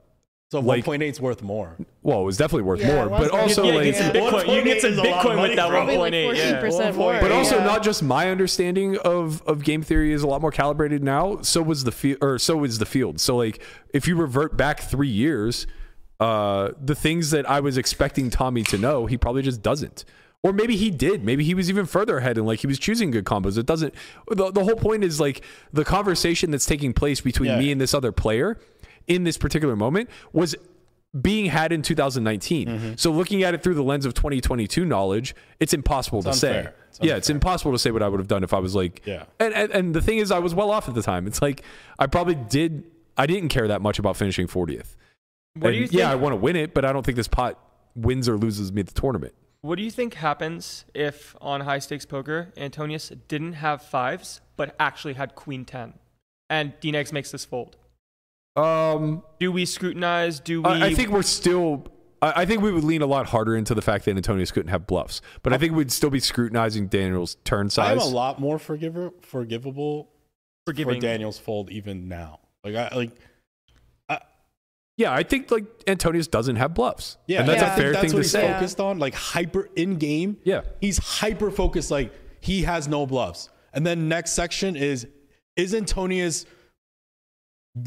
So
Like-
one point eight's worth more.
well, it was definitely worth
Yeah, it
more,
was
but
worth
also
yeah,
more.
you
like
get some
Yeah.
Bitcoin. You get some
1.8 is a lot of
Bitcoin
money,
with that
bro.
Probably like
1.8.
14%
Yeah.
more.
But also,
yeah.
not just my understanding of of game theory is a lot more calibrated now. So was the field, or so is the field. So like, if you revert back three years, uh, the things that I was expecting Tommy to know, he probably just doesn't. Or maybe he did. Maybe he was even further ahead and like he was choosing good combos. It doesn't. The, the whole point is like the conversation that's taking place between me and this other player in this particular moment was being had in 2019. So looking at it through the lens of 2022 knowledge, it's impossible to say.
unfair. It's
yeah, it's impossible to say what I would have done if I was like.
Yeah.
And, and and the thing is, I was well off at the time. It's like I probably did. I didn't care that much about finishing 40th.
What do
And
you think?
Yeah, I want to win it, but I don't think this pot wins or loses me the tournament.
What do you think happens if on high stakes poker Antonius didn't have fives but actually had queen 10, and D X makes this fold?
Um,
Do we scrutinize? Do we?
I, I think we're still. I I think we would lean a lot harder into the fact that Antonius couldn't have bluffs, but I think we'd still be scrutinizing Daniel's turn size.
I'm a lot more forgiver, forgivable
forgiving.
for Daniel's fold even now. Like I like
Yeah, I think like Antonius doesn't have bluffs.
yeah,
and that's a
I think
fair
that's
thing
what
to
he's
say.
Yeah.
focused on. Like hyper in game.
Yeah.
he's hyper focused. Like he has no bluffs. And then next section is is Antonius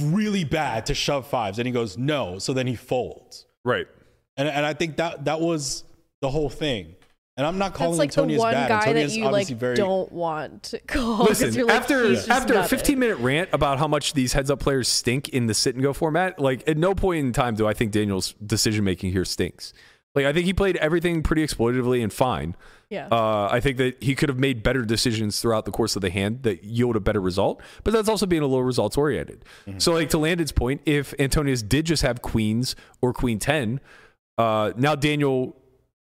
really bad to shove fives? And he goes no. So then he folds.
Right.
And and I think that that was the whole thing. And I'm not calling
That's like
Antonius
the one
bad.
guy
Antonius
that you like
obviously very
don't want to call. 'cause
Listen,
you're like,
after
he's just
after a
nutted.
15 minute rant about how much these heads up players stink in the sit and go format, like at no point in time do I think Daniel's decision making here stinks. Like I think he played everything pretty exploitatively and fine.
yeah,
Uh, I think that he could have made better decisions throughout the course of the hand that yield a better result, but that's also being a little results oriented. So, like to Landon's point, if Antonius did just have queens or queen 10, uh, now Daniel,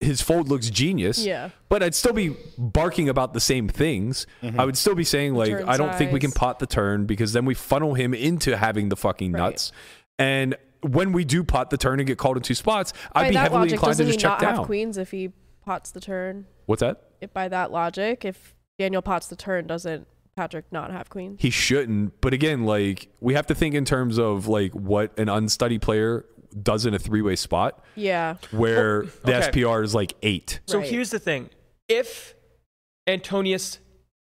his fold looks genius.
Yeah.
But I'd still be barking about the same things.
Mm-hmm.
I would still be saying, like,
turn
I don't think we can
size.
pot the turn because then we funnel him into having the fucking
Right.
nuts. And when we do pot the turn and get called in two spots, I'd
by
be
that
heavily
logic,
inclined to
doesn't
just
he
check
not
down.
have queens if he pots the turn?
What's that?
If by that logic, if Daniel pots the turn, doesn't Patrick not have queens?
he shouldn't. But again, like we have to think in terms of like what an unstudied player does in a three way spot
Yeah,
where the
okay.
SPR is like eight.
So
Right.
here's the thing: if Antonius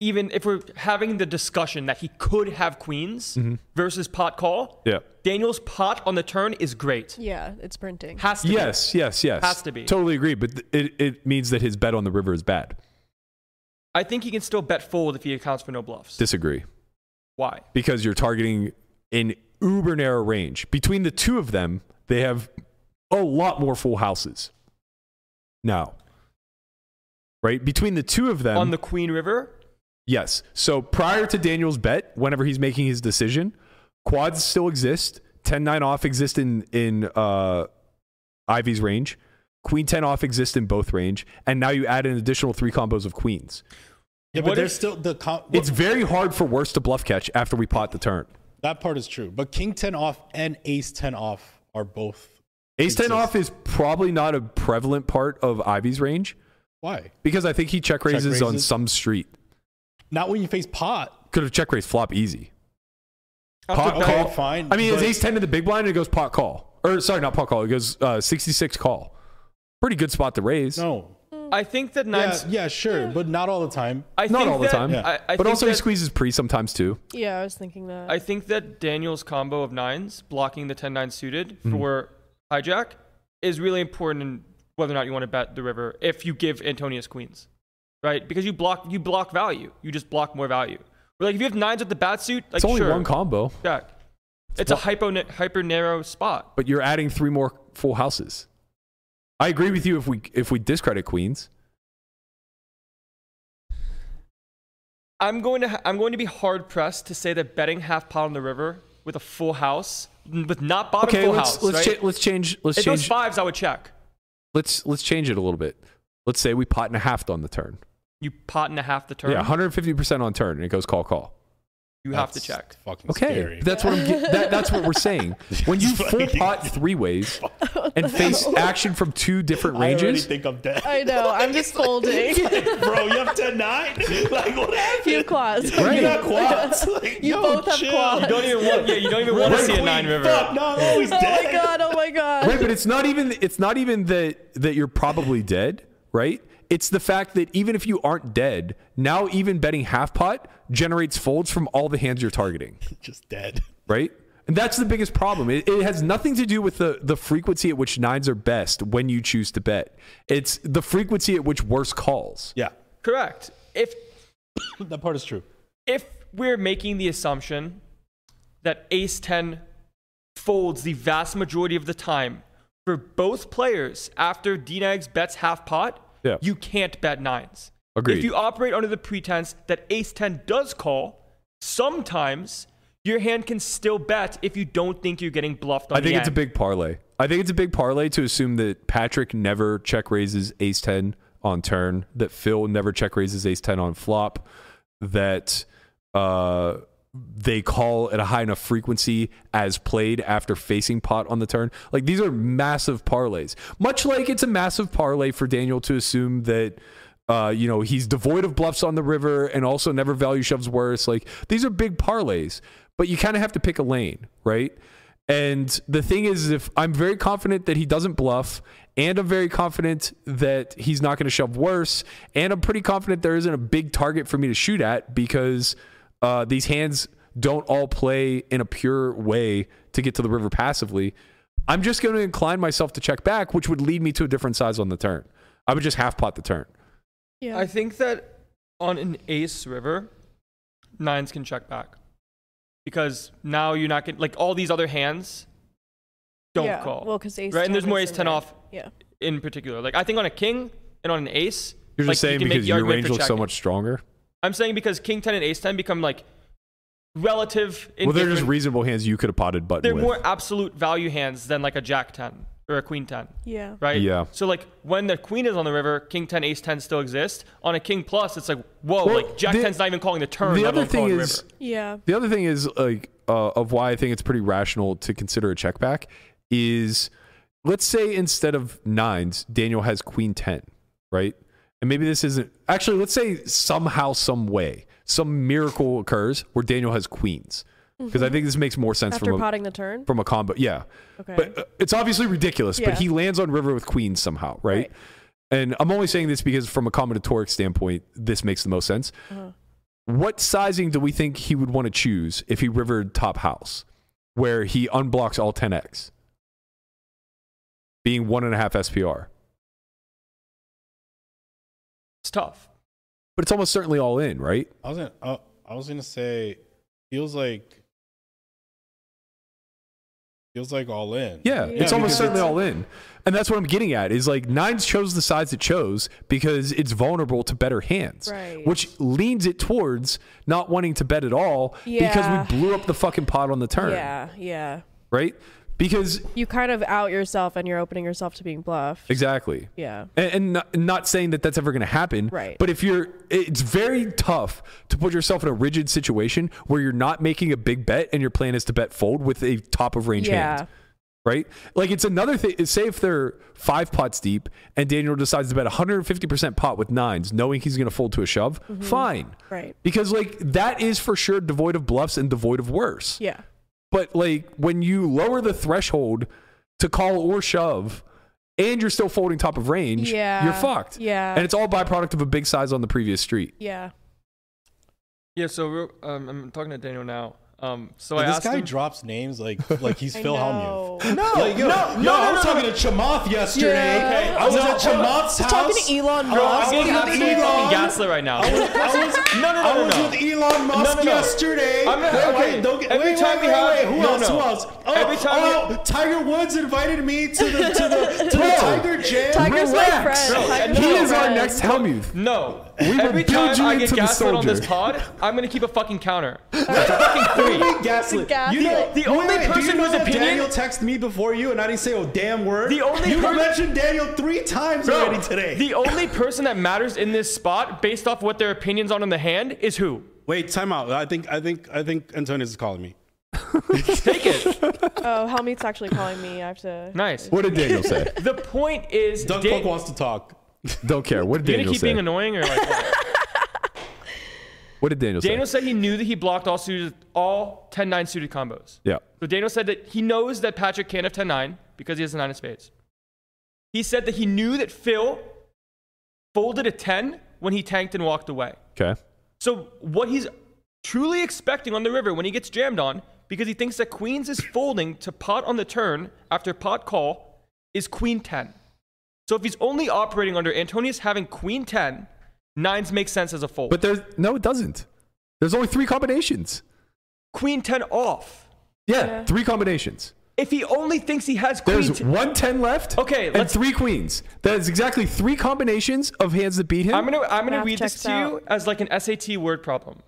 even if we're having the discussion that he could have queens versus pot call,
Mm-hmm. Yeah.
Daniel's pot on the turn is great.
Yeah, it's printing.
Has to be.
Yes, yes, yes.
Has to be.
Totally agree. But th- it, it means that his bet on the river is bad.
I think he can still bet fold if he accounts for no bluffs.
Disagree.
Why?
Because you're targeting an uber narrow range. Between the two of them, they have a lot more full houses. Now, right? Between the two of them.
on the Queen River,
Yes. So prior to Daniel's bet, whenever he's making his decision, quads still exist. 10 9 off exist in, in uh, Ivy's range. Queen 10 off exist in both range. And now you add an additional three combos of queens.
Yeah,
What
but there's
if-
still the com-
It's very hard for worse to bluff catch after we pot the turn.
that part is true. But king ten off and ace ten off are both
Ace 10
Exist.
off is probably not a prevalent part of Ivy's range
why?
because I think he check raises, on
raises?
some street.
Not when you face pot.
Could have check raised flop easy.
I'll
Pot
take that.
call.
Okay, fine,
I mean, it's
but-
ace 10 to the big blind and it goes pot call. Or sorry, not pot call. It goes uh, 66 call. Pretty good spot to raise.
No.
I think that
Yeah,
nines.
yeah, sure, but not all the time.
I
Not
think
all the
that-
time.
Yeah.
I, I
but
think
also he
that-
squeezes pre sometimes too.
Yeah, I was thinking that.
I think that Daniel's combo of nines, blocking the 10 9 suited
Mm-hmm.
for hijack, is really important in whether or not you want to bet the river if you give Antonius queens, right? Because you block you block value. You just block more value. Or like if you have nines with the bat suit, like
it's only
sure,
one combo,
Jack. It's a hypo hyper narrow spot.
but you're adding three more full houses. I agree with you if we if we discredit queens.
I'm going to ha- I'm going to be hard pressed to say that betting half pot on the river with a full house, with not bottom
Okay,
full
let's
house,
let's
right?
cha- let's change let's
if those
change let
fives, I would check.
let's let's change it a little bit. Let's say we pot and a half on the turn.
You pot and a half the turn.
Yeah, 150 percent on turn, and it goes call call.
you have to check.
Fucking
Okay,
scary.
that's what I'm. Get, that, that's what we're saying. When you full pot three ways and face action from two different
I already
ranges,
think I'm dead.
I know. I'm just folding.
Bro, you have 10
[laughs]
9? Like, what happened?
Few quads.
You
Right.
got quads. Like,
You
yo,
both have
chill.
quads.
don't even want. Yeah, you don't even want to see a nine river.
Fuck, no, I'm always
Oh
dead.
my god! Oh my [laughs] god!
Right, but it's not even it's not even that that you're probably dead, right? It's the fact that even if you aren't dead, now even betting half pot generates folds from all the hands you're targeting,
[laughs] Just dead.
right? And that's the biggest problem. It, it has nothing to do with the the frequency at which nines are best when you choose to bet. It's the frequency at which worse calls.
Yeah. [laughs]
Correct. If
That part is true.
if we're making the assumption that ace 10 folds the vast majority of the time for both players after DNAGs bets half pot,
Yeah.
you can't bet nines.
Agreed.
If you operate under the pretense that ace 10 does call, sometimes your hand can still bet if you don't think you're getting bluffed on
I think
the
it's a
end.
big parlay. I think it's a big parlay to assume that Patrick never check raises ace 10 on turn, that Phil never check raises ace 10 on flop, that uh, they call at a high enough frequency as played after facing pot on the turn. Like these are massive parlays. Much like it's a massive parlay for Daniel to assume that. Uh, you know he's devoid of bluffs on the river, and also never value shoves worse. Like these are big parlays, but you kind of have to pick a lane, right? And the thing is, if I'm very confident that he doesn't bluff, and I'm very confident that he's not going to shove worse, and I'm pretty confident there isn't a big target for me to shoot at because uh, these hands don't all play in a pure way to get to the river passively. I'm just going to incline myself to check back, which would lead me to a different size on the turn. I would just half pot the turn.
Yeah.
I think that on an ace river, nines can check back because now you're not getting like all these other hands don't
yeah.
call.
Well, because ace
right, and there's
10
more
is
ace
in
ten
there.
off
Yeah.
in particular. Like I think on a king and on an ace,
You're
like,
just saying
can make
because
the
your
argument
range
for
looks so
checking.
much stronger.
I'm saying because king ten and ace ten become like relative.
Well, they're just
indifferent-
reasonable hands you could have potted button
they're
with.
more absolute value hands than like a jack ten or a queen ten.
Yeah.
Right.
Yeah.
So like when the queen is on the river, king ten, ace ten still exist. On a king plus, it's like whoa,
Well,
like jack
the-
ten's not even calling the turn.
the
let
other
alone calling
thing
the
is,
river.
Yeah.
The other thing is like uh, of why I think it's pretty rational to consider a check back is let's say instead of nines, Daniel has queen 10, right? And maybe this isn't actually, let's say somehow, some way, some miracle occurs where Daniel has queens. Because I think this makes more sense
Mm-hmm. After
from a,
potting the turn.
from a combo. Yeah.
Okay.
But uh, it's obviously ridiculous,
Yeah.
but he lands on river with queens somehow, right?
Right.
And I'm only saying this because from a combinatoric standpoint, this makes the most sense. what sizing do we think he would want to choose if he rivered top house, where he unblocks all 10x, being one and a half SPR?
It's tough.
But it's almost certainly all in, right?
I was gonna, uh, I was gonna say, feels like, feels like all in.
Yeah, it's almost
because
certainly
it's-
all in. And that's what I'm getting at is like nines chose the sides it chose because it's vulnerable to better hands,
Right.
which leans it towards not wanting to bet at all
Yeah.
because we blew up the fucking pot on the turn,
Yeah, yeah.
right? Because
You kind of out yourself and you're opening yourself to being bluffed.
exactly.
Yeah.
And, and not, not saying that that's ever going to happen.
Right.
But if you're, it's very tough to put yourself in a rigid situation where you're not making a big bet and your plan is to bet fold with a top of range
Yeah.
hand. Right? Like it's another thing. Say if they're five pots deep and Daniel decides to bet 150% pot with nines, knowing he's going to fold to a shove,
Mm-hmm.
fine.
Right.
Because like that is for sure devoid of bluffs and devoid of worse.
Yeah.
But like when you lower the threshold to call or shove, and you're still folding top of range,
Yeah.
you're fucked.
Yeah.
and it's all byproduct of a big size on the previous street.
Yeah.
Yeah. So real- um, I'm talking to Daniel now. Um, so I
Like,
asked
this guy
him,
drops
[laughs]
names like like he's
I
Phil
know.
Hellmuth. No, like, yo, no, yo, I was talking to Chamath yesterday.
Yeah.
I was at Chamath's house.
talking to Elon
I was
Musk.
with
Elon
absolutely fucking
Elon.
gaslit right now.
I was, I was,
No, no, no,
I
no,
was
no.
with Elon Musk
no.
yesterday.
I'm not-
Wait,
okay.
wait, don't get,
Every
wait,
time
wait,
we
wait,
have-
wait, who
no,
else?
no.
Who else? Oh,
Every time
oh, Tiger Woods invited me to the to the, to the Tiger Jam.
Tiger's my
Relax.
friend. Tiger's
He
my
is our
friend.
next Helmuth.
No.
will
Every
build
time
you
I
into
get
the
gaslit on this
soldier.
pod, I'm gonna keep a
[laughs]
fucking counter. It's fucking three.
Gaslit.
Gaslit.
You know,
The only
do you
person
know
whose
that
opinion-
Daniel texted me before you, and I didn't say a damn word.
The only
you
person-
mentioned Daniel three times
Bro,
already today.
The only person that matters in this spot, based off what their opinions on in the hand, is who?
Wait, time out. I think I think I think Antonius is calling me.
Take it.
Oh, Helmut's actually calling me. I have to.
Nice.
What did Daniel say?
The point is,
Doug
Dan-
Puck wants to
[laughs]
talk.
Don't care. What did
you gonna
Daniel
keep
say?
being annoying or like? what?
what did Daniel,
Daniel
say?
said he knew that he blocked all suited, all 10-9 suited combos.
Yeah.
So Daniel said that he knows that Patrick can't have 10-9 because he has a nine of spades. He said that he knew that Phil folded a 10 when he tanked and walked away.
Okay.
So what he's truly expecting on the river when he gets jammed on, because he thinks that queens is folding to pot on the turn after pot call, is queen 10. So if he's only operating under Antonius having queen 10, nines make sense as a fold.
But there's no, it doesn't. There's only three combinations.
queen 10 off.
Yeah,
Yeah.
three combinations.
If he only thinks he has queen
There's
10,
one ten left.
Okay,
and
let's-
three queens. That is exactly three combinations of hands that beat him.
I'm gonna I'm gonna
Math
read this
checks
to you
out.
as like an SAT word problem.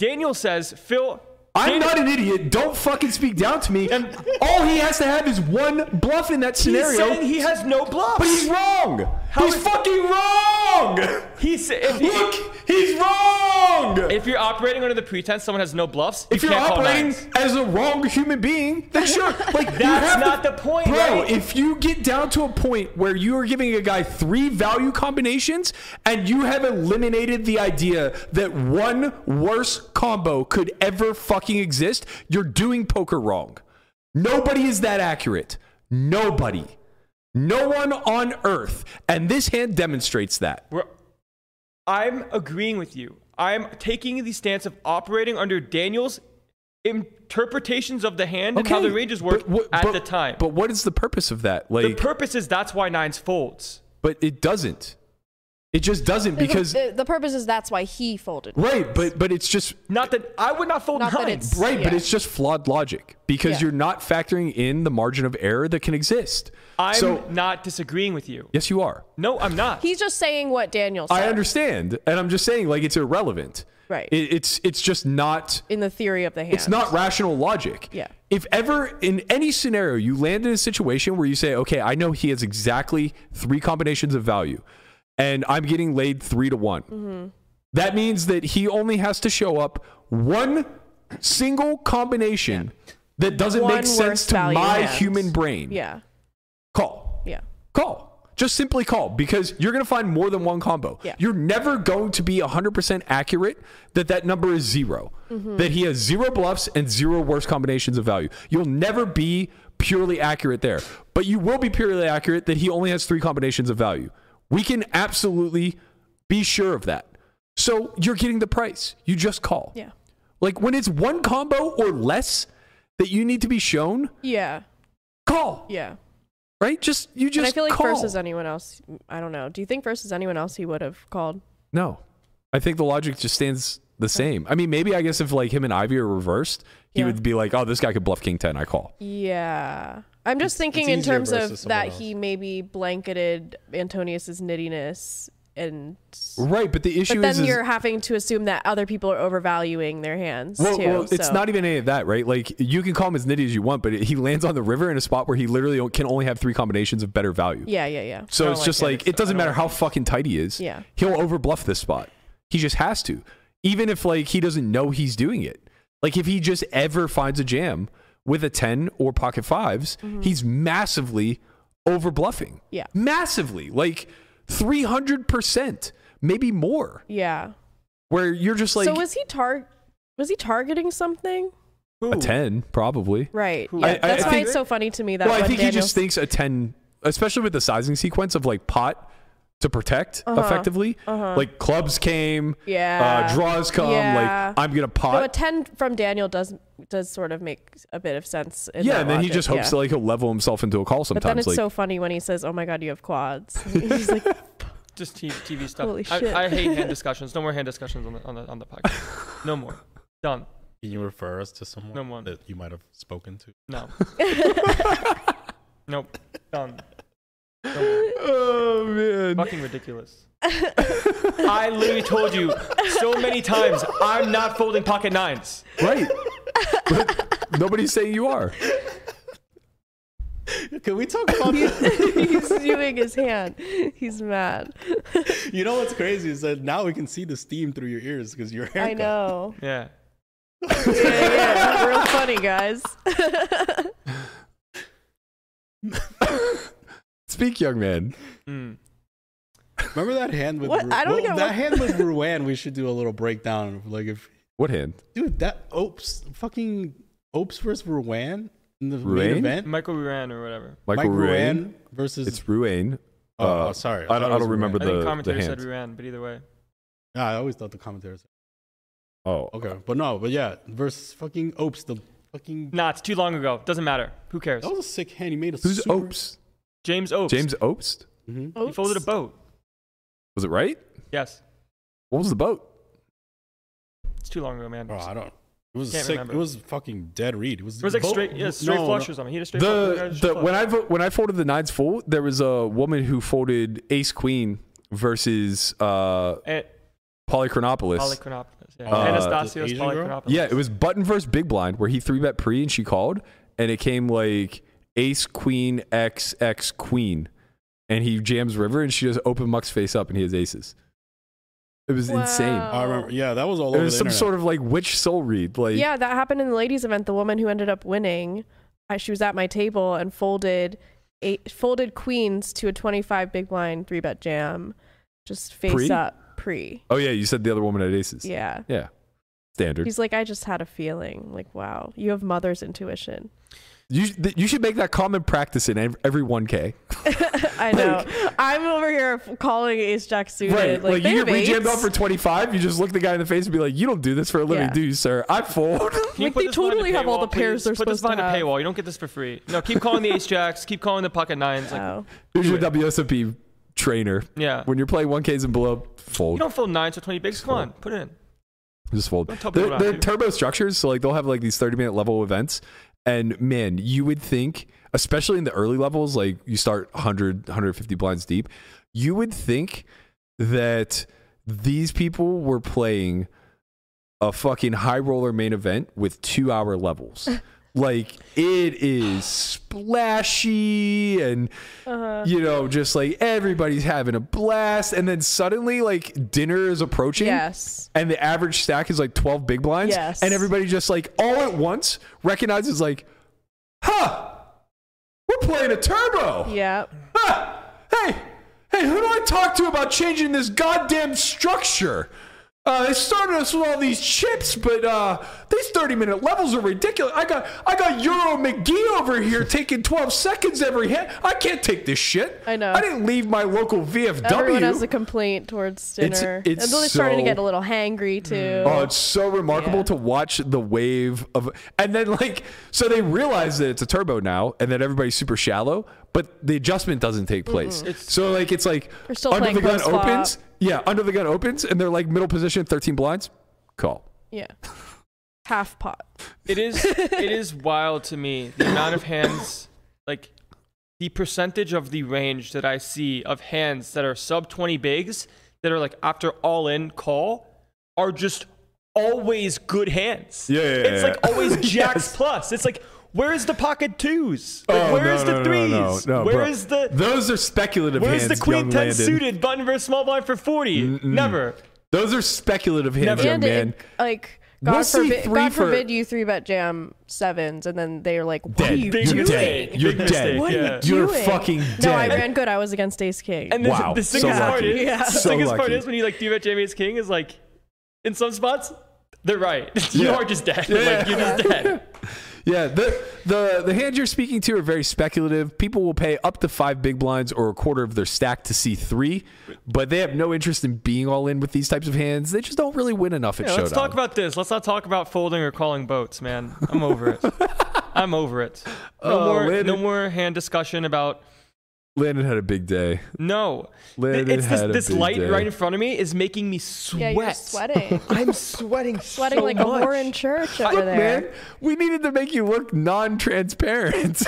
Daniel says Phil.
I'm
Daniel-
not an idiot. Don't fucking speak down to me. And all he has to have is one bluff in that
He's
scenario.
saying he has no bluffs.
but he's wrong. he's
is-
fucking wrong.
He's if,
Look, he's wrong. If,
if you're operating under the pretense someone has no bluffs, you
you're
can't call
operating
nines.
as a wrong human being, then
[laughs]
sure. Like you
That's
have to-
not the point,
bro.
right?
If you get down to a point where you are giving a guy three value combinations and you have eliminated the idea that one worse combo could ever fucking exist, you're doing poker wrong. Nobody is that accurate. Nobody. No one on earth. And this hand demonstrates that.
We're- I'm agreeing with you. I'm taking the stance of operating under Daniel's interpretations of the hand and how the ranges work
But what-
at
but-
the time.
But what is the purpose of that?
the
Like,
purpose is that's why nines folds.
but it doesn't. It just doesn't
The-
because
the, the purpose is that's why he folded.
right. But but it's just
Not that I would not fold
Not that
nines.
it's-
Right, but
Yeah.
it's just flawed logic because
Yeah.
you're not factoring in the margin of error that can exist.
I'm
so,
not disagreeing with you.
yes, you are.
No, I'm not.
He's just saying what Daniel said.
I understand, and I'm just saying, like, it's irrelevant.
Right.
It, it's it's just not.
In the theory of the hand.
It's not rational logic.
Yeah.
If ever in any scenario you land in a situation where you say, okay, I know he has exactly three combinations of value, and I'm getting laid three to one,
Mm-hmm.
that means that he only has to show up one single combination that doesn't
One
make sense
worse
to
value
my
hand.
human brain.
Yeah.
Call.
Yeah.
Call. Just simply call because you're going to find more than one combo.
Yeah.
You're never going to be 100% accurate that that number is 0
Mm-hmm.
that he has zero bluffs and zero worse combinations of value. You'll never be purely accurate there, but you will be purely accurate that he only has three combinations of value. We can absolutely be sure of that. So you're getting the price. You just call.
Yeah.
Like when it's one combo or less that you need to be shown,
Yeah.
call.
Yeah.
Right? Just you just
and I feel like
call.
versus anyone else, I don't know. Do you think versus anyone else he would have called?
No. I think the logic just stands the same. I mean, maybe I guess if like him and Ivy are reversed, he
Yeah.
would be like, "Oh, this guy could bluff king 10, I call."
Yeah. I'm just thinking in
easier
terms of
versus someone
that he maybe blanketed Antonius's nittiness and
Right, but the issue
but then
is, is
you're having to assume that other people are overvaluing their hands
well,
too.
well, it's
so-
not e- even any of that, right? Like you can call him as nitty as you want, but he lands on the river in a spot where he literally can only have three combinations of better value.
Yeah, yeah, yeah.
So
I
it's
don't
just
like it.
like
It's-
it doesn't
I don't
matter how fucking tight he is.
Yeah.
He'll overbluff this spot. He just has to. Even if like he doesn't know he's doing it. Like if he just ever finds a jam with a 10 or pocket 5s, he's massively overbluffing.
Mm-hmm. Yeah.
Massively. Like 300%, maybe more.
Yeah.
Where you're just like
so was he tar was he targeting something?
a 10 probably.
Right.
I-
Yeah.
I-
That's
I
why
think-
it's so funny to me that
Well, I
when
think he
Daniel-
just thinks a 10, especially with the sizing sequence of like pot to protect
Uh-huh,
effectively. Like clubs came,
Yeah.
uh, draws come,
Yeah.
like I'm going to
No, a
pot.
ten from Daniel does does sort of make a bit of sense. in
yeah,
that
and then he
logic,
just hopes
yeah.
that like he'll level himself into a call
But then
sometimes.
it's
like,
so funny when he says, "Oh my God, you
[laughs]
have quads." He's like,
Just T- TV stuff.
Holy
I-
shit.
I, hate
[laughs]
hand discussions. No more hand discussions on the on the, on the podcast. No more. Done.
Can you refer us to someone
No one.
that you might have spoken to? [laughs]
No. nope. Done.
oh man.
Fucking ridiculous. I literally told you so many times I'm not folding pocket nines.
Right. But nobody's saying you are.
[laughs] Can we talk about
[laughs] [laughs] he's doing his hand. He's mad.
[laughs] You know what's crazy is that now we can see the steam through your ears because your hair.
[laughs]
I know.
Yeah.
Yeah, yeah. Real funny, guys.
Speak, young man.
Mm.
[laughs] Remember that hand with
What?
Ru-
I don't
well,
get
that
what-
hand
[laughs]
with Ruan. We should do a little breakdown. of, Like if
What hand?
dude, that Opes fucking Opes versus Ruan in the
Ruan?
main event.
Michael Ruan or whatever.
Michael
Mike
Ruane?
Ruan versus
It's Ruane.
Oh,
Uh,
oh, sorry.
I don't,
thought it
I
was
don't remember
Ruan.
I
the,
think
the
commentator said
hand.
Ruan, but either way.
Nah, Ah, I always thought the commentators.
Oh,
Okay, but no, but yeah, versus fucking Opes, the fucking
Nah, it's too long ago. Doesn't matter. Who cares?
that was a sick hand. He made a
who's
super,
Opes?
James Oates.
Oh. James Opes?
Mhm.
He folded a boat.
Was it right?
Yes.
What was the boat?
It's too long ago, man.
Ah.
Bro, I don't. It was
Can't
sick.
remember.
It was fucking dead read. It was,
it was like
Bo-
straight, yeah, straight
no,
flush
no.
or something. He had a straight flush.
the,
guy
the
flush.
when I vo- when I folded the nines full, there was a woman who folded ace queen versus uh
And-
polychronopoulos.
Polychronopoulos. Yeah.
Uh,
Anastasios
the Asian girl?
Polychronopoulos.
yeah, it was button versus big blind where he three bet pre and she called and it came like ace queen x x queen and he jams river and she just opened muck's face up and he has aces. It was insane.
Wow.
I remember. Yeah, that was all
It
over
was
the
some
internet.
sort of like witch soul read like
Yeah, that happened in the ladies' event. The woman who ended up winning, I, she was at my table and folded eight, folded queens to a twenty-five big blind three bet jam, just face
Pre?
up pre.
Oh yeah, you said the other woman had aces.
Yeah.
Yeah. Standard.
He's like, I just had a feeling. Like, wow, you have mother's intuition. [laughs]
you sh- th- you should make that common practice in ev- every 1k.
I know.
[laughs]
I'm over here f- calling Ace Jack suited.
Right.
Like,
Like,
they
you
have
get rejammed
eights.
off for 25, you just look the guy in the face and be like, you don't do this for a living,
Yeah.
do you, sir? I fold.
Can you
Like,
put
they
this behind a
totally have all the
paywall,
pairs
please?
they're
Put this
supposed to
behind a
have.
paywall. You don't get this for free. No, keep calling the ace jacks. Keep calling the pocket
Uh,
nines. Like,
Oh.
Here's your WSOP trainer.
yeah.
When you're playing 1Ks and below,
You
fold.
don't fold nines or 20 bigs. Come on, put it in.
Just fold.
don't tell people
They're,
what
they're
I do.
turbo structures, so like they'll have like these 30 minute level events. And man, you would think, especially in the early levels, like you start 100, 150 blinds deep, you would think that these people were playing a fucking high roller main event with two hour
[laughs]
levels. like it is splashy and
uh-huh.
you know just like everybody's having a blast and then suddenly like dinner is approaching
Yes.
and the average stack is like 12 big blinds
Yes.
and everybody just like all at once recognizes like huh we're playing a turbo
Yeah.
[laughs] Huh! hey hey who do i talk to about changing this goddamn structure Uh, they started us with all these chips, but uh, these 30 minute levels are ridiculous. I got I got Euro McGee over
[laughs]
here taking 12 seconds every hit. I can't take this shit.
I know.
I didn't leave my local VFW.
Everyone has a complaint towards
It's-
dinner.
it's
and then they're starting to
so-
get a little hangry too.
Oh, it's so remarkable
Yeah.
to watch the wave of, and then like, so they realize that it's a turbo now, and that everybody's super shallow, but the adjustment doesn't take place. So like, it's like
We're still
under
playing
the gun
close swap.
opens, yeah, under the gun opens, and they're like middle position, thirteen blinds, call.
yeah. Half pot.
It is it is wild to me the amount of hands like the percentage of the range that I see of hands that are sub 20 bigs that are like after all in call are just always good hands.
Yeah, yeah,
It's
yeah,
like
yeah. [laughs]
always jacks
Yes.
plus. It's like where is the pocket twos? Like,
Oh,
where
no,
is
no,
the
no,
threes?
no, no,
Where
bro.
is the
Those are speculative
Where's
hands.
the queen
young
ten
Landon.
suited bun versus small blind for 40? Never.
Those are speculative hands, young
and it-
man.
like
We'll
God,
see
forbid,
three
God
for-
forbid you three bet jam sevens and then they're like, What are
Dead.
you
Big
doing?
You're
mistake.
dead. You're
Big
dead.
mistake,
What are
yeah.
you
You're
doing?
fucking
No, I
dead.
ran good. I was against Ace King.
And the,
Wow,
the
so
sickest part
lucky.
is,
Yeah.
the
So
sickest part
lucky.
is when you like do bet Jamie's King is like, in some spots, they're right. [laughs] you
Yeah.
are just dead.
Yeah.
Like you're just
[laughs]
dead.
Yeah, the the the hands you're speaking to are very speculative. People will pay up to five big blinds or a quarter of their stack to see three, but they have no interest in being all in with these types of hands. They just don't really win enough at
Yeah,
showdown.
let's talk about this. Let's not talk about folding or calling boats, man. I'm over [laughs] it. I'm over it. No
Oh,
more.
Landon-
No more hand discussion about
Landon had a big day.
no.
Landon
it's this,
had a
this
big
light
day.
right in front of me is making me sweat.
yeah,
[laughs]
you're sweating.
I'm sweating.
[laughs] sweating
so
like
much.
a whore in church over
Look,
there.
man, we needed to make you look
[laughs]
non-transparent.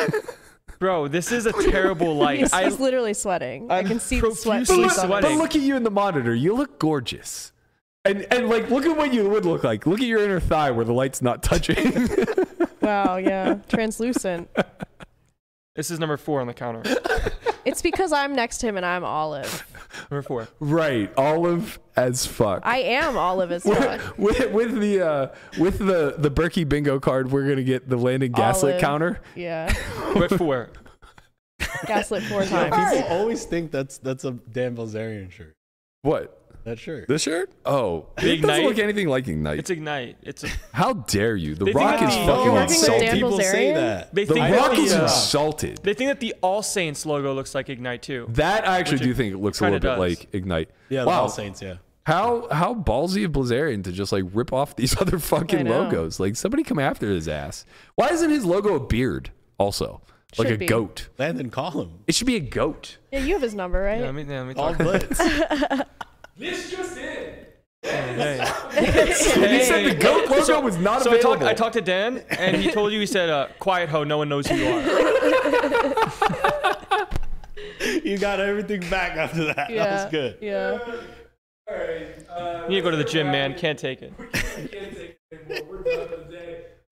Bro, this
[laughs]
is a terrible light.
[laughs] He's,
I,
he's literally sweating. i
I'm
can see the
but,
sweat.
profusely
look,
beads
Sleep
on
but
sweating.
look at you in the monitor. You look gorgeous. And, and like look at what you would look like. Look at your inner thigh where the light's not touching. [laughs]
it. Wow, yeah, translucent.
this is number four on the counter.
It's because I'm next to him and I'm olive.
Number four.
right, olive as fuck.
I am olive as fuck.
with, [laughs] with, with the uh, with the the Berkey bingo card, we're gonna get the Landon Gaslit
Olive.
counter.
Yeah,
Number four.
gaslit
[laughs]
four
People
times.
always think that's that's a Dan Bilzerian shirt.
What
That shirt.
this shirt? Oh,
Big
it doesn't
Knight?
look anything like Ignite.
It's ignite.
[laughs]
It's a
How dare you? The
They think
Rock
that
is
the-
fucking
Oh,
working with Dan
insulted.
Bil-
People say
Bilzerian?
that.
They
The
think
Rock
that the,
is
uh,
insulted.
They think that the All Saints logo looks like Ignite too.
That I actually
Which
do
it
think it looks a
kinda
little bit
does.
like Ignite.
Yeah, the
wow.
All Saints. Yeah.
How how ballsy of Blazarian to just like rip off these [laughs] other fucking
know.
logos. Like somebody come after his ass. Why isn't his logo a beard also? Like
Should
a
be.
goat.
Landon, call him.
It should be a goat.
Yeah, you have his number, right?
Yeah, let me, yeah, let me
All
talk. [laughs]
blitz. [laughs]
He said the goat logo was not
So I
available.
talked, I talked to Dan, and he told you, he said, uh, quiet ho, no one knows who you are.
you got everything back after that.
yeah,
That was good.
Yeah.
You need to go to the gym, man. Can't take it.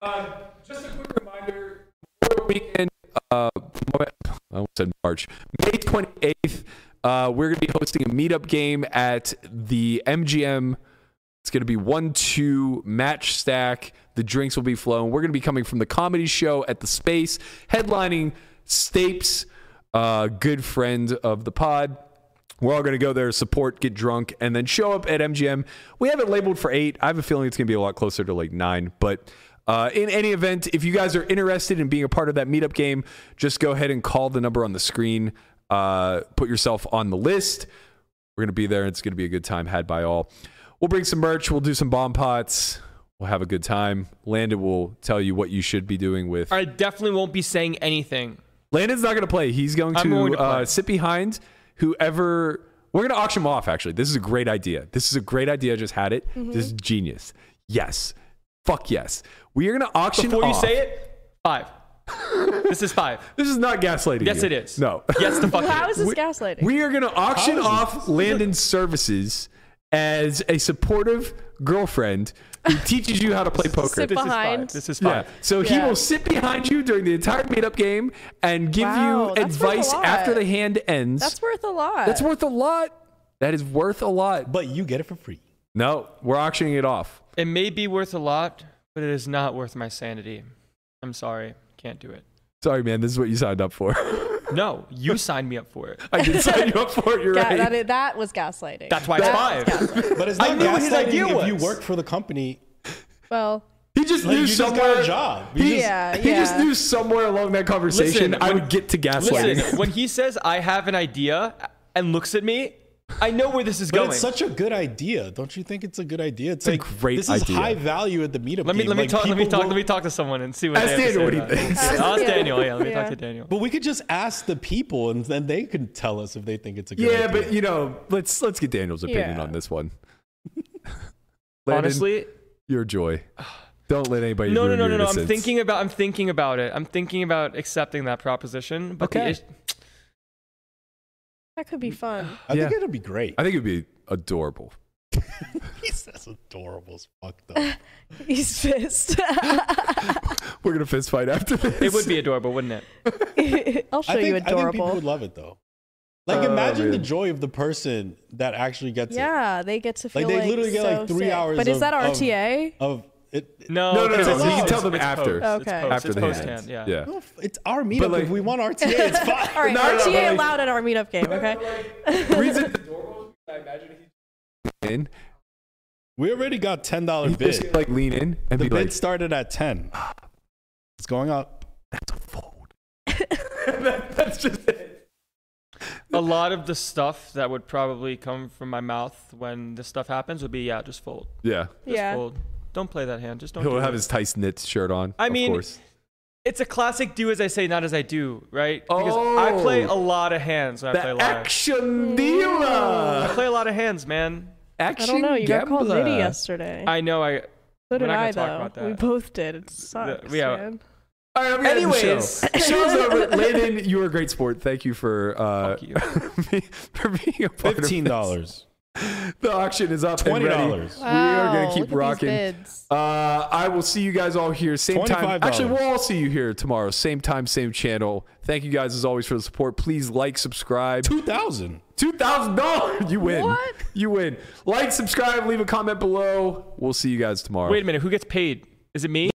Uh, Just a quick reminder, Memorial weekend, uh, Mo- I almost said March, May 28th, uh, we're going to be hosting a meetup game at the MGM. It's going to be 1 2 match stack. The drinks will be flowing. We're going to be coming from the comedy show at the space, headlining Stapes, uh, good friend of the pod. We're all going to go there, support, get drunk, and then show up at MGM. We have it labeled for eight. I have a feeling it's going to be a lot closer to like nine. But uh, in any event, if you guys are interested in being a part of that meetup game, just go ahead and call the number on the screen. Uh, put yourself on the list. We're going to be there. It's going to be a good time had by all. We'll bring some merch. We'll do some bomb pots. We'll have a good time. Landon will tell you what you should be doing with.
I definitely won't be saying anything.
Landon's not going to play. He's going to,
I'm going to
uh,
play.
sit behind whoever. We're going to auction him off, actually. This is a great idea. This is a great idea. I just had it.
Mm-hmm.
This is genius. Yes. Fuck yes. We are going to auction
Before you
off-
say it, five. This
[laughs]
is five.
This is not gaslighting.
Yes,
you.
it is.
No. [laughs]
Yes, the fuck it
How
is.
is this
We-
gaslighting?
We are going to auction off Landon's services as a supportive girlfriend
[laughs]
who teaches you how to play poker.
Sit behind.
This is
Yeah.
five.
So he
Yeah.
will sit behind you during the entire meetup game and give
Wow,
you
that's worth a
advice
lot.
after the hand ends.
That's worth a lot.
That's worth a lot. That is worth a lot.
But you get it for free.
No, we're auctioning it off.
It may be worth a lot, but it is not worth my sanity. I'm sorry. Can't do it.
Sorry, man. This is what you signed up for. [laughs]
No, you signed me up for it.
I [laughs] did sign you up for it. You're
Ga-
right.
that, i- that was gaslighting.
That's why it's
That was
five.
gaslighting.
But it's
I
not
knew what his
gaslighting
idea
if you
was.
work for the company.
well,
he just
Like,
knew
you just
somewhere.
got a job. You
He,
just-
Yeah,
he just
yeah.
knew somewhere along that conversation
Listen,
I
when-
would get to gaslighting.
Listen, when he says I have an idea and looks at me, I know where this is
But
going.
it's such a good idea, don't you think? It's a good idea. It's,
a
like
great
This is
idea.
high value at the meetup.
let me
game.
let me
Like,
talk. Let me
people
talk.
will-
Let me talk to someone and see what
Ask
they have
Daniel what
to
he
say about it.
thinks.
Ask
Ask
Daniel.
Daniel. Yeah, let me talk
Yeah.
to Daniel.
But we could just ask the people, and then they could tell us if they think it's a good
yeah,
idea.
but you know, let's let's get Daniel's opinion
Yeah.
on this one. [laughs] Landon,
[laughs] Honestly,
your joy. Don't let anybody.
no, no,
ruin
no,
your
no, no. I'm
innocence.
thinking about. I'm thinking about it. I'm thinking about accepting that proposition. But the
Okay.
is-
that
Mm.
could be fun.
[gasps]
[laughs]
I think
Yeah.
it'll be great. [laughs]
I [laughs] think it'd be adorable.
He's that's adorable as fuck
[laughs]
though.
He's pissed. [laughs]
We're gonna fist fight after this.
it would be adorable, wouldn't it?
I'll show
I think,
you
I think people
adorable.
would love it though. Like
Oh,
imagine the
man.
joy of the person that actually gets it.
yeah, they get to feel
Like,
like
they literally get, like,
so
three
sick.
hours
But is
of-
that
of- [laughs]
RTA?
Of it,
No,
No, no,
it's-
no,
it's-
you can
it's-
tell
them
it's
after.
post, it's
Okay.
[laughs]
post,
After
it's
the hand.
post-hand, Yeah.
Yeah.
no, it's our meetup.
like-
if we want RTA,
[laughs]
it's fine.
All right,
No, no, no,
RTA
but, like-
allowed at our meetup game. Okay.
reason I imagine he in
We already got ten dollar
he
bid.
just like lean in and
the
be
bid
like
started at ten. It's going up.
[laughs]
fold. That- that's just it.
A lot of the stuff that would probably come from my mouth when this stuff happens would be yeah, just fold.
Yeah,
Just
[laughs] Yeah.
fold. Don't play that hand. Just don't.
he'll
do
have
it.
his Tice knits shirt on.
I
of
mean,
course.
It's a classic do as I say, not as I do, right? Because I play
Oh.
a lot of hands when I play
the
live.
action
I
dealer.
play a lot of hands, man.
I
Action
don't know. You got called
gambler.
Liddy yesterday.
I know I
so
not
did
gonna
I,
talk
though.
about that.
We both did. It sucks,
yeah.
man.
All right, I'm gonna end the show.
Anyways.
show's over.
[laughs]
Landon, you were a great sport. Thank you for uh, [laughs]
Fuck you.
for being a part of
Fifteen
this.
dollars.
The auction is up. and
Twenty
ready.
dollars.
are gonna
Wow,
keep
look at these
rocking.
bids.
Uh, I will see you guys all here same time.
$25.
Actually, we'll all see you here tomorrow, same time, same channel. Thank you guys as always for the support. Please like, subscribe.
Two thousand.
Two thousand dollars, you win.
What?
You win. Like, subscribe, leave a comment below. We'll see you guys tomorrow.
Wait a minute, who gets paid? Is it me?